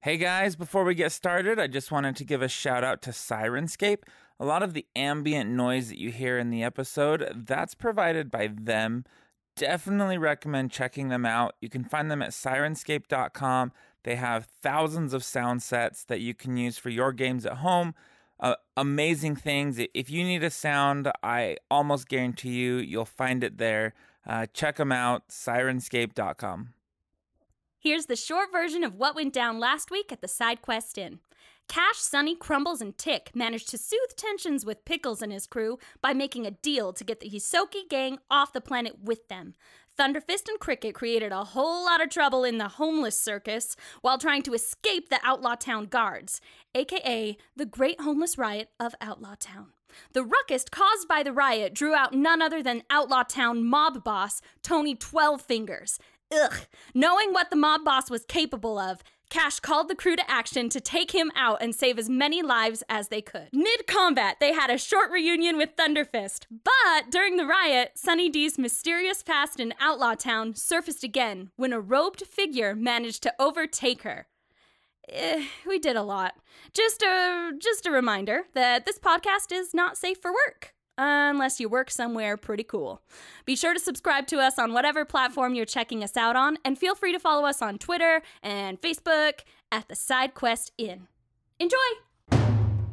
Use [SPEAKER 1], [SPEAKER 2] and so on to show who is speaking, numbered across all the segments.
[SPEAKER 1] Hey guys, before we get started, I just wanted to give a shout out to Sirenscape. A lot of the ambient noise that you hear in the episode, that's provided by them. Definitely recommend checking them out. You can find them at sirenscape.com. They have thousands of sound sets that you can use for your games at home. Uh, amazing things. If you need a sound, I almost guarantee you you'll find it there. Uh, check them out, sirenscape.com.
[SPEAKER 2] Here's the short version of what went down last week at the SideQuest Inn. Cash, Sonny, Crumbles, and Tick managed to soothe tensions with Pickles and his crew by making a deal to get the Hisoki gang off the planet with them. Thunderfist and Cricket created a whole lot of trouble in the homeless circus while trying to escape the Outlaw Town guards, aka the Great Homeless Riot of Outlaw Town. The ruckus caused by the riot drew out none other than Outlaw Town mob boss Tony Twelve Fingers, Ugh. Knowing what the mob boss was capable of, Cash called the crew to action to take him out and save as many lives as they could. Mid combat, they had a short reunion with Thunderfist, but during the riot, Sunny D's mysterious past in Outlaw Town surfaced again when a robed figure managed to overtake her. Eh, we did a lot. Just a just a reminder that this podcast is not safe for work unless you work somewhere pretty cool. Be sure to subscribe to us on whatever platform you're checking us out on, and feel free to follow us on Twitter and Facebook at the SideQuest Inn. Enjoy!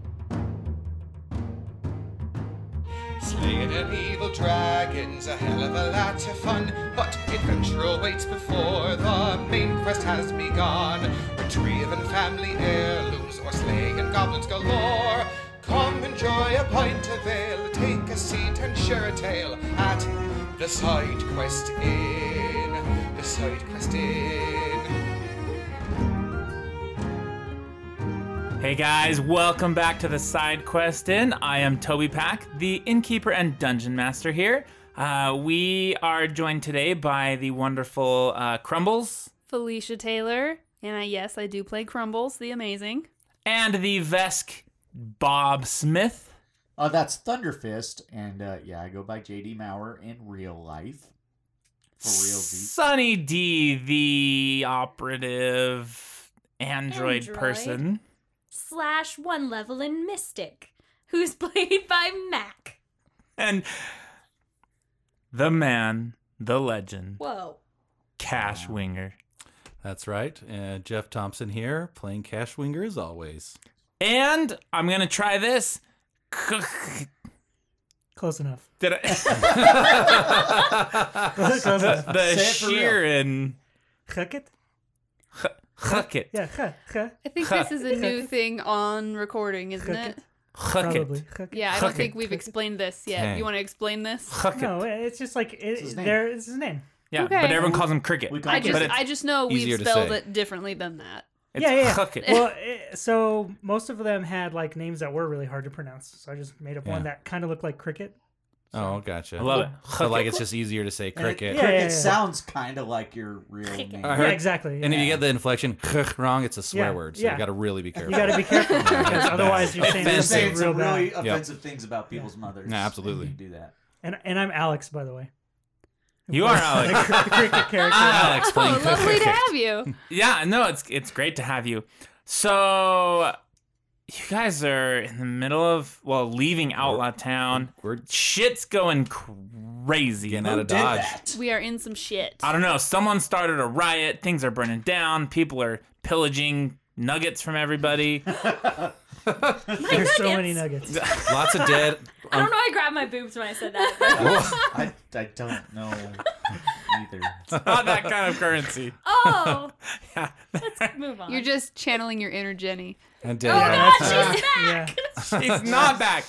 [SPEAKER 3] Slaying an evil dragon's a hell of a lot of fun, but adventure awaits before the main quest has begun. Retrieving family heirlooms or slaying goblins galore. Come enjoy a pint of ale, take a seat and share a tale at the Side Quest Inn. The Side Quest Inn.
[SPEAKER 1] Hey guys, welcome back to the Side Quest Inn. I am Toby Pack, the innkeeper and dungeon master here. Uh, we are joined today by the wonderful uh, Crumbles
[SPEAKER 4] Felicia Taylor. And I, yes, I do play Crumbles, the amazing.
[SPEAKER 1] and the Vesk Bob Smith.
[SPEAKER 5] Uh, that's Thunderfist, and uh, yeah, I go by JD Maurer in real life. For real, Z.
[SPEAKER 1] Sunny D, the operative android,
[SPEAKER 4] Android.
[SPEAKER 1] person.
[SPEAKER 2] Slash one level in Mystic, who's played by Mac.
[SPEAKER 1] And the man, the legend,
[SPEAKER 2] Whoa.
[SPEAKER 1] Cash Winger.
[SPEAKER 6] That's right. Uh, Jeff Thompson here, playing Cash Winger as always.
[SPEAKER 1] And I'm going to try this.
[SPEAKER 7] Close enough.
[SPEAKER 1] Did I?
[SPEAKER 7] Close enough.
[SPEAKER 1] the
[SPEAKER 5] Say it for real.
[SPEAKER 1] Sheeran.
[SPEAKER 7] Huck it?
[SPEAKER 1] Huck it.
[SPEAKER 7] Yeah, huh, huh,
[SPEAKER 4] I think this is a new thing on recording, isn't it?
[SPEAKER 1] Huck it.
[SPEAKER 7] probably. Huck it.
[SPEAKER 4] Yeah, I don't
[SPEAKER 1] Huck
[SPEAKER 4] think
[SPEAKER 1] it.
[SPEAKER 4] we've explained this yet.
[SPEAKER 6] Dang.
[SPEAKER 4] You want to explain this?
[SPEAKER 1] Huck it.
[SPEAKER 7] No, it's just like it,
[SPEAKER 5] his name.
[SPEAKER 7] there. It's his name.
[SPEAKER 1] Yeah,
[SPEAKER 4] Okay.
[SPEAKER 1] but everyone calls him Cricket.
[SPEAKER 5] We call
[SPEAKER 4] I
[SPEAKER 5] him
[SPEAKER 4] just,
[SPEAKER 1] but
[SPEAKER 5] Cricket.
[SPEAKER 1] it's,
[SPEAKER 4] I just know
[SPEAKER 6] easier
[SPEAKER 4] we've
[SPEAKER 6] to
[SPEAKER 4] spelled
[SPEAKER 6] say.
[SPEAKER 4] it differently than that.
[SPEAKER 1] it's
[SPEAKER 7] yeah, yeah.
[SPEAKER 1] Huck it.
[SPEAKER 7] Well, eh, so most of them had like names that were really hard to pronounce. So I just made up one
[SPEAKER 6] Yeah.
[SPEAKER 7] that kind of looked like cricket.
[SPEAKER 6] Oh, gotcha.
[SPEAKER 1] I love it.
[SPEAKER 6] So like it's just easier to say
[SPEAKER 5] And it-
[SPEAKER 6] cricket. Uh,
[SPEAKER 7] Yeah, yeah, yeah.
[SPEAKER 5] sounds kind of like your real name.
[SPEAKER 6] I
[SPEAKER 7] Yeah,
[SPEAKER 6] heard-
[SPEAKER 7] exactly.
[SPEAKER 6] And if
[SPEAKER 7] yeah.
[SPEAKER 6] you get the inflection wrong, it's a swear
[SPEAKER 7] Yeah,
[SPEAKER 6] word. So
[SPEAKER 7] yeah.
[SPEAKER 6] you got to really be careful.
[SPEAKER 7] You gotta be careful because
[SPEAKER 6] bad.
[SPEAKER 7] otherwise you're saying
[SPEAKER 5] You're
[SPEAKER 6] Offensive.
[SPEAKER 5] saying
[SPEAKER 7] something real
[SPEAKER 5] some really
[SPEAKER 7] bad.
[SPEAKER 5] offensive things about people's mothers.
[SPEAKER 6] Yeah, absolutely.
[SPEAKER 5] and You do that.
[SPEAKER 7] And and I'm Alex, by the way.
[SPEAKER 1] you are Alex.
[SPEAKER 7] The cr- cricket character.
[SPEAKER 6] Alex playing
[SPEAKER 4] Oh, lovely
[SPEAKER 6] cricket.
[SPEAKER 4] to have you.
[SPEAKER 1] Yeah, no, it's it's great to have you. So you guys are in the middle of well, leaving Outlaw Town.
[SPEAKER 6] We're
[SPEAKER 1] Shit's going crazy.
[SPEAKER 6] getting out
[SPEAKER 5] Who
[SPEAKER 6] of
[SPEAKER 5] did
[SPEAKER 6] dodge.
[SPEAKER 5] that?
[SPEAKER 4] We are in some shit.
[SPEAKER 1] I don't know. Someone started a riot. Things are burning down. People are pillaging nuggets from everybody.
[SPEAKER 7] There's so many nuggets.
[SPEAKER 6] Lots of dead. um,
[SPEAKER 2] I don't know. I grabbed my boobs when I said that.
[SPEAKER 6] Oh,
[SPEAKER 5] I, I don't know either.
[SPEAKER 1] Not that kind of currency.
[SPEAKER 2] oh,
[SPEAKER 1] Yeah.
[SPEAKER 2] let's move on.
[SPEAKER 4] You're just channeling your inner Jenny.
[SPEAKER 6] and dead.
[SPEAKER 2] Oh God, she's
[SPEAKER 7] Yeah.
[SPEAKER 2] back.
[SPEAKER 1] She's not back.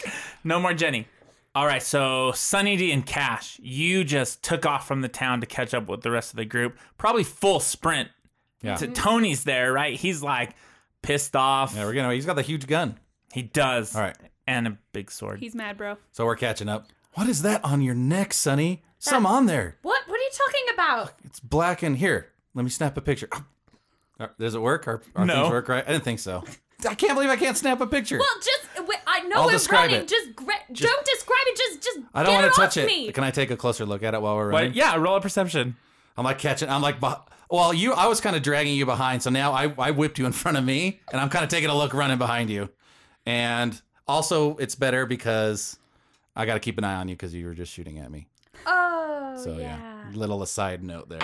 [SPEAKER 1] No more Jenny. All right, so Sunny D and Cash, you just took off from the town to catch up with the rest of the group. Probably full sprint.
[SPEAKER 6] Yeah.
[SPEAKER 1] To Tony's there, right? He's like pissed off.
[SPEAKER 6] yeah, we're gonna. He's got the huge gun.
[SPEAKER 1] he does.
[SPEAKER 6] All right,
[SPEAKER 1] And a big sword.
[SPEAKER 4] He's mad, bro.
[SPEAKER 6] so we're catching up. What is that on your neck, Sonny? Some on there.
[SPEAKER 2] What? What are you talking about?
[SPEAKER 6] It's black in here. Let me snap a picture. Uh, Does it work? Are, are
[SPEAKER 1] No.
[SPEAKER 6] things work right? I didn't think so. I can't believe I can't snap a picture.
[SPEAKER 2] Well, just wait, I know
[SPEAKER 6] I'll
[SPEAKER 2] we're
[SPEAKER 6] describe
[SPEAKER 2] running.
[SPEAKER 6] it.
[SPEAKER 2] Just, gra- don't describe it. Just just
[SPEAKER 6] I don't
[SPEAKER 2] get
[SPEAKER 6] want
[SPEAKER 2] it
[SPEAKER 6] to
[SPEAKER 2] off
[SPEAKER 6] touch it.
[SPEAKER 2] me.
[SPEAKER 6] Can I take a closer look at it while we're running?
[SPEAKER 1] But yeah, roll a perception.
[SPEAKER 6] I'm like catching. I'm like, beh- Well, you, I was kind of dragging you behind, so now I, I whipped you in front of me, and I'm kind of taking a look running behind you. And also, it's better because I got to keep an eye on you because you were just shooting at me.
[SPEAKER 2] Oh,
[SPEAKER 6] So yeah.
[SPEAKER 2] yeah.
[SPEAKER 6] little aside note there.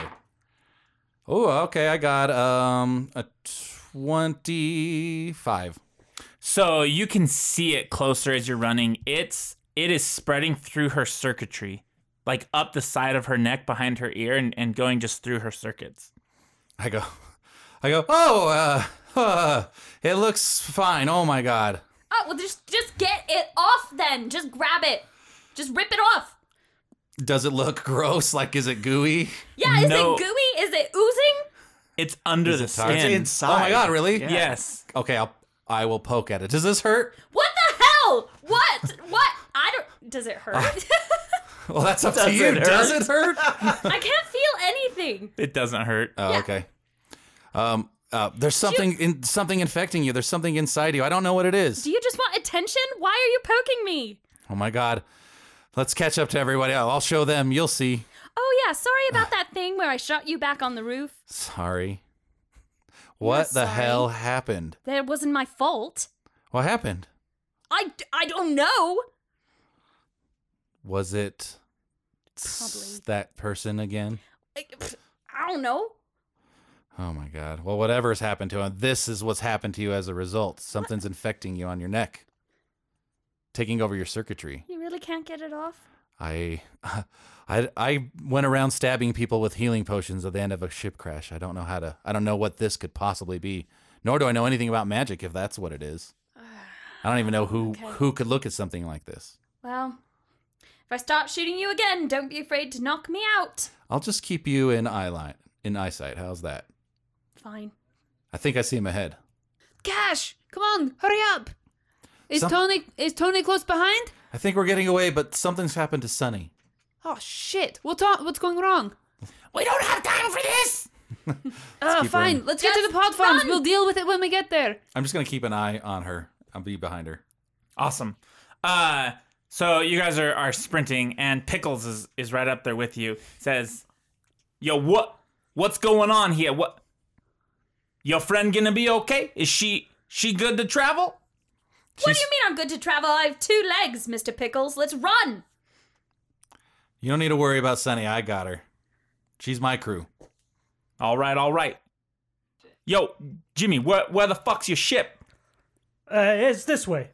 [SPEAKER 6] Oh, okay. I got um a twenty-five.
[SPEAKER 1] So you can see it closer as you're running. It's it is spreading through her circuitry, like up the side of her neck behind her ear and, and going just through her circuits.
[SPEAKER 6] I go, I go. Oh, uh, uh, it looks fine. Oh my god.
[SPEAKER 2] Oh, well, just just get it off then. Just grab it. Just rip it off.
[SPEAKER 6] Does it look gross? Like, is it gooey?
[SPEAKER 2] Yeah, is
[SPEAKER 1] No.
[SPEAKER 2] it gooey? Is it oozing?
[SPEAKER 1] It's under
[SPEAKER 6] Is
[SPEAKER 1] the
[SPEAKER 6] it tar-
[SPEAKER 1] skin.
[SPEAKER 6] It's
[SPEAKER 5] inside.
[SPEAKER 6] Oh my god, really?
[SPEAKER 5] Yeah.
[SPEAKER 1] Yes.
[SPEAKER 6] Okay, I'll I will poke at it. Does this hurt?
[SPEAKER 2] What the hell? What? What? I don't. Does it hurt?
[SPEAKER 6] Well, that's up to
[SPEAKER 1] Does
[SPEAKER 6] you.
[SPEAKER 1] it hurt?
[SPEAKER 6] Does it hurt?
[SPEAKER 2] I can't feel anything.
[SPEAKER 1] It doesn't hurt.
[SPEAKER 6] Oh, okay. Um, uh, there's something in something infecting you. There's something inside you. I don't know what it is.
[SPEAKER 2] Do you just want attention? Why are you poking me?
[SPEAKER 6] Oh my god. Let's catch up to everybody. I'll I'll show them. You'll see.
[SPEAKER 2] Oh yeah, sorry about that thing where I shot you back on the roof.
[SPEAKER 6] Sorry. What the
[SPEAKER 4] sorry.
[SPEAKER 6] hell happened?
[SPEAKER 2] That wasn't my fault.
[SPEAKER 6] What happened?
[SPEAKER 2] I I don't know.
[SPEAKER 6] Was it s-
[SPEAKER 2] Probably.
[SPEAKER 6] that person again?
[SPEAKER 2] I, pff, I don't know.
[SPEAKER 6] Oh my god. Well, whatever's happened to him, this is what's happened to you as a result. Something's infecting you on your neck. Taking over your circuitry.
[SPEAKER 2] You really can't get it off.
[SPEAKER 6] I I I went around stabbing people with healing potions at the end of a ship crash. I don't know how to I don't know what this could possibly be. Nor do I know anything about magic if that's what it is. I don't even know who
[SPEAKER 2] Okay.
[SPEAKER 6] who could look at something like this.
[SPEAKER 2] Well, if I start shooting you again, don't be afraid to knock me out.
[SPEAKER 6] I'll just keep you in eye line, in eyesight. How's that?
[SPEAKER 2] Fine.
[SPEAKER 6] I think I see him ahead.
[SPEAKER 4] Cash, come on, hurry up. Is
[SPEAKER 6] Some-
[SPEAKER 4] Tony is Tony close behind?
[SPEAKER 6] I think we're getting away, but something's happened to Sunny.
[SPEAKER 4] Oh shit! What on, what's going wrong?
[SPEAKER 6] We don't have time for this.
[SPEAKER 4] Oh, fine.
[SPEAKER 6] keep running.
[SPEAKER 4] Let's get to
[SPEAKER 2] Just
[SPEAKER 4] the pod farms.
[SPEAKER 2] run!
[SPEAKER 4] We'll deal with it when we get there.
[SPEAKER 6] I'm just gonna keep an eye on her. I'll be behind her.
[SPEAKER 1] Awesome. Uh, so you guys are, are sprinting, and Pickles is, is right up there with you. Says, "Yo, what what's going on here? What your friend gonna be okay? Is she she good to travel?"
[SPEAKER 2] What do you mean I'm good to travel? I have two legs, Mr. Pickles. Let's run.
[SPEAKER 6] You don't need to worry about Sunny. I got her. She's my crew.
[SPEAKER 1] All right, all right. Yo, Jimmy, where where the fuck's your ship?
[SPEAKER 7] Uh, it's this way.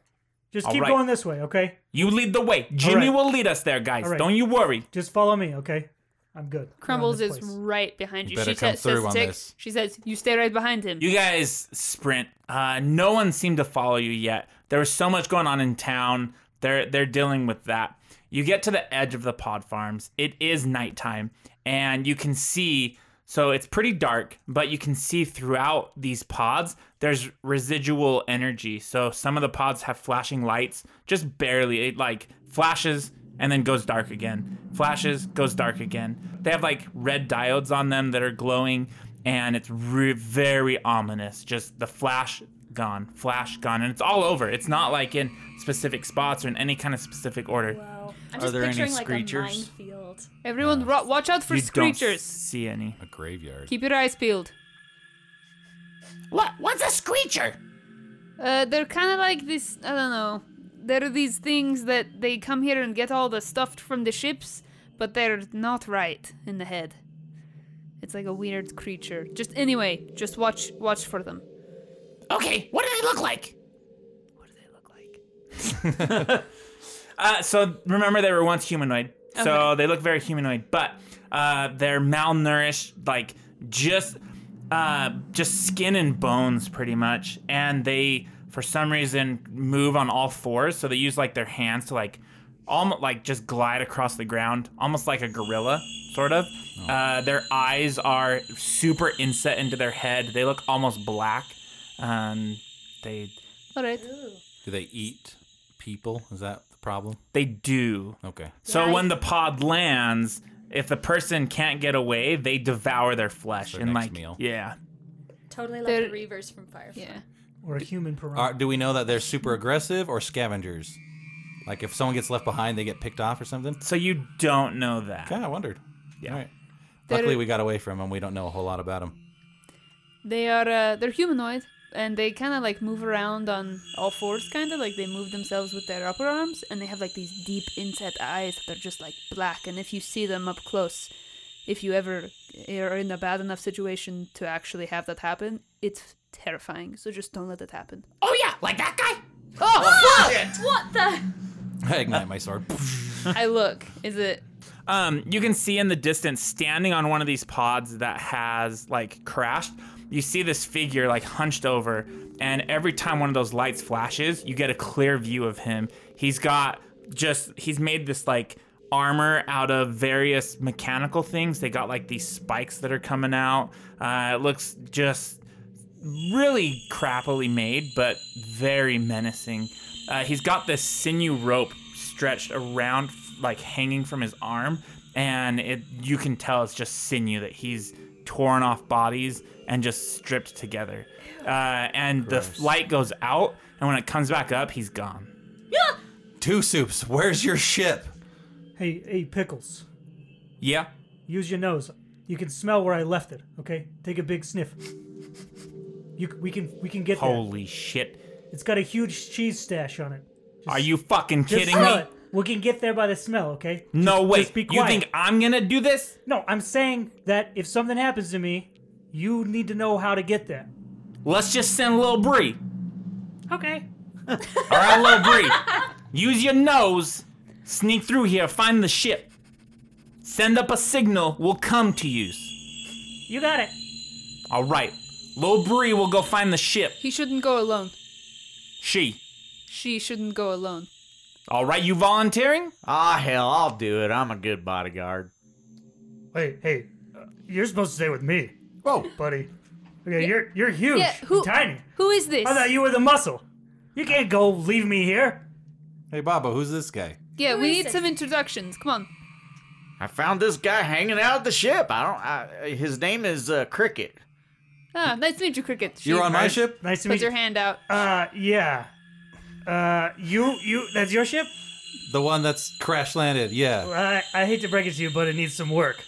[SPEAKER 7] Just
[SPEAKER 1] All
[SPEAKER 7] keep
[SPEAKER 1] right.
[SPEAKER 7] going this way, okay?
[SPEAKER 1] You lead the way. Jimmy
[SPEAKER 7] right.
[SPEAKER 1] will lead us there, guys.
[SPEAKER 7] All right.
[SPEAKER 1] Don't you worry.
[SPEAKER 7] Just follow me, okay? I'm good. Around
[SPEAKER 4] Crumbles
[SPEAKER 7] this
[SPEAKER 4] is
[SPEAKER 7] place.
[SPEAKER 4] right behind
[SPEAKER 6] You
[SPEAKER 4] you.
[SPEAKER 6] better
[SPEAKER 4] she
[SPEAKER 6] come
[SPEAKER 4] says,
[SPEAKER 6] through
[SPEAKER 4] to
[SPEAKER 6] on
[SPEAKER 4] Tick,
[SPEAKER 6] this.
[SPEAKER 4] She says, "You stay right behind him."
[SPEAKER 1] You guys sprint. Uh, no one seemed to follow you yet. There was so much going on in town. They're they're dealing with that. You get to the edge of the pod farms. It is nighttime, and you can see. So it's pretty dark, but you can see throughout these pods. There's residual energy. So some of the pods have flashing lights, just barely. It like flashes and then goes dark again. Flashes, goes dark again. They have like red diodes on them that are glowing, and it's re- very ominous. Just the flash gone, flash gone, and it's all over. It's not like in specific spots or in any kind of specific order.
[SPEAKER 2] I'm
[SPEAKER 5] just there any picturing, like, a screechers?
[SPEAKER 2] minefield.
[SPEAKER 4] Everyone, ro- watch out for
[SPEAKER 1] you don't
[SPEAKER 4] screechers.
[SPEAKER 1] see any.
[SPEAKER 6] A graveyard.
[SPEAKER 4] Keep your eyes peeled.
[SPEAKER 1] What? What's a screecher?
[SPEAKER 4] Uh, they're kind of like this. I don't know. There are these things that they come here and get all the stuff from the ships, but they're not right in the head. It's like a weird creature. Just anyway, just watch watch for them.
[SPEAKER 1] Okay, what do they look like?
[SPEAKER 4] What do they look like?
[SPEAKER 1] Uh, so remember, they were once humanoid, so they look very humanoid, but uh, they're malnourished, like just uh, just skin and bones, pretty much. And they, for some reason, move on all fours, so they use like their hands to like almost like just glide across the ground, almost like a gorilla, sort of. Uh, their eyes are super inset into their head; they look almost black. Um, they
[SPEAKER 4] All right.
[SPEAKER 6] Do they eat people? Is that the problem?
[SPEAKER 1] they do
[SPEAKER 6] Okay.
[SPEAKER 1] So
[SPEAKER 2] Yeah,
[SPEAKER 1] when the pod lands, if the person can't get away, they devour their flesh
[SPEAKER 6] Their
[SPEAKER 1] and
[SPEAKER 6] next
[SPEAKER 1] like
[SPEAKER 6] meal.
[SPEAKER 1] yeah.
[SPEAKER 2] Totally like
[SPEAKER 4] They're-
[SPEAKER 2] the Reavers from Firefly.
[SPEAKER 4] Yeah.
[SPEAKER 7] Or a human piranha.
[SPEAKER 6] Are, do we know that they're super aggressive or scavengers? Like if someone gets left behind, they get picked off or something.
[SPEAKER 1] So you don't know that.
[SPEAKER 6] Kind of wondered.
[SPEAKER 1] Yeah.
[SPEAKER 6] All right. Luckily,
[SPEAKER 4] They're-
[SPEAKER 6] we got away from them. We don't know a whole lot about them.
[SPEAKER 4] They are uh, they're humanoid and they kind of like move around on all fours kind of like they move themselves with their upper arms and they have like these deep inset eyes that are just like black and if you see them up close if you ever eh, are in a bad enough situation to actually have that happen it's terrifying so just don't let it happen
[SPEAKER 1] Oh yeah, like that guy.
[SPEAKER 4] oh
[SPEAKER 2] Ah! What the?
[SPEAKER 6] I ignite my sword.
[SPEAKER 4] i look is it
[SPEAKER 1] Um, you can see in the distance, standing on one of these pods that has like crashed. You see this figure like hunched over, and every time one of those lights flashes, you get a clear view of him. He's got just he's made this like armor out of various mechanical things. They got like these spikes that are coming out. Uh, it looks just really crappily made, but very menacing. Uh, he's got this sinew rope stretched around, like hanging from his arm, and it you can tell it's just sinew that he's torn off bodies and just stripped together. Uh, and the light goes out, and when it comes back up, he's gone.
[SPEAKER 6] Two soups. Where's your ship?
[SPEAKER 7] Hey, hey, pickles.
[SPEAKER 1] Yeah.
[SPEAKER 7] Use your nose. You can smell where I left it. Okay, take a big sniff. You, c- we can we can get there.
[SPEAKER 1] Holy shit!
[SPEAKER 7] It's got a huge cheese stash on it.
[SPEAKER 1] Are you fucking
[SPEAKER 7] Just
[SPEAKER 1] kidding
[SPEAKER 7] smell
[SPEAKER 1] me?
[SPEAKER 7] it. We can get there by the smell. Okay.
[SPEAKER 1] No
[SPEAKER 7] Just-
[SPEAKER 1] way.
[SPEAKER 7] Just be
[SPEAKER 1] you
[SPEAKER 7] quiet.
[SPEAKER 1] think I'm gonna do this?
[SPEAKER 7] No, I'm saying that if something happens to me, you need to know how to get there.
[SPEAKER 1] Let's just send Lil Bree.
[SPEAKER 7] Okay.
[SPEAKER 1] All right, Lil Bree. Use your nose. Sneak through here. Find the ship. Send up a signal. We'll come to you.
[SPEAKER 7] You got it.
[SPEAKER 1] All right. Lil Bree will go find the ship.
[SPEAKER 4] he shouldn't go alone
[SPEAKER 1] She.
[SPEAKER 4] she shouldn't go alone
[SPEAKER 1] All right, you volunteering?
[SPEAKER 8] Ah, hell, I'll do it. I'm a good bodyguard.
[SPEAKER 7] Wait, hey, uh, you're supposed to stay with me.
[SPEAKER 6] Whoa.
[SPEAKER 7] buddy. Okay, you're you're huge,
[SPEAKER 4] Yeah, who-
[SPEAKER 7] and tiny.
[SPEAKER 4] who is this
[SPEAKER 7] I thought you were the muscle. You can't go leave me here.
[SPEAKER 6] Hey, Baba, who's this guy?
[SPEAKER 4] yeah we
[SPEAKER 2] is
[SPEAKER 4] need
[SPEAKER 2] this?
[SPEAKER 4] some introductions come on
[SPEAKER 8] I found this guy hanging out at the ship. I don't. I, his name is uh, Cricket.
[SPEAKER 4] ah nice to meet you cricket She
[SPEAKER 6] You're on my ship?
[SPEAKER 7] Nice to
[SPEAKER 4] put
[SPEAKER 7] meet
[SPEAKER 4] your
[SPEAKER 7] you.
[SPEAKER 4] hand out
[SPEAKER 7] Uh, yeah. Uh, you you that's your ship.
[SPEAKER 6] The one that's crash landed. Yeah.
[SPEAKER 7] I I hate to break it to you, but it needs some work.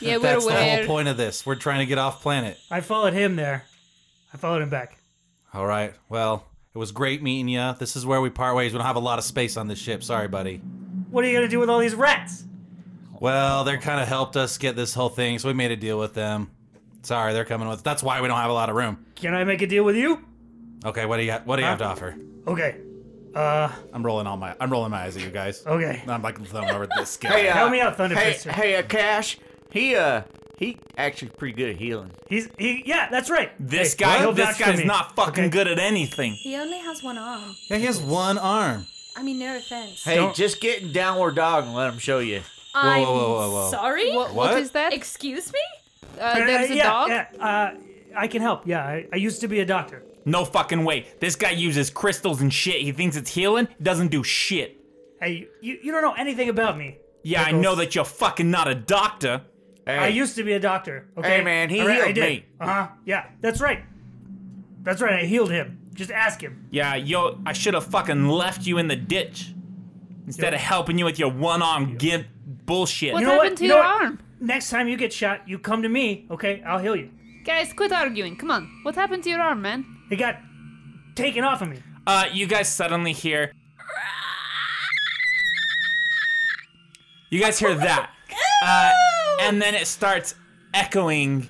[SPEAKER 4] yeah we're
[SPEAKER 6] That's the
[SPEAKER 4] aware
[SPEAKER 6] whole point of this. We're trying to get off planet.
[SPEAKER 7] I followed him there. I followed him back.
[SPEAKER 6] All right. Well, it was great meeting you. This is where we part ways. We don't have a lot of space on this ship. Sorry, buddy.
[SPEAKER 7] What are you gonna do with all these rats?
[SPEAKER 6] Well, they kind of helped us get this whole thing, so we made a deal with them. Sorry, they're coming with. That's why we don't have a lot of room.
[SPEAKER 7] Can I make a deal with you?
[SPEAKER 6] Okay, what do you got? What do you have to offer?
[SPEAKER 7] Okay. Uh,
[SPEAKER 6] I'm rolling all my. I'm rolling my eyes at you guys.
[SPEAKER 7] okay.
[SPEAKER 6] I'm like thumb over this guy.
[SPEAKER 8] Hey, uh,
[SPEAKER 7] Help me out, Thunder
[SPEAKER 8] Hey,
[SPEAKER 7] Fister.
[SPEAKER 8] hey, uh, Cash. He uh, he actually pretty good at healing.
[SPEAKER 7] He's he yeah, that's right.
[SPEAKER 1] This
[SPEAKER 7] Hey,
[SPEAKER 1] guy,
[SPEAKER 7] he'll
[SPEAKER 1] this
[SPEAKER 7] vouch for
[SPEAKER 1] guy's
[SPEAKER 7] me.
[SPEAKER 1] not fucking
[SPEAKER 7] Okay.
[SPEAKER 1] good at anything.
[SPEAKER 2] He only has one arm.
[SPEAKER 6] Yeah, he has one arm.
[SPEAKER 2] I mean, no offense.
[SPEAKER 8] Hey,
[SPEAKER 7] Don't-
[SPEAKER 8] just get in downward dog and let him show you.
[SPEAKER 2] I'm
[SPEAKER 6] whoa, whoa, whoa, whoa.
[SPEAKER 2] sorry.
[SPEAKER 4] What,
[SPEAKER 6] What?
[SPEAKER 4] what is that?
[SPEAKER 2] Excuse me.
[SPEAKER 4] Uh, there's a
[SPEAKER 7] yeah,
[SPEAKER 4] dog.
[SPEAKER 7] Yeah, uh, I can help. Yeah, I, I used to be a doctor.
[SPEAKER 1] No fucking way. This guy uses crystals and shit. He thinks it's healing. Doesn't do shit.
[SPEAKER 7] Hey, you, you don't know anything about me.
[SPEAKER 1] Yeah, I
[SPEAKER 7] Pickles.
[SPEAKER 1] know that you're fucking not a doctor.
[SPEAKER 8] Hey,
[SPEAKER 7] I used to be a doctor. Okay.
[SPEAKER 8] Hey, man, he
[SPEAKER 7] All right, I
[SPEAKER 8] healed
[SPEAKER 7] did.
[SPEAKER 8] me.
[SPEAKER 7] Uh huh. Yeah, that's right. That's right. I healed him. Just ask him.
[SPEAKER 1] Yeah, yo, I should have fucking left you in the ditch instead of helping you with your one arm gimp bullshit.
[SPEAKER 4] What
[SPEAKER 7] know
[SPEAKER 4] happened
[SPEAKER 7] what?
[SPEAKER 4] to
[SPEAKER 7] You know
[SPEAKER 4] your
[SPEAKER 7] what?
[SPEAKER 4] arm?
[SPEAKER 7] Next time you get shot, you come to me. Okay, I'll heal you.
[SPEAKER 4] Guys, quit arguing. Come on. What happened to your arm, man?
[SPEAKER 7] It got taken off of me.
[SPEAKER 1] Uh, you guys suddenly hear. You guys hear that, uh, and then it starts echoing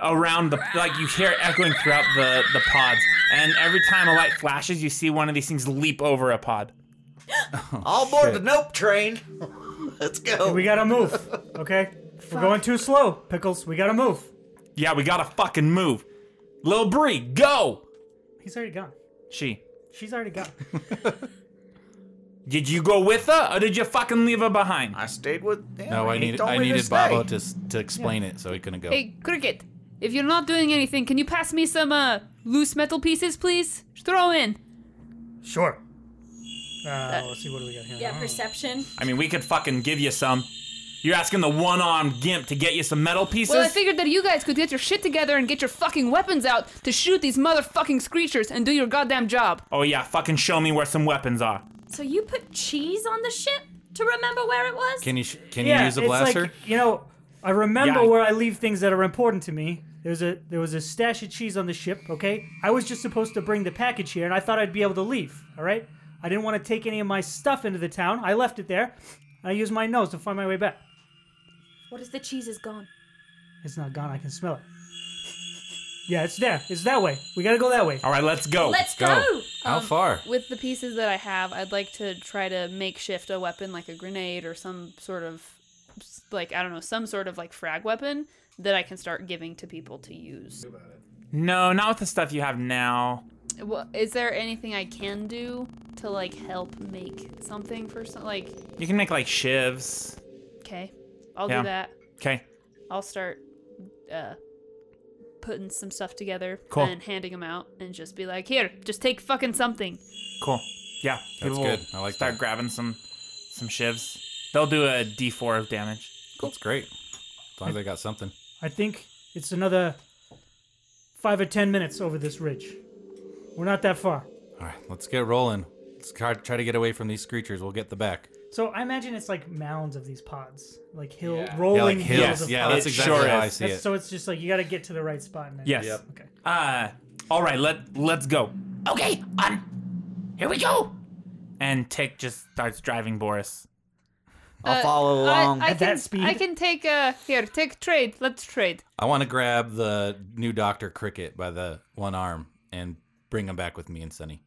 [SPEAKER 1] around the like you hear it echoing throughout the the pods. And every time a light flashes, you see one of these things leap over a pod.
[SPEAKER 8] all aboard the Nope train. Let's go.
[SPEAKER 7] We gotta move. Okay. We're going too slow, pickles. We gotta move.
[SPEAKER 1] Yeah, we gotta fucking move. Lil Bree, go.
[SPEAKER 7] He's already gone.
[SPEAKER 1] She.
[SPEAKER 7] She's already gone.
[SPEAKER 1] Did you go with her, or did you fucking leave her behind?
[SPEAKER 8] I stayed with. Him.
[SPEAKER 6] No, I
[SPEAKER 8] He
[SPEAKER 6] needed.
[SPEAKER 8] told
[SPEAKER 6] I
[SPEAKER 8] me to
[SPEAKER 6] needed
[SPEAKER 8] stay.
[SPEAKER 6] Babo to s- to explain it, so he couldn't go.
[SPEAKER 4] Hey, Cricket, if you're not doing anything, can you pass me some uh, loose metal pieces, please? Just Throw in.
[SPEAKER 7] sure. Uh, let's see what do we got here.
[SPEAKER 2] Yeah, perception.
[SPEAKER 1] I mean, we could fucking give you some. You're asking the one-armed gimp to get you some metal pieces?
[SPEAKER 4] Well, I figured that you guys could get your shit together and get your fucking weapons out to shoot these motherfucking screechers and do your goddamn job.
[SPEAKER 1] oh yeah, fucking show me where some weapons are.
[SPEAKER 2] So you put cheese on the ship to remember where it was?
[SPEAKER 6] Can you sh- can
[SPEAKER 7] Yeah,
[SPEAKER 6] you use a
[SPEAKER 7] it's
[SPEAKER 6] blaster?
[SPEAKER 7] like you know, I remember
[SPEAKER 1] Yeah, I-
[SPEAKER 7] where I leave things that are important to me. There's a there was a stash of cheese on the ship, okay? I was just supposed to bring the package here and I thought I'd be able to leave, all right? I didn't want to take any of my stuff into the town. I left it there. I used my nose to find my way back.
[SPEAKER 2] What if the cheese is gone?
[SPEAKER 7] It's not gone. I can smell it. Yeah, it's there. It's that way. We got to go that way.
[SPEAKER 1] All right, let's go.
[SPEAKER 2] Let's go.
[SPEAKER 6] Go. How far?
[SPEAKER 4] With the pieces that I have, I'd like to try to makeshift a weapon like a grenade or some sort of like I don't know, some sort of like frag weapon that I can start giving to people to use.
[SPEAKER 1] No, not with the stuff you have now.
[SPEAKER 4] Well, is there anything I can do to like help make something for some like
[SPEAKER 1] You can make like shivs.
[SPEAKER 4] okay, I'll
[SPEAKER 1] Yeah.
[SPEAKER 4] do that.
[SPEAKER 1] Okay.
[SPEAKER 4] I'll start uh putting some stuff together
[SPEAKER 1] Cool.
[SPEAKER 4] and handing them out and just be like, "Here, just take fucking something."
[SPEAKER 1] Cool. Yeah.
[SPEAKER 6] That's
[SPEAKER 1] people will
[SPEAKER 6] good. I like
[SPEAKER 1] start
[SPEAKER 6] that.
[SPEAKER 1] grabbing some some shivs. They'll do a D4 of damage.
[SPEAKER 6] That's great. As long as I got something.
[SPEAKER 7] I think it's another 5 or 10 minutes over this ridge. We're not that far.
[SPEAKER 6] All right, let's get rolling. Let's try try to get away from these creatures. We'll get the back.
[SPEAKER 7] So I imagine it's like mounds of these pods, like hill
[SPEAKER 5] Yeah.
[SPEAKER 6] Yeah,
[SPEAKER 7] rolling
[SPEAKER 6] like
[SPEAKER 7] hills.
[SPEAKER 6] hills.
[SPEAKER 7] of
[SPEAKER 6] Yeah,
[SPEAKER 7] pods.
[SPEAKER 6] that's
[SPEAKER 1] It
[SPEAKER 6] exactly
[SPEAKER 1] sure
[SPEAKER 6] how
[SPEAKER 1] is.
[SPEAKER 6] I see
[SPEAKER 7] That's-
[SPEAKER 6] it.
[SPEAKER 7] So it's just like you got to get to the right spot. And then-
[SPEAKER 1] Yes.
[SPEAKER 6] Yep.
[SPEAKER 7] Okay.
[SPEAKER 1] Uh all right, let let's go. Okay, on. Here we go. And Tick just starts driving Boris.
[SPEAKER 8] I'll
[SPEAKER 4] Uh,
[SPEAKER 8] follow along.
[SPEAKER 4] I, I
[SPEAKER 7] At that
[SPEAKER 4] can,
[SPEAKER 7] speed?
[SPEAKER 4] I can take uh here, take trade. Let's trade.
[SPEAKER 6] I want to grab the new Doctor Cricket by the one arm and bring him back with me and Sunny.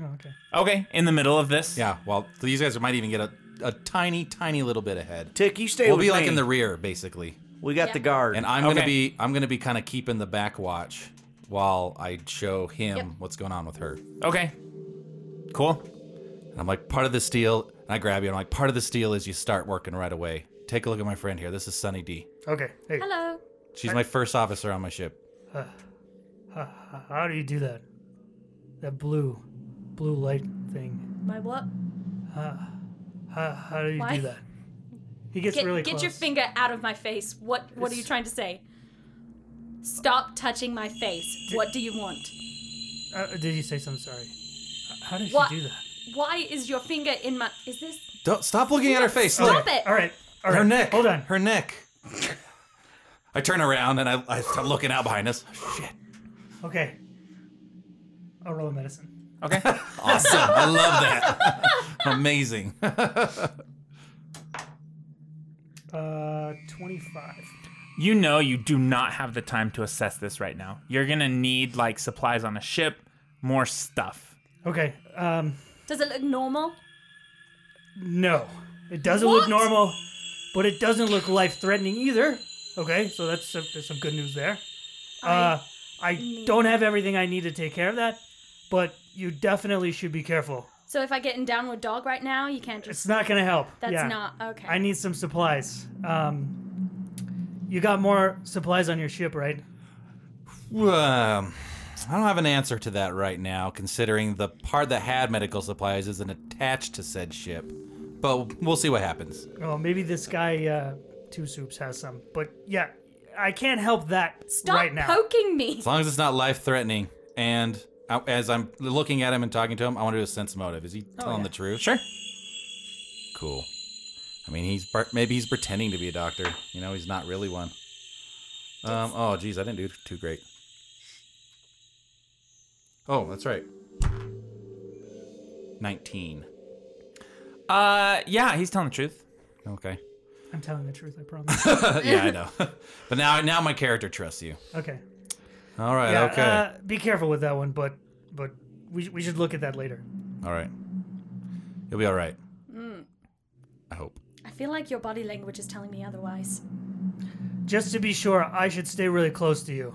[SPEAKER 7] Oh, okay.
[SPEAKER 1] Okay, in the middle of this.
[SPEAKER 6] Yeah, well, these guys might even get a, a tiny, tiny little bit ahead.
[SPEAKER 8] Tick, you stay
[SPEAKER 6] We'll
[SPEAKER 8] with
[SPEAKER 6] be like
[SPEAKER 8] me.
[SPEAKER 6] in the rear, basically,
[SPEAKER 8] We got the guard.
[SPEAKER 6] and I'm gonna
[SPEAKER 1] Okay.
[SPEAKER 6] be I'm gonna be kind of keeping the back watch while I show him what's going on with her.
[SPEAKER 1] Okay. Cool.
[SPEAKER 6] And I'm like, part of this deal, and I grab you. And I'm like, part of this deal is you start working right away. Take a look at my friend here. This is Sunny D.
[SPEAKER 7] Okay. Hey,
[SPEAKER 2] Hello.
[SPEAKER 6] She's my first officer on my ship.
[SPEAKER 7] h- how do you do that? That blue, blue light thing.
[SPEAKER 2] My what?
[SPEAKER 7] How, how do you
[SPEAKER 2] Why?
[SPEAKER 7] do that? He gets
[SPEAKER 2] Get,
[SPEAKER 7] really
[SPEAKER 2] get
[SPEAKER 7] close.
[SPEAKER 2] your finger out of my face. What What are you trying to say? Stop touching my face. What do you want?
[SPEAKER 7] Uh, did you say something? Sorry. How did
[SPEAKER 2] What?
[SPEAKER 7] she do that?
[SPEAKER 2] Why is your finger in my? Is this?
[SPEAKER 6] Don't stop looking at her face.
[SPEAKER 2] Stop
[SPEAKER 6] Look.
[SPEAKER 2] it.
[SPEAKER 7] All right. All right.
[SPEAKER 6] Her neck.
[SPEAKER 7] Hold on.
[SPEAKER 6] Her neck. I turn around and I, I start looking out behind us. Shit.
[SPEAKER 7] Okay. I'll roll a medicine.
[SPEAKER 1] Okay.
[SPEAKER 6] Awesome. I love that. Amazing. Um,
[SPEAKER 7] Uh, twenty-five.
[SPEAKER 1] you know you do not have the time to assess this right now. You're gonna need like supplies on a ship, more stuff.
[SPEAKER 7] Okay. Um,
[SPEAKER 2] Does it look normal?
[SPEAKER 7] no, it doesn't
[SPEAKER 2] What?
[SPEAKER 7] look normal, but it doesn't look life-threatening either. Okay, so that's some, there's some good news there. Uh,
[SPEAKER 2] Mm.
[SPEAKER 7] I don't have everything I need to take care of that, but you definitely should be careful.
[SPEAKER 2] So if I get in downward dog right now, you can't just.
[SPEAKER 7] It's not gonna help.
[SPEAKER 2] That's
[SPEAKER 7] Yeah.
[SPEAKER 2] not okay.
[SPEAKER 7] I need some supplies. Um, you got more supplies on your ship, right?
[SPEAKER 6] Um, I don't have an answer to that right now, considering the part that had medical supplies isn't attached to said ship. But we'll see what happens.
[SPEAKER 7] Oh, maybe this guy uh, Two Soups has some, but yeah, I can't help that
[SPEAKER 2] Stop
[SPEAKER 7] right now.
[SPEAKER 2] poking me.
[SPEAKER 6] As long as it's not life threatening, and I, as I'm looking at him and talking to him, I want to do a sense motive. Is he
[SPEAKER 7] Oh,
[SPEAKER 6] telling the truth? Sure. Cool. I mean, he's per- maybe he's pretending to be a doctor. You know, he's not really one. Um. Oh, geez, I didn't do too great. Oh, that's right. Nineteen.
[SPEAKER 1] Uh yeah, he's telling the truth.
[SPEAKER 6] Okay.
[SPEAKER 7] I'm telling the truth, I promise.
[SPEAKER 6] yeah, I know. but now, now my character trusts you.
[SPEAKER 7] okay.
[SPEAKER 6] All right.
[SPEAKER 7] Yeah,
[SPEAKER 6] okay.
[SPEAKER 7] Uh, be careful with that one, but but we, sh- we should look at that later.
[SPEAKER 6] all right. You'll be all right.
[SPEAKER 7] mm.
[SPEAKER 6] I hope.
[SPEAKER 2] I feel like your body language is telling me otherwise.
[SPEAKER 7] Just to be sure, I should stay really close to you.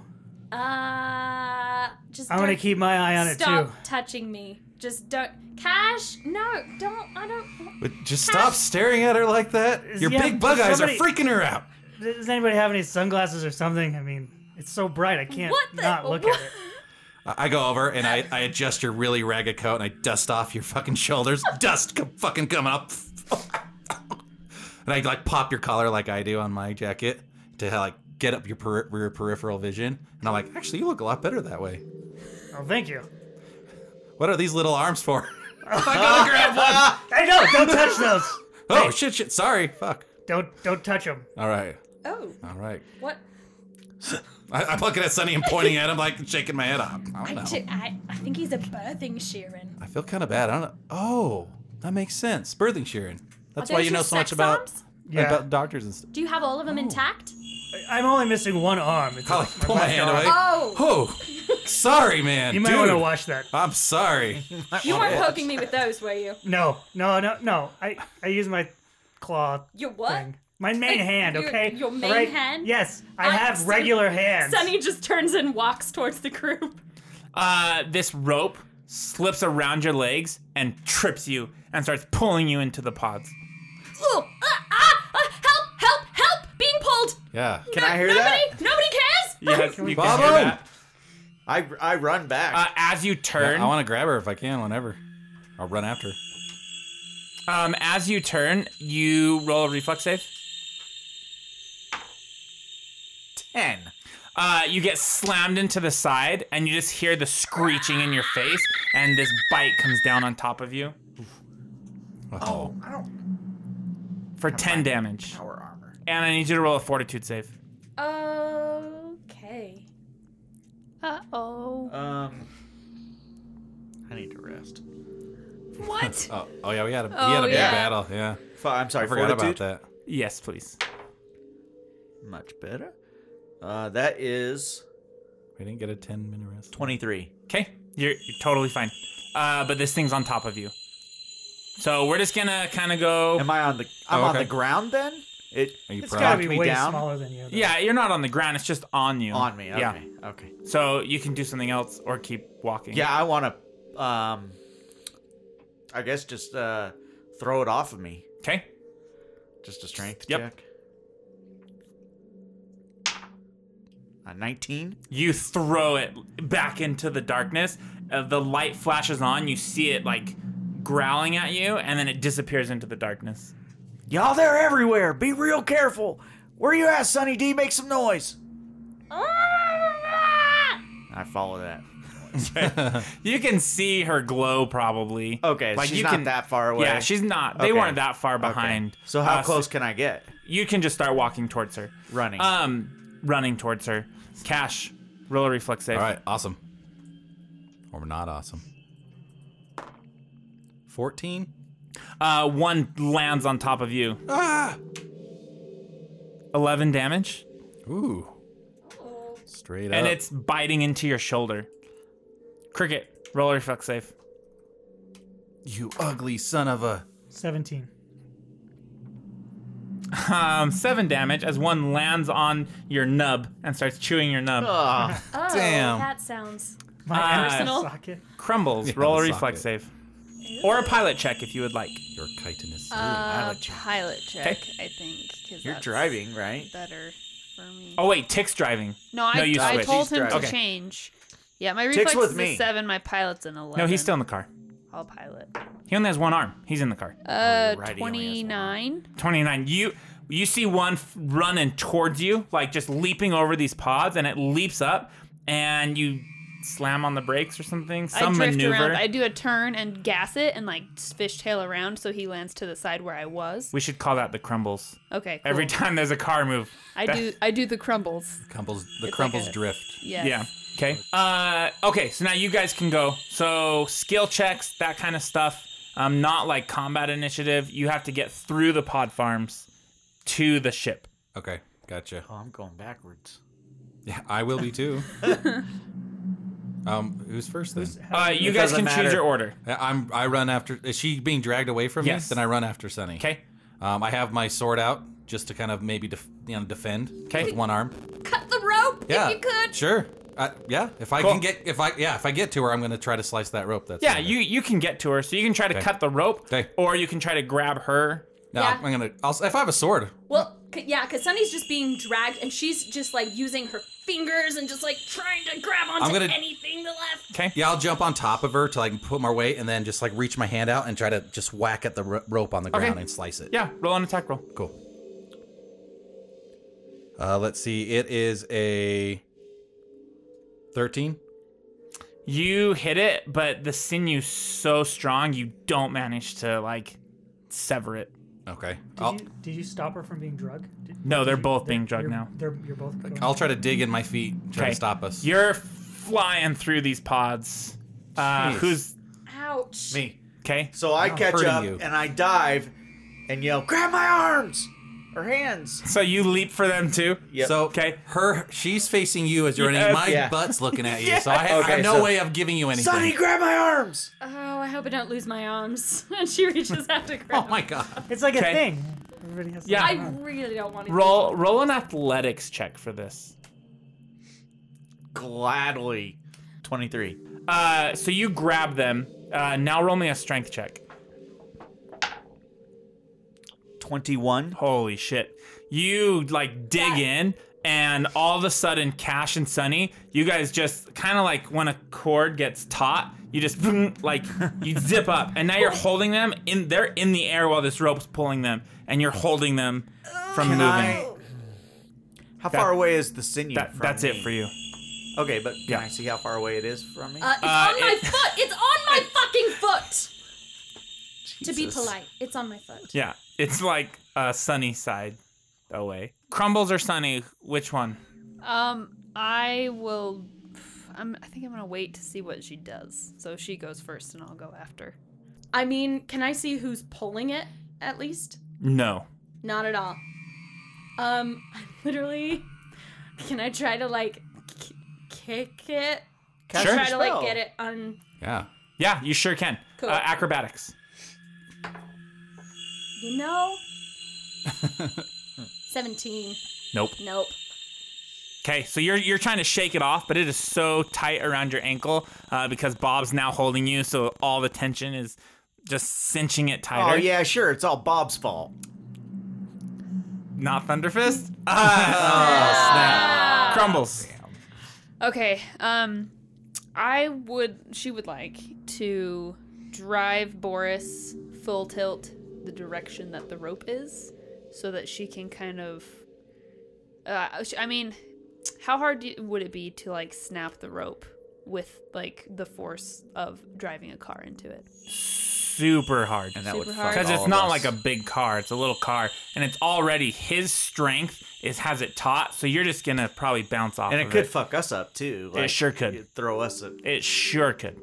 [SPEAKER 2] Uh, just.
[SPEAKER 7] I'm gonna
[SPEAKER 2] don't-
[SPEAKER 7] keep my eye on it
[SPEAKER 2] Stop
[SPEAKER 7] too.
[SPEAKER 2] touching me. Just don't. Cash? No, don't. I don't.
[SPEAKER 6] But just stop staring at her like that. Your
[SPEAKER 7] Yeah,
[SPEAKER 6] big bug eyes
[SPEAKER 7] somebody-
[SPEAKER 6] are freaking her out.
[SPEAKER 7] Does anybody have any sunglasses or something? I mean, it's so bright I can't
[SPEAKER 2] What the-
[SPEAKER 7] not look at it.
[SPEAKER 6] I I go over and I, I adjust your really ragged coat and I dust off your fucking shoulders. dust co- fucking coming up. and I like pop your collar like I do on my jacket to like get up your peri- rear peripheral vision. And I'm like, actually, you look a lot better that way.
[SPEAKER 7] Oh, thank you.
[SPEAKER 6] What are these little arms for? I gotta grab one.
[SPEAKER 7] I know. Don't touch those.
[SPEAKER 6] Oh shit! Shit! Sorry. Fuck.
[SPEAKER 7] Don't don't touch them.
[SPEAKER 6] All right.
[SPEAKER 2] Oh,
[SPEAKER 6] All right.
[SPEAKER 2] what?
[SPEAKER 6] I, I'm looking at Sunny and pointing at him, like shaking my head. I, I
[SPEAKER 2] I
[SPEAKER 6] don't know.
[SPEAKER 2] t- I- I think he's a birthing Sheeran.
[SPEAKER 6] I feel kind of bad. I don't know. Oh, that makes sense. Birthing Sheeran. That's
[SPEAKER 2] Are
[SPEAKER 6] why
[SPEAKER 2] those
[SPEAKER 6] you
[SPEAKER 2] your
[SPEAKER 6] know so much
[SPEAKER 2] sex
[SPEAKER 6] about,
[SPEAKER 2] arms?
[SPEAKER 7] Yeah.
[SPEAKER 6] about doctors and stuff.
[SPEAKER 2] Do you have all of them intact?
[SPEAKER 7] I'm only missing one arm. It's
[SPEAKER 6] Holly, Oh, pull my
[SPEAKER 7] left
[SPEAKER 6] hand
[SPEAKER 7] arm.
[SPEAKER 6] away.
[SPEAKER 2] Oh.
[SPEAKER 6] Oh, sorry, man.
[SPEAKER 7] You might
[SPEAKER 6] Dude,
[SPEAKER 7] want to watch that.
[SPEAKER 6] I'm sorry.
[SPEAKER 2] You weren't poking me with those, were you?
[SPEAKER 7] No, no, no, no. I I use my claw
[SPEAKER 2] Your what?
[SPEAKER 7] thing. My main
[SPEAKER 2] Like,
[SPEAKER 7] hand,
[SPEAKER 2] your-
[SPEAKER 7] okay?
[SPEAKER 2] your main
[SPEAKER 7] Alright?
[SPEAKER 2] hand?
[SPEAKER 7] Yes, I
[SPEAKER 2] Uh,
[SPEAKER 7] have
[SPEAKER 2] Sunny-
[SPEAKER 7] regular hands.
[SPEAKER 2] Sunny just turns and walks towards the group.
[SPEAKER 1] Uh, this rope slips around your legs and trips you and starts pulling you into the pods.
[SPEAKER 2] Ooh, ah, ah, ah, help, help, help! Being pulled!
[SPEAKER 6] Yeah.
[SPEAKER 8] Can I hear
[SPEAKER 2] nobody,
[SPEAKER 8] that?
[SPEAKER 2] Nobody cares!
[SPEAKER 1] Yeah, you can hear
[SPEAKER 6] Bravo!
[SPEAKER 1] that.
[SPEAKER 8] I, I run back.
[SPEAKER 1] Uh, as you turn,
[SPEAKER 6] I want to grab her if I can, whenever. I'll run after her.
[SPEAKER 1] um, as you turn, you roll a reflex save.
[SPEAKER 8] Ten.
[SPEAKER 1] Uh, you get slammed into the side, and you just hear the screeching in your face, and this bite comes down on top of you
[SPEAKER 6] Oh.
[SPEAKER 8] I don't.
[SPEAKER 1] for 10 damage.
[SPEAKER 8] Power armor.
[SPEAKER 1] And I need you to roll a fortitude save.
[SPEAKER 2] Okay.
[SPEAKER 4] Uh oh.
[SPEAKER 8] Um. I need to rest.
[SPEAKER 2] What?
[SPEAKER 6] Oh, oh yeah, we had a,
[SPEAKER 4] Oh,
[SPEAKER 6] he had a big
[SPEAKER 4] yeah.
[SPEAKER 6] battle. Yeah.
[SPEAKER 8] F- I'm sorry.
[SPEAKER 6] I forgot
[SPEAKER 8] fortitude?
[SPEAKER 6] about that.
[SPEAKER 1] Yes, please.
[SPEAKER 8] Much better. Uh, that is
[SPEAKER 6] We didn't get a 10 minute rest.
[SPEAKER 8] twenty-three.
[SPEAKER 1] Okay, you're, you're totally fine. Uh, but this thing's on top of you. So we're just gonna kind of go.
[SPEAKER 8] Am I on the? I'm
[SPEAKER 6] Oh,
[SPEAKER 8] on
[SPEAKER 6] okay.
[SPEAKER 8] the ground then. It.
[SPEAKER 6] Are you
[SPEAKER 8] it's
[SPEAKER 6] prone?
[SPEAKER 7] gotta
[SPEAKER 8] got
[SPEAKER 7] be
[SPEAKER 8] me
[SPEAKER 7] way
[SPEAKER 8] down
[SPEAKER 7] smaller than you. though.
[SPEAKER 1] yeah, you're not on the ground. It's just on you.
[SPEAKER 8] on me. Okay.
[SPEAKER 1] Yeah.
[SPEAKER 8] Okay.
[SPEAKER 1] So you can do something else or keep walking.
[SPEAKER 8] Yeah, I want to. Um. I guess just uh, throw it off of me.
[SPEAKER 1] Okay.
[SPEAKER 8] Just a strength
[SPEAKER 1] Yep.
[SPEAKER 8] check. A Uh, nineteen.
[SPEAKER 1] You throw it back into the darkness. Uh, the light flashes on. You see it like growling at you, and then it disappears into the darkness.
[SPEAKER 8] Y'all, they're everywhere. Be real careful. Where you at, Sonny D? Make some noise.
[SPEAKER 2] Ah!
[SPEAKER 8] I follow that.
[SPEAKER 1] You can see her glow, probably.
[SPEAKER 8] Okay, she's not that far away.
[SPEAKER 1] Yeah, she's not. They
[SPEAKER 8] Okay.
[SPEAKER 1] weren't that far
[SPEAKER 8] Okay.
[SPEAKER 1] behind.
[SPEAKER 8] So how
[SPEAKER 1] us.
[SPEAKER 8] close can I get? Uh,
[SPEAKER 1] You can just start walking towards her.
[SPEAKER 8] Running.
[SPEAKER 1] Um, running towards her. Cash, roll a reflex save.
[SPEAKER 6] All right, awesome. Or not awesome. 14?
[SPEAKER 1] Uh, one lands on top of you.
[SPEAKER 6] Ah!
[SPEAKER 1] Eleven damage,
[SPEAKER 6] Ooh. Straight up.
[SPEAKER 1] and it's biting into your shoulder. Cricket, roll a reflex save.
[SPEAKER 6] You ugly son of a.
[SPEAKER 7] Seventeen.
[SPEAKER 1] Um, seven damage as one lands on your nub and starts chewing your nub.
[SPEAKER 4] Ah.
[SPEAKER 8] Ugh.
[SPEAKER 2] Oh,
[SPEAKER 6] Damn.
[SPEAKER 2] that sounds.
[SPEAKER 7] My
[SPEAKER 1] Uh,
[SPEAKER 7] personal
[SPEAKER 2] Personal.
[SPEAKER 7] socket.
[SPEAKER 1] Crumbles.
[SPEAKER 6] Yeah,
[SPEAKER 1] roll a
[SPEAKER 6] the
[SPEAKER 1] reflex
[SPEAKER 6] socket.
[SPEAKER 1] save, or a pilot check if you would like.
[SPEAKER 6] Your chitinous.
[SPEAKER 4] Uh, pilot check, I think. 'cause
[SPEAKER 8] You're
[SPEAKER 4] that's
[SPEAKER 8] driving, right?
[SPEAKER 4] Better for me.
[SPEAKER 1] Oh wait, Tick's driving.
[SPEAKER 4] No, I,
[SPEAKER 1] No, you
[SPEAKER 4] I
[SPEAKER 1] switch.
[SPEAKER 4] told
[SPEAKER 8] He's
[SPEAKER 4] him to
[SPEAKER 8] driving.
[SPEAKER 4] change. Yeah, my
[SPEAKER 8] Tick's
[SPEAKER 4] reflex
[SPEAKER 8] with
[SPEAKER 4] is
[SPEAKER 8] me.
[SPEAKER 4] a seven. My pilot's an eleven.
[SPEAKER 1] No, he's still in the car.
[SPEAKER 4] I'll pilot.
[SPEAKER 1] He only has one arm. He's in the car.
[SPEAKER 4] Uh,
[SPEAKER 8] right, he only has one
[SPEAKER 4] twenty-nine.
[SPEAKER 1] 29 you you see one f- running towards you like just leaping over these pods and it leaps up and you slam on the brakes or something some
[SPEAKER 4] I drift
[SPEAKER 1] maneuver
[SPEAKER 4] around. I do a turn and gas it and like fishtail around so he lands to the side where I was.
[SPEAKER 1] we should call that the crumbles
[SPEAKER 4] Okay. Cool.
[SPEAKER 1] every time there's a car move
[SPEAKER 4] I do. I do the crumbles.
[SPEAKER 6] Crumbles, the
[SPEAKER 4] It's
[SPEAKER 6] crumbles
[SPEAKER 4] like a-
[SPEAKER 6] drift.
[SPEAKER 4] Yes.
[SPEAKER 1] yeah okay uh okay so now you guys can go so skill checks that kind of stuff um not like combat initiative you have to get through the pod farms to the ship
[SPEAKER 6] Okay, gotcha.
[SPEAKER 8] Oh, I'm going backwards.
[SPEAKER 6] Yeah, I will be too. um, who's first then?
[SPEAKER 1] uh you
[SPEAKER 8] It
[SPEAKER 1] guys
[SPEAKER 8] doesn't
[SPEAKER 1] can
[SPEAKER 8] matter.
[SPEAKER 1] choose your order
[SPEAKER 6] I- I'm. I run after. Is she being dragged away from
[SPEAKER 1] Yes.
[SPEAKER 6] me? Then I run after Sunny.
[SPEAKER 1] okay
[SPEAKER 6] Um, I have my sword out just to kind of maybe def- you know defend
[SPEAKER 1] Okay.
[SPEAKER 6] with one arm.
[SPEAKER 2] Cut the rope
[SPEAKER 6] Yeah.
[SPEAKER 2] if you could.
[SPEAKER 6] Sure. I, yeah. If I
[SPEAKER 1] Cool.
[SPEAKER 6] can get. If I yeah. If I get to her, I'm gonna try to slice that rope. That's
[SPEAKER 1] Yeah,
[SPEAKER 6] on her.
[SPEAKER 1] you you can get to her, so you can try to
[SPEAKER 6] Okay.
[SPEAKER 1] cut the rope,
[SPEAKER 6] Okay.
[SPEAKER 1] or you can try to grab her.
[SPEAKER 6] No,
[SPEAKER 2] Yeah.
[SPEAKER 6] I'm gonna. I'll, if I have a sword,
[SPEAKER 2] Well, c- yeah, because Sunny's just being dragged and she's just like using her fingers and just like trying to grab onto
[SPEAKER 6] I'm gonna-
[SPEAKER 2] anything to left.
[SPEAKER 1] Okay.
[SPEAKER 6] yeah, I'll jump on top of her to like put my weight, and then just like reach my hand out and try to just whack at the ro- rope on the ground and slice it.
[SPEAKER 1] Yeah. Roll an attack roll.
[SPEAKER 6] Cool. Uh, let's see. It is a thirteen.
[SPEAKER 1] You hit it, but the sinew's so strong you don't manage to like sever it.
[SPEAKER 6] Okay.
[SPEAKER 7] Did
[SPEAKER 6] I'll,
[SPEAKER 7] you did you stop her from being drugged? Did-
[SPEAKER 1] Oh. No,
[SPEAKER 7] did
[SPEAKER 1] they're
[SPEAKER 7] you-
[SPEAKER 1] both being drugged
[SPEAKER 7] you're,
[SPEAKER 1] now.
[SPEAKER 7] They're you're both. Going
[SPEAKER 6] I'll try to dig in my feet, try
[SPEAKER 1] Okay.
[SPEAKER 6] to stop us.
[SPEAKER 1] You're flying through these pods. Uh,
[SPEAKER 6] Jeez.
[SPEAKER 1] who's
[SPEAKER 2] Ouch.
[SPEAKER 8] Me.
[SPEAKER 1] okay?
[SPEAKER 8] So I
[SPEAKER 6] I'm
[SPEAKER 8] catch
[SPEAKER 6] hurting
[SPEAKER 8] up
[SPEAKER 6] you.
[SPEAKER 8] and I dive and yell, grab my arms or hands.
[SPEAKER 1] So you leap for them too.
[SPEAKER 8] Yep.
[SPEAKER 6] So
[SPEAKER 1] Okay.
[SPEAKER 6] her she's facing you as you're running.
[SPEAKER 1] Yes.
[SPEAKER 6] My
[SPEAKER 8] Yeah.
[SPEAKER 6] butt's looking at you, so I, I
[SPEAKER 8] Okay,
[SPEAKER 6] have no
[SPEAKER 8] so-
[SPEAKER 6] way of giving you anything.
[SPEAKER 8] Sonny, grab my arms.
[SPEAKER 2] Oh, I hope I don't lose my arms. and she reaches out to grab.
[SPEAKER 6] Oh my god!
[SPEAKER 7] It's like
[SPEAKER 1] Okay.
[SPEAKER 7] a thing. Everybody has.
[SPEAKER 1] Yeah.
[SPEAKER 2] I really don't want to.
[SPEAKER 1] Roll roll an athletics check for this.
[SPEAKER 8] Gladly. 23.
[SPEAKER 1] Uh, so you grab them. Uh, now roll me a strength check.
[SPEAKER 8] 21.
[SPEAKER 1] Holy shit! You like dig in, and all of a sudden, Cash and Sunny, you guys just kind of like when a cord gets taut, you just boom, like you zip up, and now you're holding them in. They're in the air while this rope's pulling them, and you're holding them from
[SPEAKER 8] Can
[SPEAKER 1] moving.
[SPEAKER 8] I- How far away is the sinew
[SPEAKER 1] That-
[SPEAKER 8] from
[SPEAKER 1] that's
[SPEAKER 8] me?
[SPEAKER 1] it for you.
[SPEAKER 8] Okay, but can
[SPEAKER 1] Yeah.
[SPEAKER 8] I see how far away it is from me?
[SPEAKER 2] Uh, it's
[SPEAKER 1] Uh,
[SPEAKER 2] on my
[SPEAKER 1] it-
[SPEAKER 2] foot. It's on my fucking foot. To be
[SPEAKER 8] Jesus.
[SPEAKER 2] polite, it's on my foot.
[SPEAKER 1] Yeah, it's like uh, sunny side away. Crumbles or sunny? Which one?
[SPEAKER 4] Um, I will. I'm, I think I'm gonna wait to see what she does. So she goes first, and I'll go after.
[SPEAKER 2] I mean, can I see who's pulling it at least?
[SPEAKER 1] No.
[SPEAKER 2] Not at all. Um, I'm literally. Can I try to like k- kick it?
[SPEAKER 8] Cast
[SPEAKER 1] Sure.
[SPEAKER 8] a
[SPEAKER 2] Try to like
[SPEAKER 8] spell.
[SPEAKER 2] get it on.
[SPEAKER 6] Yeah.
[SPEAKER 1] Yeah, you sure can.
[SPEAKER 2] Cool.
[SPEAKER 1] Uh, acrobatics.
[SPEAKER 2] You know. Seventeen.
[SPEAKER 1] Nope.
[SPEAKER 2] Nope.
[SPEAKER 1] Okay, so you're you're trying to shake it off, but it is so tight around your ankle uh, because Bob's now holding you, so all the tension is just cinching it tighter.
[SPEAKER 8] Oh, yeah, sure. It's all Bob's fault.
[SPEAKER 1] Not Thunderfist.
[SPEAKER 8] Oh,
[SPEAKER 1] Ah, snap. Crumbles.
[SPEAKER 4] Okay. Um, I would. She would like to drive Boris full tilt the direction that the rope is, so that she can kind of. Uh, sh- I mean, how hard do, would it be to like snap the rope with like the force of driving a car into it?
[SPEAKER 1] Super hard.
[SPEAKER 8] And that would
[SPEAKER 4] Super
[SPEAKER 8] fuck
[SPEAKER 4] hard.
[SPEAKER 1] because
[SPEAKER 8] all
[SPEAKER 1] it's
[SPEAKER 8] of
[SPEAKER 1] not
[SPEAKER 8] us.
[SPEAKER 1] like a big car it's a little car and it's already his strength is has it taut so you're just gonna probably bounce off
[SPEAKER 8] And
[SPEAKER 1] of
[SPEAKER 8] it could fuck us up, too.
[SPEAKER 1] It sure could.
[SPEAKER 8] it'd Throw us up.
[SPEAKER 1] it sure could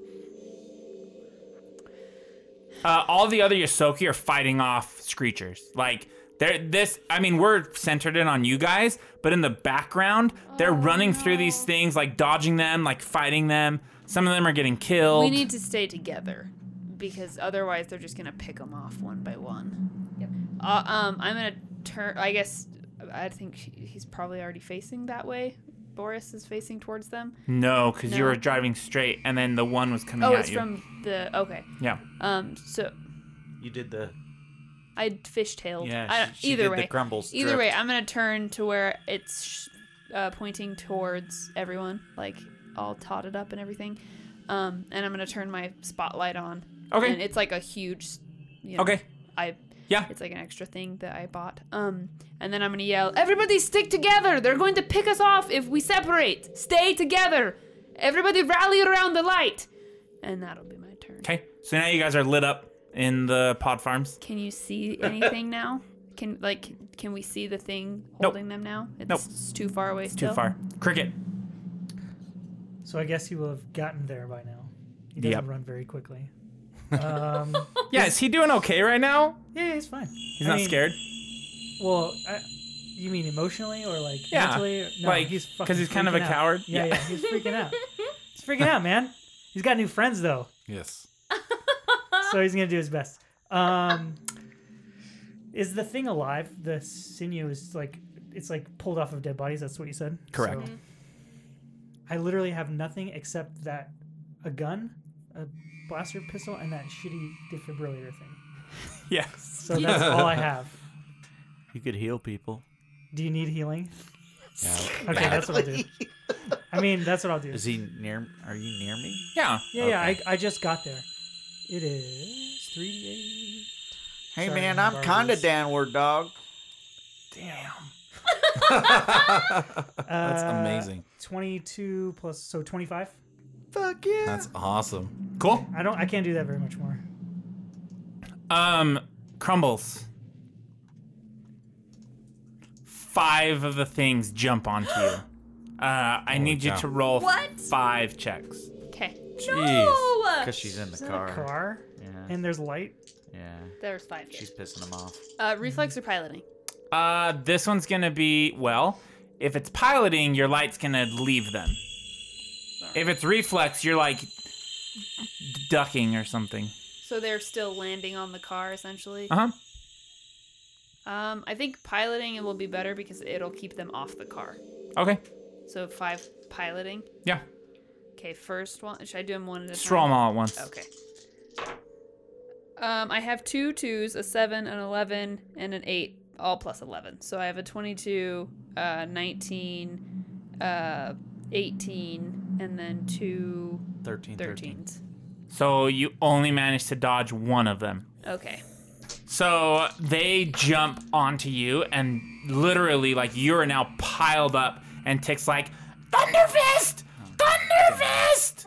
[SPEAKER 1] uh, all the other yosoki are fighting off screechers like they're this i mean we're centered in on you guys but in the background
[SPEAKER 4] Oh,
[SPEAKER 1] they're running through these things like dodging them like fighting them some of them are getting killed
[SPEAKER 4] We need to stay together because otherwise they're just gonna pick them off one by one. Yep. Uh, um, I'm gonna turn. I guess I think he- he's probably already facing that way. Boris is facing towards them.
[SPEAKER 1] no because you
[SPEAKER 4] No.
[SPEAKER 1] were driving straight and then the one was coming
[SPEAKER 4] oh,
[SPEAKER 1] at
[SPEAKER 4] it's
[SPEAKER 1] you
[SPEAKER 4] from the okay.
[SPEAKER 1] yeah
[SPEAKER 4] Um, so
[SPEAKER 8] You did the.
[SPEAKER 4] I fishtailed.
[SPEAKER 8] Yeah,
[SPEAKER 4] I,
[SPEAKER 8] she- she
[SPEAKER 4] either
[SPEAKER 8] did the
[SPEAKER 4] way,
[SPEAKER 8] crumbles
[SPEAKER 4] Either
[SPEAKER 8] drift.
[SPEAKER 4] way, I'm gonna turn to where it's sh- uh, pointing towards everyone, like all totted up and everything. Um, and I'm gonna turn my spotlight on.
[SPEAKER 1] Okay.
[SPEAKER 4] And it's like a huge. You know,
[SPEAKER 1] Okay.
[SPEAKER 4] I.
[SPEAKER 1] Yeah.
[SPEAKER 4] It's like an extra thing that I bought. Um, and then I'm gonna yell, "Everybody stick together! They're going to pick us off if we separate. Stay together! Everybody rally around the light!" And that'll be my turn.
[SPEAKER 1] okay so now you guys are lit up in the pod farms
[SPEAKER 4] Can you see anything now? Can like can we see the thing
[SPEAKER 1] Nope.
[SPEAKER 4] holding them now? It's
[SPEAKER 1] Nope.
[SPEAKER 4] too far away.
[SPEAKER 1] Too
[SPEAKER 4] still?
[SPEAKER 1] far. Cricket.
[SPEAKER 7] So I guess he will have gotten there by now. He doesn't
[SPEAKER 1] Yep.
[SPEAKER 7] run very quickly. Um,
[SPEAKER 1] Yeah, is he doing okay right now?
[SPEAKER 7] yeah, he's fine.
[SPEAKER 1] He's
[SPEAKER 7] I
[SPEAKER 1] not
[SPEAKER 7] mean,
[SPEAKER 1] scared.
[SPEAKER 7] Well, I, you mean emotionally or like
[SPEAKER 1] Yeah,
[SPEAKER 7] mentally? Or, no,
[SPEAKER 1] like,
[SPEAKER 7] he's
[SPEAKER 1] 'cause
[SPEAKER 7] fucking
[SPEAKER 1] he's kind of
[SPEAKER 7] freaking
[SPEAKER 1] a
[SPEAKER 7] out.
[SPEAKER 1] coward.
[SPEAKER 7] Yeah,
[SPEAKER 1] Yeah.
[SPEAKER 7] yeah, he's freaking out. He's freaking out, man. He's got new friends though,
[SPEAKER 6] Yes.
[SPEAKER 7] so he's gonna do his best. Um, is the thing alive? The sinew is like it's like pulled off of dead bodies. That's what you said.
[SPEAKER 6] Correct.
[SPEAKER 7] So, I literally have nothing except that a gun, a blaster pistol, and that shitty defibrillator thing.
[SPEAKER 1] Yes.
[SPEAKER 7] So that's all I have.
[SPEAKER 8] You could heal people.
[SPEAKER 7] Do you need healing?
[SPEAKER 6] Yeah.
[SPEAKER 7] Okay, that's what I'll do. I mean, that's what I'll do.
[SPEAKER 8] Is he near? Are you near me?
[SPEAKER 1] Yeah.
[SPEAKER 7] Yeah, yeah, I, I just got there. It is 3
[SPEAKER 8] Hey
[SPEAKER 7] Sorry,
[SPEAKER 8] man, I'm kinda
[SPEAKER 7] Barbies.
[SPEAKER 8] downward dog.
[SPEAKER 7] Damn.
[SPEAKER 6] That's
[SPEAKER 1] Uh,
[SPEAKER 6] amazing.
[SPEAKER 7] 22 Uh, plus, so 25?
[SPEAKER 8] Fuck yeah.
[SPEAKER 6] That's awesome.
[SPEAKER 1] Cool.
[SPEAKER 7] I don't, I can't do that very much more.
[SPEAKER 1] Um, crumbles. five of the things jump onto you. Uh, I need you
[SPEAKER 6] cow.
[SPEAKER 1] to roll
[SPEAKER 2] What?
[SPEAKER 1] five checks.
[SPEAKER 4] Okay,
[SPEAKER 6] Jeez.
[SPEAKER 2] Oh!
[SPEAKER 8] Because she's in the
[SPEAKER 7] Is that
[SPEAKER 8] car.
[SPEAKER 7] a car?
[SPEAKER 8] Yeah.
[SPEAKER 7] And there's light.
[SPEAKER 8] yeah.
[SPEAKER 4] there's five. here.
[SPEAKER 8] She's pissing him off.
[SPEAKER 4] Uh, reflex or piloting?
[SPEAKER 1] Uh, this one's gonna be well. If it's piloting, your light's gonna leave them. If it's reflex, you're like ducking or something.
[SPEAKER 4] So they're still landing on the car essentially.
[SPEAKER 1] Uh huh. Uh-huh.
[SPEAKER 4] Um, I think piloting it will be better because it'll keep them off the car.
[SPEAKER 1] Okay.
[SPEAKER 4] So five piloting.
[SPEAKER 1] Yeah.
[SPEAKER 4] Okay, first one. Should I do them one at a
[SPEAKER 1] Just
[SPEAKER 4] time?
[SPEAKER 1] throw them all at once.
[SPEAKER 4] Okay. Um, I have two twos, a seven, an eleven, and an eight, all plus eleven. So I have a twenty-two, uh, nineteen, uh, eighteen, and then two
[SPEAKER 8] 13, 13.
[SPEAKER 4] thirteens.
[SPEAKER 1] So you only managed to dodge one of them.
[SPEAKER 4] Okay.
[SPEAKER 1] So they jump onto you, and literally, like, you're now piled up, and Tick's like, Thunder Fist! Thunder Fist!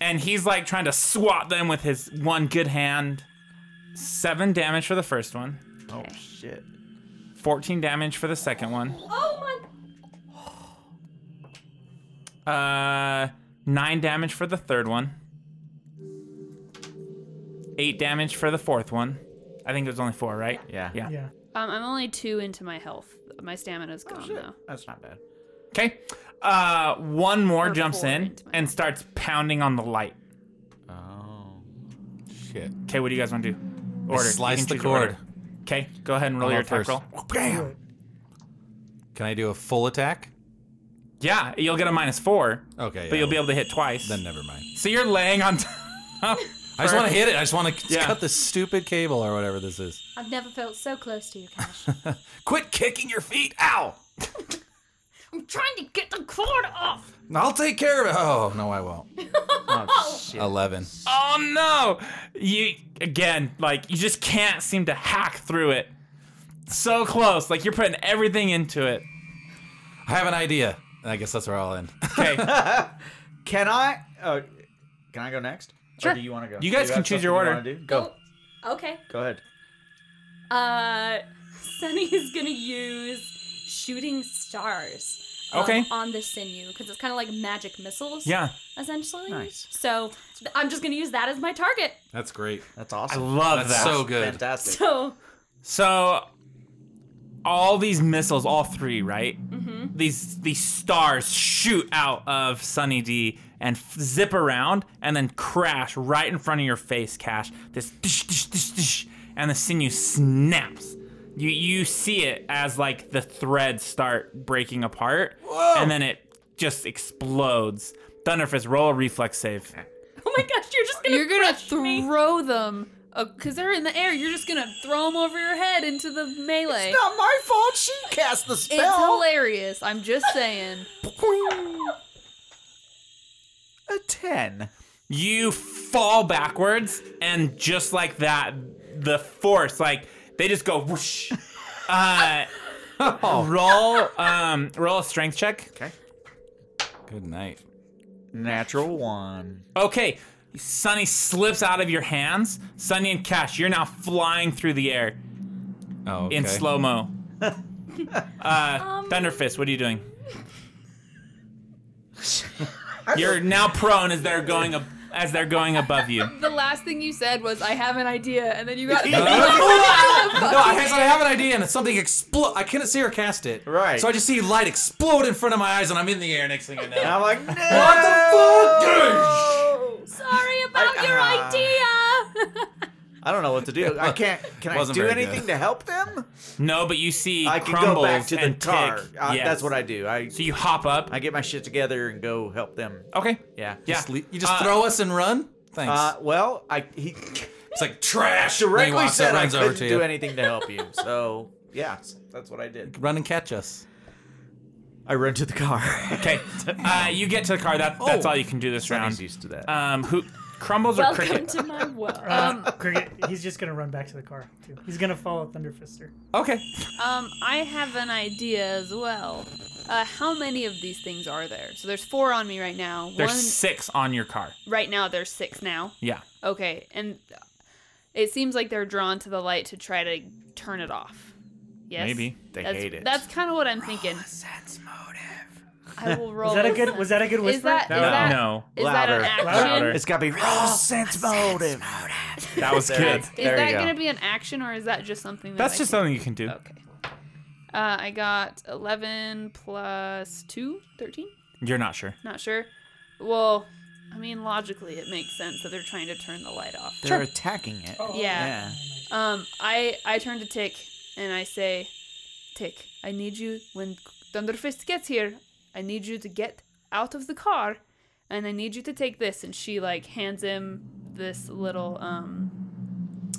[SPEAKER 1] and he's like trying to swat them with his one good hand. Seven damage for the first one,
[SPEAKER 8] Oh, shit.
[SPEAKER 1] 14 damage for the second one,
[SPEAKER 2] Oh my!
[SPEAKER 1] uh, nine damage for the third one, eight damage for the fourth one. I think it was only four, right?
[SPEAKER 8] Yeah.
[SPEAKER 1] Yeah.
[SPEAKER 7] Yeah.
[SPEAKER 4] Um, I'm only two into my health. My stamina's
[SPEAKER 2] Oh,
[SPEAKER 4] gone now.
[SPEAKER 8] That's not bad.
[SPEAKER 1] Okay. Uh, one more
[SPEAKER 4] Or
[SPEAKER 1] jumps
[SPEAKER 4] four
[SPEAKER 1] in
[SPEAKER 4] into my
[SPEAKER 1] and starts pounding on the light.
[SPEAKER 8] Oh.
[SPEAKER 6] Shit.
[SPEAKER 1] Okay, what do you guys want to do? Order. You
[SPEAKER 6] slice
[SPEAKER 1] can
[SPEAKER 6] the
[SPEAKER 1] choose your order.
[SPEAKER 6] cord.
[SPEAKER 1] Okay, go ahead and roll
[SPEAKER 6] I'll
[SPEAKER 1] your
[SPEAKER 6] go
[SPEAKER 1] attack
[SPEAKER 6] first.
[SPEAKER 1] roll.
[SPEAKER 6] Bam. Can I do a full attack?
[SPEAKER 1] Yeah, you'll get a minus four,
[SPEAKER 6] Okay.
[SPEAKER 1] but you'll be able to hit twice.
[SPEAKER 6] Then never mind.
[SPEAKER 1] so you're laying on top.
[SPEAKER 6] I just want to hit it. I just want to
[SPEAKER 1] Yeah.
[SPEAKER 6] cut this stupid cable or whatever this is.
[SPEAKER 2] I've never felt so close to you, Cash.
[SPEAKER 6] Quit kicking your feet. Ow.
[SPEAKER 2] I'm trying to get the cord off!
[SPEAKER 6] I'll take care of it. Oh, no, I won't.
[SPEAKER 8] Oh, shit.
[SPEAKER 6] 11.
[SPEAKER 1] Oh no! You again, like you just can't seem to hack through it. So close, like you're putting everything into it.
[SPEAKER 6] I have an idea. And I guess that's where I'll end.
[SPEAKER 1] Okay,
[SPEAKER 8] Can I? Uh, can I go next? Sure. Or do you want to go?
[SPEAKER 1] You guys
[SPEAKER 8] Do
[SPEAKER 1] can
[SPEAKER 8] have
[SPEAKER 1] choose your
[SPEAKER 8] something you
[SPEAKER 1] order.
[SPEAKER 8] wanna do? Go.
[SPEAKER 2] Oh, Okay.
[SPEAKER 8] Go ahead.
[SPEAKER 2] Uh, Sunny is gonna use shooting stars. um,
[SPEAKER 1] Okay.
[SPEAKER 2] on the sinew because it's kind of like magic missiles.
[SPEAKER 1] yeah,
[SPEAKER 2] Essentially.
[SPEAKER 8] Nice.
[SPEAKER 2] So th- I'm just gonna use that as my target.
[SPEAKER 6] That's great.
[SPEAKER 8] That's
[SPEAKER 1] I
[SPEAKER 8] awesome.
[SPEAKER 1] love
[SPEAKER 6] That's
[SPEAKER 1] that.
[SPEAKER 6] so good.
[SPEAKER 8] Fantastic.
[SPEAKER 2] So
[SPEAKER 1] So all these missiles, all three, right? Mm-hmm. These these stars shoot out of Sunny D and f- zip around and then crash right in front of your face, Cash. This dish, dish, dish, dish, and the sinew snaps. You you see it as like the threads start breaking apart, and then it just explodes. Thunderfist, roll a reflex save.
[SPEAKER 2] oh my gosh, you're just gonna
[SPEAKER 4] You're gonna
[SPEAKER 2] crush me.
[SPEAKER 4] throw them, uh, cause they're in the air. You're just gonna throw them over your head into the melee.
[SPEAKER 8] Not my fault. She cast the
[SPEAKER 4] It's
[SPEAKER 8] spell.
[SPEAKER 4] hilarious. I'm just saying.
[SPEAKER 8] a ten.
[SPEAKER 1] you fall backwards and just like that the force like they just go whoosh uh roll um roll a strength check
[SPEAKER 8] Oh. Okay.
[SPEAKER 6] Good night.
[SPEAKER 8] Natural one.
[SPEAKER 1] okay sunny slips out of your hands sunny and cash you're now flying through the air
[SPEAKER 6] Oh, okay.
[SPEAKER 1] in slow mo uh thunderfist what are you doing you're now prone as they're going ab- as they're going above you
[SPEAKER 4] The last thing you said was, "I have an idea," and then you got.
[SPEAKER 6] No, I, guess I have an idea, and it's something explode. I couldn't see her cast it.
[SPEAKER 8] Right.
[SPEAKER 6] So I just see light explode in front of my eyes, and I'm in the air. Next thing I know,
[SPEAKER 8] And I'm like, no.
[SPEAKER 2] Sorry about
[SPEAKER 8] I-
[SPEAKER 2] your
[SPEAKER 8] ah.
[SPEAKER 2] idea.
[SPEAKER 8] I don't know what to do. I can't. Can I
[SPEAKER 6] Wasn't
[SPEAKER 8] do
[SPEAKER 6] very good.
[SPEAKER 8] anything to help them?
[SPEAKER 1] no but you see
[SPEAKER 8] I can
[SPEAKER 1] crumbles
[SPEAKER 8] go back to the
[SPEAKER 1] and
[SPEAKER 8] car.
[SPEAKER 1] tick.
[SPEAKER 8] I-
[SPEAKER 1] Yes.
[SPEAKER 8] That's what I do. I
[SPEAKER 1] So you hop up.
[SPEAKER 8] I get my shit together and go help them.
[SPEAKER 1] Okay.
[SPEAKER 8] Yeah.
[SPEAKER 1] Yeah.
[SPEAKER 6] Just le- you just
[SPEAKER 1] Uh,
[SPEAKER 6] throw us and run. Thanks.
[SPEAKER 8] Uh, well, I he
[SPEAKER 6] it's like trash. Then he
[SPEAKER 8] directly
[SPEAKER 6] walks
[SPEAKER 8] said
[SPEAKER 6] up,
[SPEAKER 8] I
[SPEAKER 6] runs
[SPEAKER 8] couldn't
[SPEAKER 6] over to
[SPEAKER 8] do
[SPEAKER 6] you.
[SPEAKER 8] anything to help you. So yeah, that's what I did.
[SPEAKER 6] run and catch us.
[SPEAKER 8] I run to the car.
[SPEAKER 1] Okay. Uh, you get to the car. That, that's
[SPEAKER 6] Oh.
[SPEAKER 1] all you can do this
[SPEAKER 8] He's
[SPEAKER 1] round.
[SPEAKER 8] used to that.
[SPEAKER 1] Um, who crumbles or
[SPEAKER 2] Welcome
[SPEAKER 1] cricket?
[SPEAKER 2] to my world.
[SPEAKER 7] Um, Cricket, he's just gonna run back to the car too. He's gonna follow Thunderfister.
[SPEAKER 1] okay.
[SPEAKER 4] Um, I have an idea as well. Uh, how many of these things are there? So there's four on me right now.
[SPEAKER 1] There's
[SPEAKER 4] One
[SPEAKER 1] six on your car.
[SPEAKER 4] right now. There's six now.
[SPEAKER 1] Yeah.
[SPEAKER 4] Okay, and it seems like they're drawn to the light to try to turn it off. Yes.
[SPEAKER 1] Maybe.
[SPEAKER 8] They
[SPEAKER 4] That's,
[SPEAKER 8] hate it.
[SPEAKER 4] That's kind of what I'm thinking.
[SPEAKER 1] Sense motive.
[SPEAKER 4] I will roll.
[SPEAKER 7] Was that a good?
[SPEAKER 4] sense.
[SPEAKER 7] Was that a good whisper?
[SPEAKER 4] Is that, is
[SPEAKER 1] No.
[SPEAKER 4] that,
[SPEAKER 1] No.
[SPEAKER 4] Is that an
[SPEAKER 8] Louder.
[SPEAKER 4] action?
[SPEAKER 1] Louder.
[SPEAKER 8] it's gotta be raw Oh, sense motive.
[SPEAKER 1] That was good.
[SPEAKER 4] Is
[SPEAKER 8] There
[SPEAKER 4] that
[SPEAKER 8] you go.
[SPEAKER 4] gonna be an action or is that just something? That
[SPEAKER 1] That's
[SPEAKER 4] I
[SPEAKER 1] just
[SPEAKER 4] can-
[SPEAKER 1] something you can do.
[SPEAKER 4] Okay. Uh, I got 11 plus 2, 13?
[SPEAKER 1] You're not sure.
[SPEAKER 4] Not sure. Well, I mean, logically, it makes sense that they're trying to turn the light off.
[SPEAKER 8] They're attacking it.
[SPEAKER 4] Yeah.
[SPEAKER 8] Yeah.
[SPEAKER 4] Um, I I turn to Tick and I say, Tick, I need you when Thunderfist gets here. I need you to get out of the car, and I need you to take this. And she like hands him this little um,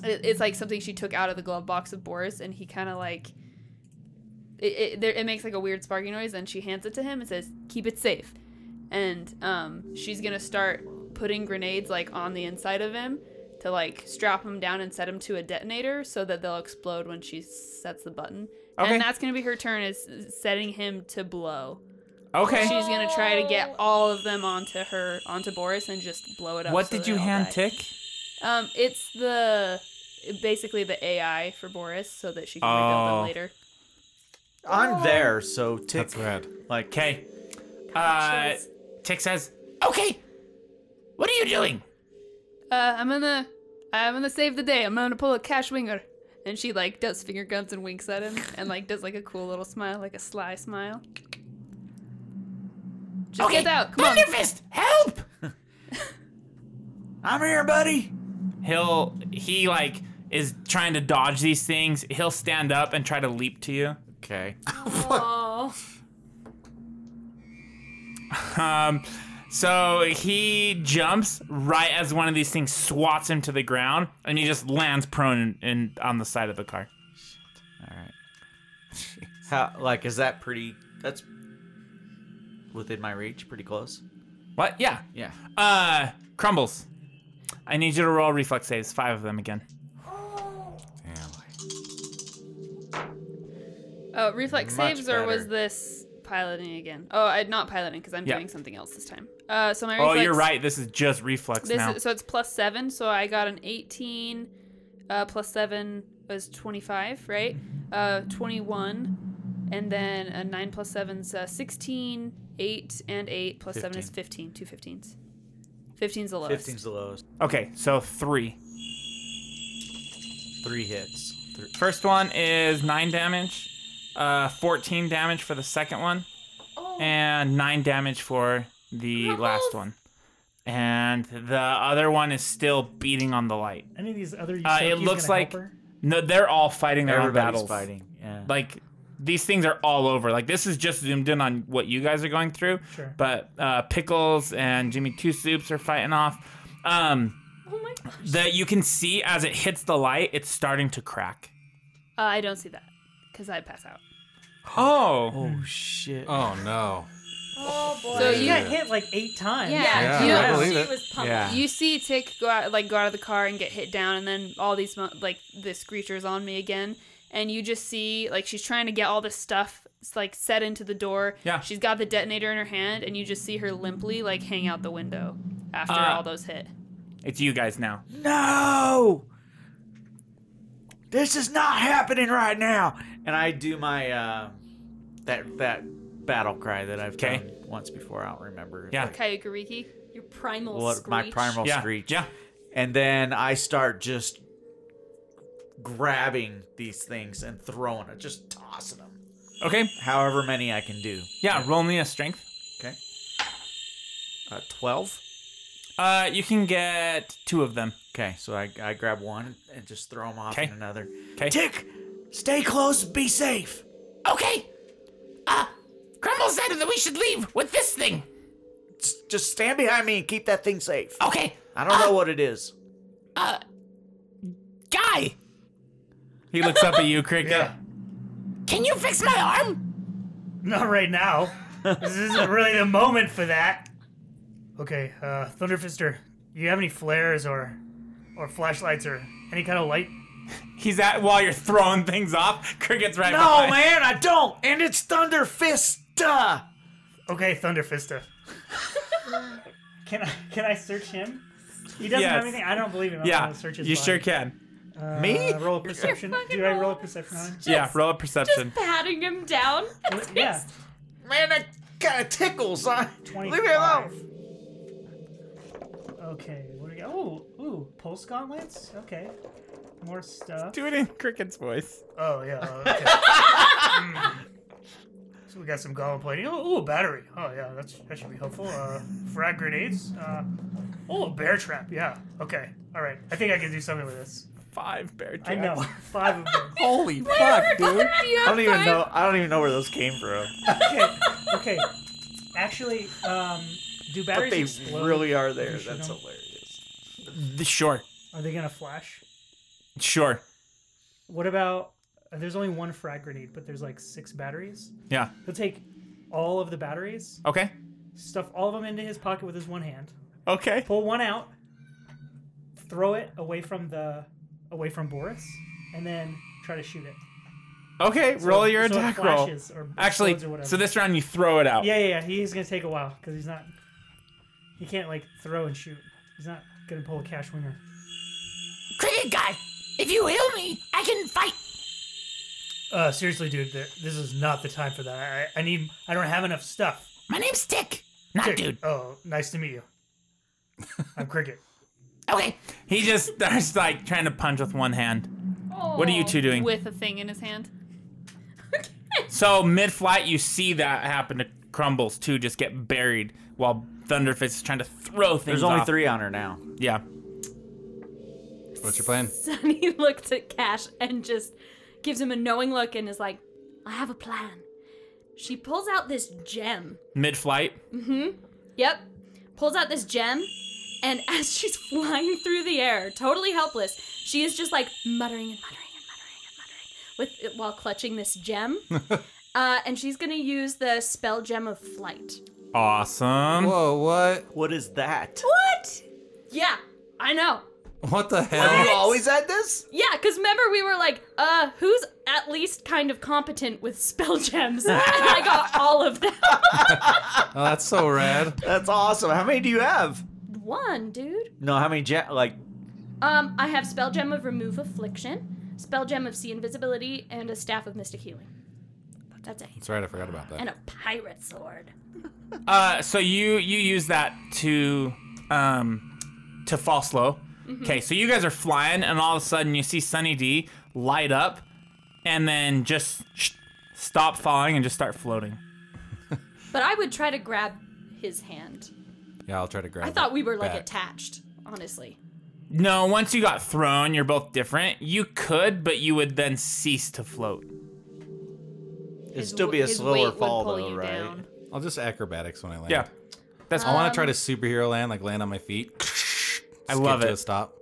[SPEAKER 4] it- it's like something she took out of the glove box of Boris, and he kind of like. It, it, there, it makes like a weird sparking noise, and she hands it to him and says, "Keep it safe." And um, she's gonna start putting grenades like on the inside of him, to like strap them down and set them to a detonator so that they'll explode when she sets the button.
[SPEAKER 1] Okay.
[SPEAKER 4] And that's gonna be her turn is setting him to blow.
[SPEAKER 1] Okay.
[SPEAKER 4] She's gonna try to get all of them onto her onto Boris and just blow it up.
[SPEAKER 1] what
[SPEAKER 4] so
[SPEAKER 1] did
[SPEAKER 4] they
[SPEAKER 1] you
[SPEAKER 4] all
[SPEAKER 1] hand
[SPEAKER 4] die.
[SPEAKER 1] tick?
[SPEAKER 4] Um, it's the basically the AI for Boris so that she can rebuild
[SPEAKER 1] Oh.
[SPEAKER 4] them later.
[SPEAKER 8] I'm there, so tick.
[SPEAKER 6] That's rad.
[SPEAKER 8] Like,
[SPEAKER 1] Okay. Uh, tick says, "Okay. What are you doing?"
[SPEAKER 4] Uh, I'm gonna I'm gonna save the day. I'm gonna pull a cash winger. And she like does finger guns and winks at him and like does like a cool little smile, like a sly smile. Just
[SPEAKER 1] Okay.
[SPEAKER 4] get out. Come on.
[SPEAKER 1] Thunderfist, help!
[SPEAKER 8] I'm here, buddy.
[SPEAKER 1] He'll he like is trying to dodge these things. He'll stand up and try to leap to you.
[SPEAKER 8] Okay.
[SPEAKER 4] Oh.
[SPEAKER 1] Um, so he jumps right as one of these things swats him to the ground, and he just lands prone in, in on the side of the car.
[SPEAKER 8] All right. How? Like, is that pretty? That's within my reach. Pretty close.
[SPEAKER 1] What? Yeah.
[SPEAKER 8] Yeah.
[SPEAKER 1] Uh, crumbles. I need you to roll reflex saves, five of them again.
[SPEAKER 4] Oh, reflex
[SPEAKER 8] Much
[SPEAKER 4] saves or was
[SPEAKER 8] better.
[SPEAKER 4] this piloting again? Oh, I not piloting because I'm
[SPEAKER 1] Yeah.
[SPEAKER 4] doing something else this time. Uh, so my
[SPEAKER 1] Oh,
[SPEAKER 4] reflex.
[SPEAKER 1] you're right. This is just reflex
[SPEAKER 4] This
[SPEAKER 1] now.
[SPEAKER 4] is, so it's plus seven. So I got an eighteen. Uh, plus seven was twenty-five, right? Uh, twenty-one, and then a nine plus seven's uh, sixteen. Eight and eight plus seven is fifteen. Two 15s. 15's the lowest.
[SPEAKER 8] Fifteen's the lowest.
[SPEAKER 1] Okay, so three.
[SPEAKER 8] Three hits. Three.
[SPEAKER 1] First one is nine damage, uh, 14 damage for the second one,
[SPEAKER 4] Oh.
[SPEAKER 1] and nine damage for the last one. And the other one is still beating on the light.
[SPEAKER 7] Any of these other?
[SPEAKER 1] Uh,
[SPEAKER 7] Yusoki's
[SPEAKER 1] it looks
[SPEAKER 7] gonna
[SPEAKER 1] like
[SPEAKER 7] help her?
[SPEAKER 1] no, they're all fighting their own
[SPEAKER 8] Everybody's
[SPEAKER 1] battles.
[SPEAKER 8] fighting. Yeah.
[SPEAKER 1] Like these things are all over. Like this is just zoomed in on what you guys are going through.
[SPEAKER 7] Sure.
[SPEAKER 1] But uh, pickles and Jimmy Two Soups are fighting off. Um,
[SPEAKER 2] Oh my gosh.
[SPEAKER 1] that you can see as it hits the light, it's starting to crack.
[SPEAKER 4] Uh, I don't see that because I pass out.
[SPEAKER 1] Oh.
[SPEAKER 8] oh shit.
[SPEAKER 6] Oh no.
[SPEAKER 4] So
[SPEAKER 7] She
[SPEAKER 4] you,
[SPEAKER 7] got hit like eight times.
[SPEAKER 6] Yeah,
[SPEAKER 4] you know,
[SPEAKER 6] I believe
[SPEAKER 2] she
[SPEAKER 6] it.
[SPEAKER 2] was pumped.
[SPEAKER 8] Yeah.
[SPEAKER 4] You see Tick go out, like go out of the car and get hit down, and then all these mo- like this creature's on me again, and you just see like she's trying to get all this stuff s- like set into the door.
[SPEAKER 1] Yeah.
[SPEAKER 4] She's got the detonator in her hand, and you just see her limply like hang out the window after
[SPEAKER 1] Uh,
[SPEAKER 4] all those hit.
[SPEAKER 1] It's you guys now. Oh.
[SPEAKER 8] No. This is not happening right now. And I do my uh, that that battle cry that I've
[SPEAKER 1] 'Kay.
[SPEAKER 8] done once before. I don't remember.
[SPEAKER 1] Yeah.
[SPEAKER 8] Like,
[SPEAKER 4] Kayukuriki.
[SPEAKER 2] Your primal
[SPEAKER 8] what
[SPEAKER 2] screech.
[SPEAKER 8] my primal
[SPEAKER 1] Yeah.
[SPEAKER 8] screech.
[SPEAKER 1] Yeah.
[SPEAKER 8] And then I start just grabbing these things and throwing it, just tossing them.
[SPEAKER 1] Okay.
[SPEAKER 8] However many I can do.
[SPEAKER 1] Yeah, roll me a strength.
[SPEAKER 8] Okay. Uh, 12.
[SPEAKER 1] Uh, you can get two of them.
[SPEAKER 8] Okay, so I, I grab one and just throw them off
[SPEAKER 1] 'Kay.
[SPEAKER 8] in another.
[SPEAKER 1] 'Kay.
[SPEAKER 8] Tick! Stay close, be safe.
[SPEAKER 1] Okay. Uh, Crumble said that we should leave with this thing.
[SPEAKER 8] S- just stand behind me and keep that thing safe.
[SPEAKER 1] Okay. Uh,
[SPEAKER 8] I don't know what it is.
[SPEAKER 1] Guy. He looks up at you, Cricket. Can you fix my arm?
[SPEAKER 7] Not right now. this isn't really the moment for that. Okay, uh, Thunderfister, you have any flares or, or flashlights or any kind of light?
[SPEAKER 1] He's at while you're throwing things off. Cricket's right
[SPEAKER 8] No,
[SPEAKER 1] behind.
[SPEAKER 8] man, I don't. And it's Thunder Fist. uh.
[SPEAKER 7] Okay, Thunderfister. can I can I search him? He doesn't
[SPEAKER 1] Yes.
[SPEAKER 7] have anything. I don't believe him. I'm
[SPEAKER 1] Yeah,
[SPEAKER 7] gonna search his
[SPEAKER 1] you
[SPEAKER 7] body.
[SPEAKER 1] sure can.
[SPEAKER 7] Uh,
[SPEAKER 8] Me?
[SPEAKER 7] Roll a perception.
[SPEAKER 2] fucking
[SPEAKER 7] Do I roll a
[SPEAKER 2] wrong.
[SPEAKER 7] perception on him?
[SPEAKER 1] yeah, roll a perception.
[SPEAKER 2] Just patting him down. That's
[SPEAKER 7] Yeah.
[SPEAKER 8] Man, that kind of tickles. Huh? Leave
[SPEAKER 7] 25.
[SPEAKER 8] me alone.
[SPEAKER 7] Okay, what do we got? Ooh, ooh, pulse gauntlets? Okay. More stuff.
[SPEAKER 1] Do it in Cricket's voice.
[SPEAKER 7] Oh, yeah. oh, Okay. Mm. So we got some gauntlet plating. Oh, ooh, battery. Oh, yeah, that's, that should be helpful. Uh, frag grenades. Uh, oh, bear trap. Yeah. Okay. All right. I think I can do something with this.
[SPEAKER 1] Five bear
[SPEAKER 7] I
[SPEAKER 1] trap.
[SPEAKER 7] know. Five of them.
[SPEAKER 1] Holy fuck, dude.
[SPEAKER 8] I don't even know. I don't even know where those came from.
[SPEAKER 7] Okay. Okay. Actually, um, do
[SPEAKER 8] But
[SPEAKER 7] batteries
[SPEAKER 8] they
[SPEAKER 7] explode?
[SPEAKER 8] really are there.
[SPEAKER 7] You shoot
[SPEAKER 8] That's
[SPEAKER 7] them?
[SPEAKER 8] hilarious.
[SPEAKER 1] Th- Sure.
[SPEAKER 7] Are they gonna flash?
[SPEAKER 1] Sure.
[SPEAKER 7] What about? uh, There's only one frag grenade, but there's like six batteries.
[SPEAKER 1] Yeah.
[SPEAKER 7] He'll take all of the batteries,
[SPEAKER 1] Okay.
[SPEAKER 7] stuff all of them into his pocket with his one hand,
[SPEAKER 1] Okay.
[SPEAKER 7] pull one out, throw it away from the away from Boris, and then try to shoot it.
[SPEAKER 1] Okay. roll your
[SPEAKER 7] so it
[SPEAKER 1] attack roll.
[SPEAKER 7] flashes or
[SPEAKER 1] Actually,
[SPEAKER 7] explodes or whatever.
[SPEAKER 1] so this round you throw it out.
[SPEAKER 7] Yeah, yeah, yeah. He's gonna take a while because he's not. He can't like throw and shoot. He's not gonna pull a cash winger.
[SPEAKER 9] Cricket guy, if you heal me, I can fight.
[SPEAKER 7] Uh, seriously, dude, th- this is not the time for that. I, I need. I don't have enough stuff.
[SPEAKER 9] My name's Tick,
[SPEAKER 1] Ah,
[SPEAKER 9] not
[SPEAKER 7] Tick.
[SPEAKER 9] Dude.
[SPEAKER 7] Oh, nice to meet you. I'm Cricket.
[SPEAKER 9] Okay,
[SPEAKER 1] He just starts like trying to punch with one hand. What are you two doing?
[SPEAKER 4] With a thing in his hand.
[SPEAKER 1] So mid-flight, you see that happen to Crumbles too, just get buried while Thunderfist is trying to throw things.
[SPEAKER 8] There's only
[SPEAKER 1] off.
[SPEAKER 8] three on her now.
[SPEAKER 1] Yeah.
[SPEAKER 6] What's your plan?
[SPEAKER 2] Sonny looks at Cash and just gives him a knowing look and is like, I have a plan. She pulls out this gem.
[SPEAKER 1] Mid-flight.
[SPEAKER 2] Yep. Pulls out this gem, and as she's flying through the air, totally helpless, she is just like muttering and muttering and muttering and muttering with uh, while clutching this gem. uh, and she's gonna use the spell gem of flight.
[SPEAKER 1] Awesome.
[SPEAKER 6] Whoa, what?
[SPEAKER 8] What is that?
[SPEAKER 2] What? Yeah, I know.
[SPEAKER 6] What the
[SPEAKER 8] You
[SPEAKER 6] hell?
[SPEAKER 8] always had this?
[SPEAKER 2] Yeah, because remember we were like, uh, who's at least kind of competent with spell gems? and I got all of them.
[SPEAKER 6] Oh, that's so rad.
[SPEAKER 8] That's awesome. How many do you have?
[SPEAKER 2] One, dude.
[SPEAKER 8] No, how many? Ja- like,
[SPEAKER 2] Um, I have spell gem of remove affliction, spell gem of see invisibility, and a staff of mystic healing. That's it.
[SPEAKER 6] That's right. I forgot about that.
[SPEAKER 2] And a pirate sword.
[SPEAKER 1] Uh, so you you use that to um to fall slow. Okay, so you guys are flying, and all of a sudden you see Sunny D light up, and then just sh- stop falling and just start floating.
[SPEAKER 2] But I would try to grab his hand.
[SPEAKER 6] Yeah, I'll try to grab.
[SPEAKER 2] I thought
[SPEAKER 6] it
[SPEAKER 2] we were like
[SPEAKER 6] back.
[SPEAKER 2] attached, honestly.
[SPEAKER 1] No, once you got thrown, you're both different. You could, but you would then cease to float.
[SPEAKER 8] it'd still be a
[SPEAKER 4] his
[SPEAKER 8] slower
[SPEAKER 4] weight would
[SPEAKER 8] fall,
[SPEAKER 4] pull
[SPEAKER 8] though,
[SPEAKER 4] you
[SPEAKER 8] right?
[SPEAKER 4] down.
[SPEAKER 6] I'll just acrobatics when I land.
[SPEAKER 1] Yeah, that's
[SPEAKER 6] I
[SPEAKER 2] Um,
[SPEAKER 6] want to try to superhero land, like land on my feet.
[SPEAKER 1] I love
[SPEAKER 6] Skip to
[SPEAKER 1] it.
[SPEAKER 6] a stop.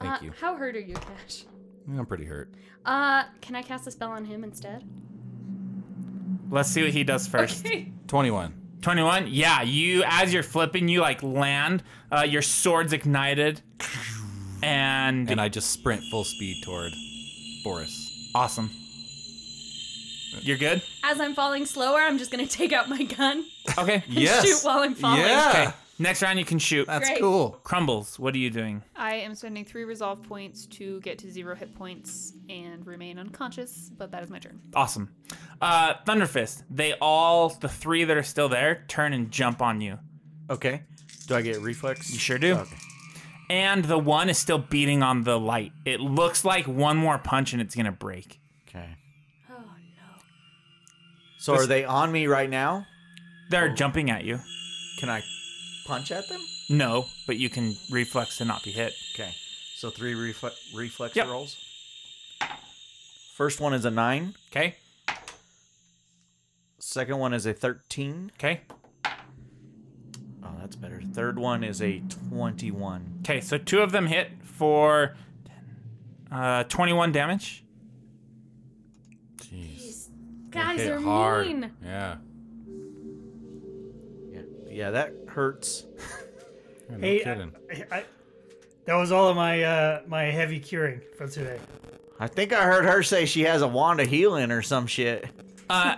[SPEAKER 6] Thank
[SPEAKER 2] Uh,
[SPEAKER 6] you.
[SPEAKER 2] How hurt are you, Cash?
[SPEAKER 6] I'm pretty hurt.
[SPEAKER 2] Uh, can I cast a spell on him instead?
[SPEAKER 1] Let's see what he does first.
[SPEAKER 6] Twenty-one.
[SPEAKER 1] 21 yeah you as you're flipping you like land uh, your sword's ignited and,
[SPEAKER 6] And I just sprint full speed toward Boris.
[SPEAKER 1] awesome you're good
[SPEAKER 2] As I'm falling slower, I'm just gonna take out my gun.
[SPEAKER 1] okay
[SPEAKER 6] Yes.
[SPEAKER 2] shoot while I'm falling.
[SPEAKER 6] Yeah.
[SPEAKER 1] okay next round you can shoot
[SPEAKER 6] That's
[SPEAKER 2] Great.
[SPEAKER 6] cool.
[SPEAKER 1] crumbles what are you doing
[SPEAKER 4] I am spending three resolve points to get to zero hit points and remain unconscious, but that is my turn.
[SPEAKER 1] awesome uh thunderfist they all the three that are still there turn and jump on you
[SPEAKER 8] Okay. Do I get reflex?
[SPEAKER 1] You sure do.
[SPEAKER 8] Okay.
[SPEAKER 1] and the one is still beating on the light it looks like one more punch and it's gonna break
[SPEAKER 8] Okay.
[SPEAKER 2] Oh no.
[SPEAKER 8] So are they on me right now?
[SPEAKER 1] they're jumping at you
[SPEAKER 8] Can I punch at them?
[SPEAKER 1] no but you can reflex to not be hit
[SPEAKER 8] Okay. So three refle- reflex
[SPEAKER 1] Yep.
[SPEAKER 8] rolls. First one is a nine.
[SPEAKER 1] okay
[SPEAKER 8] Second one is a thirteen.
[SPEAKER 1] okay
[SPEAKER 8] Oh, that's better. Third one is a twenty-one.
[SPEAKER 1] Okay, so two of them hit for uh, 21 damage.
[SPEAKER 6] Jeez.
[SPEAKER 2] Guys
[SPEAKER 6] Hit
[SPEAKER 2] are
[SPEAKER 6] hard.
[SPEAKER 2] mean.
[SPEAKER 6] Yeah.
[SPEAKER 8] Yeah. Yeah, that hurts.
[SPEAKER 6] Yeah, No
[SPEAKER 7] Hey, I,
[SPEAKER 6] kidding.
[SPEAKER 7] I, I- that was all of my uh, my heavy curing for today.
[SPEAKER 8] I think I heard her say she has a wand of healing or some shit.
[SPEAKER 1] Uh,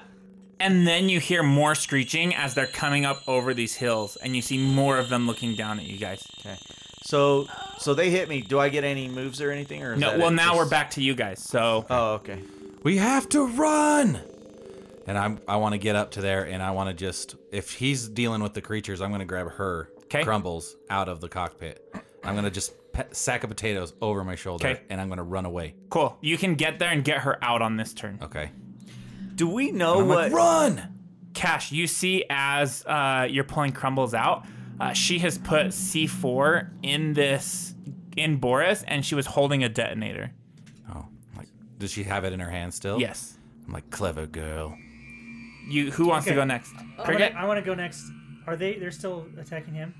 [SPEAKER 1] and then you hear more screeching as they're coming up over these hills, and you see more of them looking down at you guys.
[SPEAKER 8] Okay. So, so they hit me. Do I get any moves or anything? Or is
[SPEAKER 1] No,
[SPEAKER 8] that
[SPEAKER 1] well
[SPEAKER 8] it?
[SPEAKER 1] now we're
[SPEAKER 8] Just-
[SPEAKER 1] back to you guys. So
[SPEAKER 8] Oh, okay.
[SPEAKER 6] We have to run. And I'm I want to get up to there and I want to just if he's dealing with the creatures, I'm going to grab her
[SPEAKER 1] 'Kay.
[SPEAKER 6] crumbles out of the cockpit. I'm going to just pe- sack of potatoes over my shoulder
[SPEAKER 1] 'Kay.
[SPEAKER 6] and I'm going to run away.
[SPEAKER 1] cool. You can get there and get her out on this turn.
[SPEAKER 6] Okay.
[SPEAKER 8] Do we know
[SPEAKER 6] I'm
[SPEAKER 8] what?
[SPEAKER 6] like, run.
[SPEAKER 1] Cash, you see as uh, you're pulling crumbles out, uh, she has put C4 in this in Boris, and she was holding a detonator.
[SPEAKER 6] Oh, I'm like does she have it in her hand
[SPEAKER 8] Oh.
[SPEAKER 6] still?
[SPEAKER 1] Yes.
[SPEAKER 6] I'm like clever girl.
[SPEAKER 1] You. Who wants to
[SPEAKER 7] Okay.
[SPEAKER 1] go next?
[SPEAKER 7] I wanna-
[SPEAKER 1] Cricket.
[SPEAKER 7] I want to go next. Are they? They're still attacking him.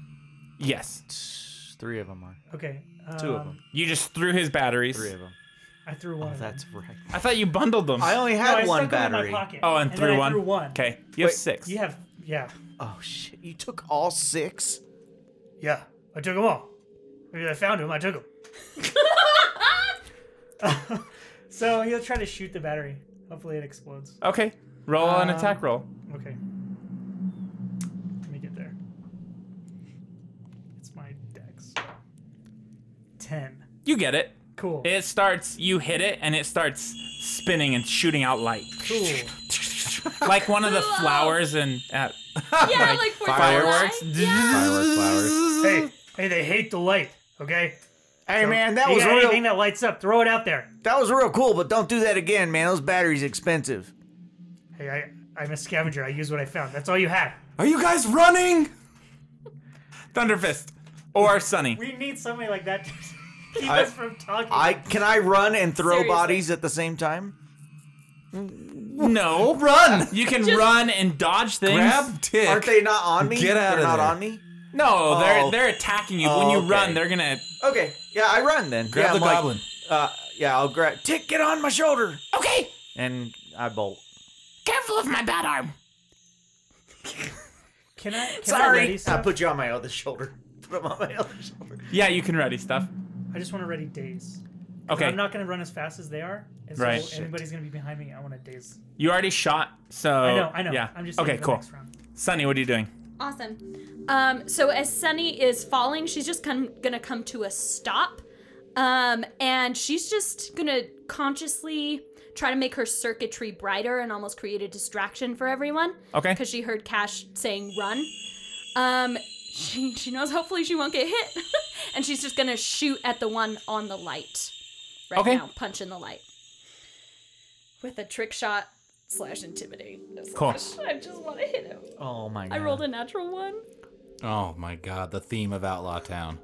[SPEAKER 1] Yes.
[SPEAKER 8] Three of them are.
[SPEAKER 7] Okay. Um,
[SPEAKER 8] Two of them.
[SPEAKER 1] You just threw his batteries.
[SPEAKER 8] Three of them.
[SPEAKER 7] I threw one.
[SPEAKER 8] Oh,
[SPEAKER 7] of them.
[SPEAKER 8] that's right.
[SPEAKER 1] I thought you bundled them.
[SPEAKER 8] I only
[SPEAKER 7] No,
[SPEAKER 8] had
[SPEAKER 7] I
[SPEAKER 8] one
[SPEAKER 7] stuck them
[SPEAKER 8] battery.
[SPEAKER 7] In my pocket,
[SPEAKER 1] oh, and,
[SPEAKER 7] then
[SPEAKER 1] threw
[SPEAKER 7] I
[SPEAKER 1] one.
[SPEAKER 7] threw one.
[SPEAKER 1] Okay. You have
[SPEAKER 8] Wait.
[SPEAKER 1] six.
[SPEAKER 7] You have yeah,
[SPEAKER 8] Oh shit! You took all six.
[SPEAKER 7] yeah. I took them all. Maybe I found him. I took him.
[SPEAKER 2] Ah!
[SPEAKER 7] so he'll try to shoot the battery. Hopefully it explodes.
[SPEAKER 1] Okay. Roll an
[SPEAKER 8] Um,
[SPEAKER 1] attack roll.
[SPEAKER 7] Okay. Let me get there. It's my dex. Ten.
[SPEAKER 1] You get it.
[SPEAKER 7] Cool.
[SPEAKER 1] It starts. You hit it, and it starts spinning and shooting out light,
[SPEAKER 7] cool.
[SPEAKER 1] like one of the
[SPEAKER 2] Cool.
[SPEAKER 1] flowers uh, and at
[SPEAKER 2] Yeah, like, Fourth of
[SPEAKER 1] fireworks.
[SPEAKER 2] July. Yeah.
[SPEAKER 6] Fireworks, flowers.
[SPEAKER 7] hey, hey, they hate the light. Okay.
[SPEAKER 8] Hey
[SPEAKER 7] So,
[SPEAKER 8] man,
[SPEAKER 7] if
[SPEAKER 8] that
[SPEAKER 7] you
[SPEAKER 8] was
[SPEAKER 7] got
[SPEAKER 8] real.
[SPEAKER 7] anything that lights up. Throw it out there.
[SPEAKER 8] that was real cool, but don't do that again, man. Those batteries expensive.
[SPEAKER 7] Hey, I, I'm a scavenger. I use what I found. That's all you had.
[SPEAKER 6] Are you guys running?
[SPEAKER 1] Thunderfist or Sunny.
[SPEAKER 7] We need somebody like that to keep
[SPEAKER 8] I-
[SPEAKER 7] us from talking.
[SPEAKER 8] I can I run and throw
[SPEAKER 2] Seriously.
[SPEAKER 8] bodies at the same time?
[SPEAKER 1] No,
[SPEAKER 6] Run.
[SPEAKER 1] you can run and dodge things.
[SPEAKER 6] Grab tick.
[SPEAKER 8] Aren't they not on me?
[SPEAKER 6] Get out
[SPEAKER 8] They're
[SPEAKER 6] of
[SPEAKER 8] not
[SPEAKER 6] there.
[SPEAKER 8] on me.
[SPEAKER 1] No,
[SPEAKER 8] Oh.
[SPEAKER 1] they're they're attacking you. when
[SPEAKER 8] Oh,
[SPEAKER 1] you
[SPEAKER 8] okay.
[SPEAKER 1] run, they're gonna.
[SPEAKER 8] Okay, yeah, I run then.
[SPEAKER 6] Grab
[SPEAKER 8] Yeah,
[SPEAKER 6] the
[SPEAKER 8] I'm like,
[SPEAKER 6] goblin.
[SPEAKER 8] uh, yeah, I'll grab. Tick, get on my shoulder,
[SPEAKER 9] Okay,
[SPEAKER 8] and I bolt.
[SPEAKER 9] careful of my bad arm.
[SPEAKER 7] can I? Can I, ready
[SPEAKER 8] Sorry, I
[SPEAKER 7] stuff?
[SPEAKER 8] put you on my other shoulder. Put him on my other shoulder.
[SPEAKER 1] Yeah, you can ready stuff.
[SPEAKER 7] I just want to ready daze. 'Cause
[SPEAKER 1] Okay,
[SPEAKER 7] I'm not gonna run as fast as they are. And so
[SPEAKER 1] Right.
[SPEAKER 7] if Anybody's gonna be behind me. I want to daze.
[SPEAKER 1] you already shot, so
[SPEAKER 7] I know. I know.
[SPEAKER 1] Oh, Yeah.
[SPEAKER 7] I'm just
[SPEAKER 1] okay.
[SPEAKER 7] saying for
[SPEAKER 1] Cool.
[SPEAKER 7] Next round.
[SPEAKER 1] Sunny, what are you doing?
[SPEAKER 2] Awesome. Um, so as Sunny is falling, she's just come, gonna come to a stop. Um, and she's just gonna consciously try to make her circuitry brighter and almost create a distraction for everyone.
[SPEAKER 1] Okay.
[SPEAKER 2] Because she heard Cash saying run. Um, she, she knows hopefully she won't get hit. and she's just gonna shoot at the one on the light right
[SPEAKER 1] Okay.
[SPEAKER 2] now, punch in the light with a trick shot slash intimidate.
[SPEAKER 1] Cool.
[SPEAKER 2] I just want to hit him.
[SPEAKER 8] Oh my god!
[SPEAKER 2] I rolled a natural one.
[SPEAKER 6] Oh my god, the theme of Outlaw Town.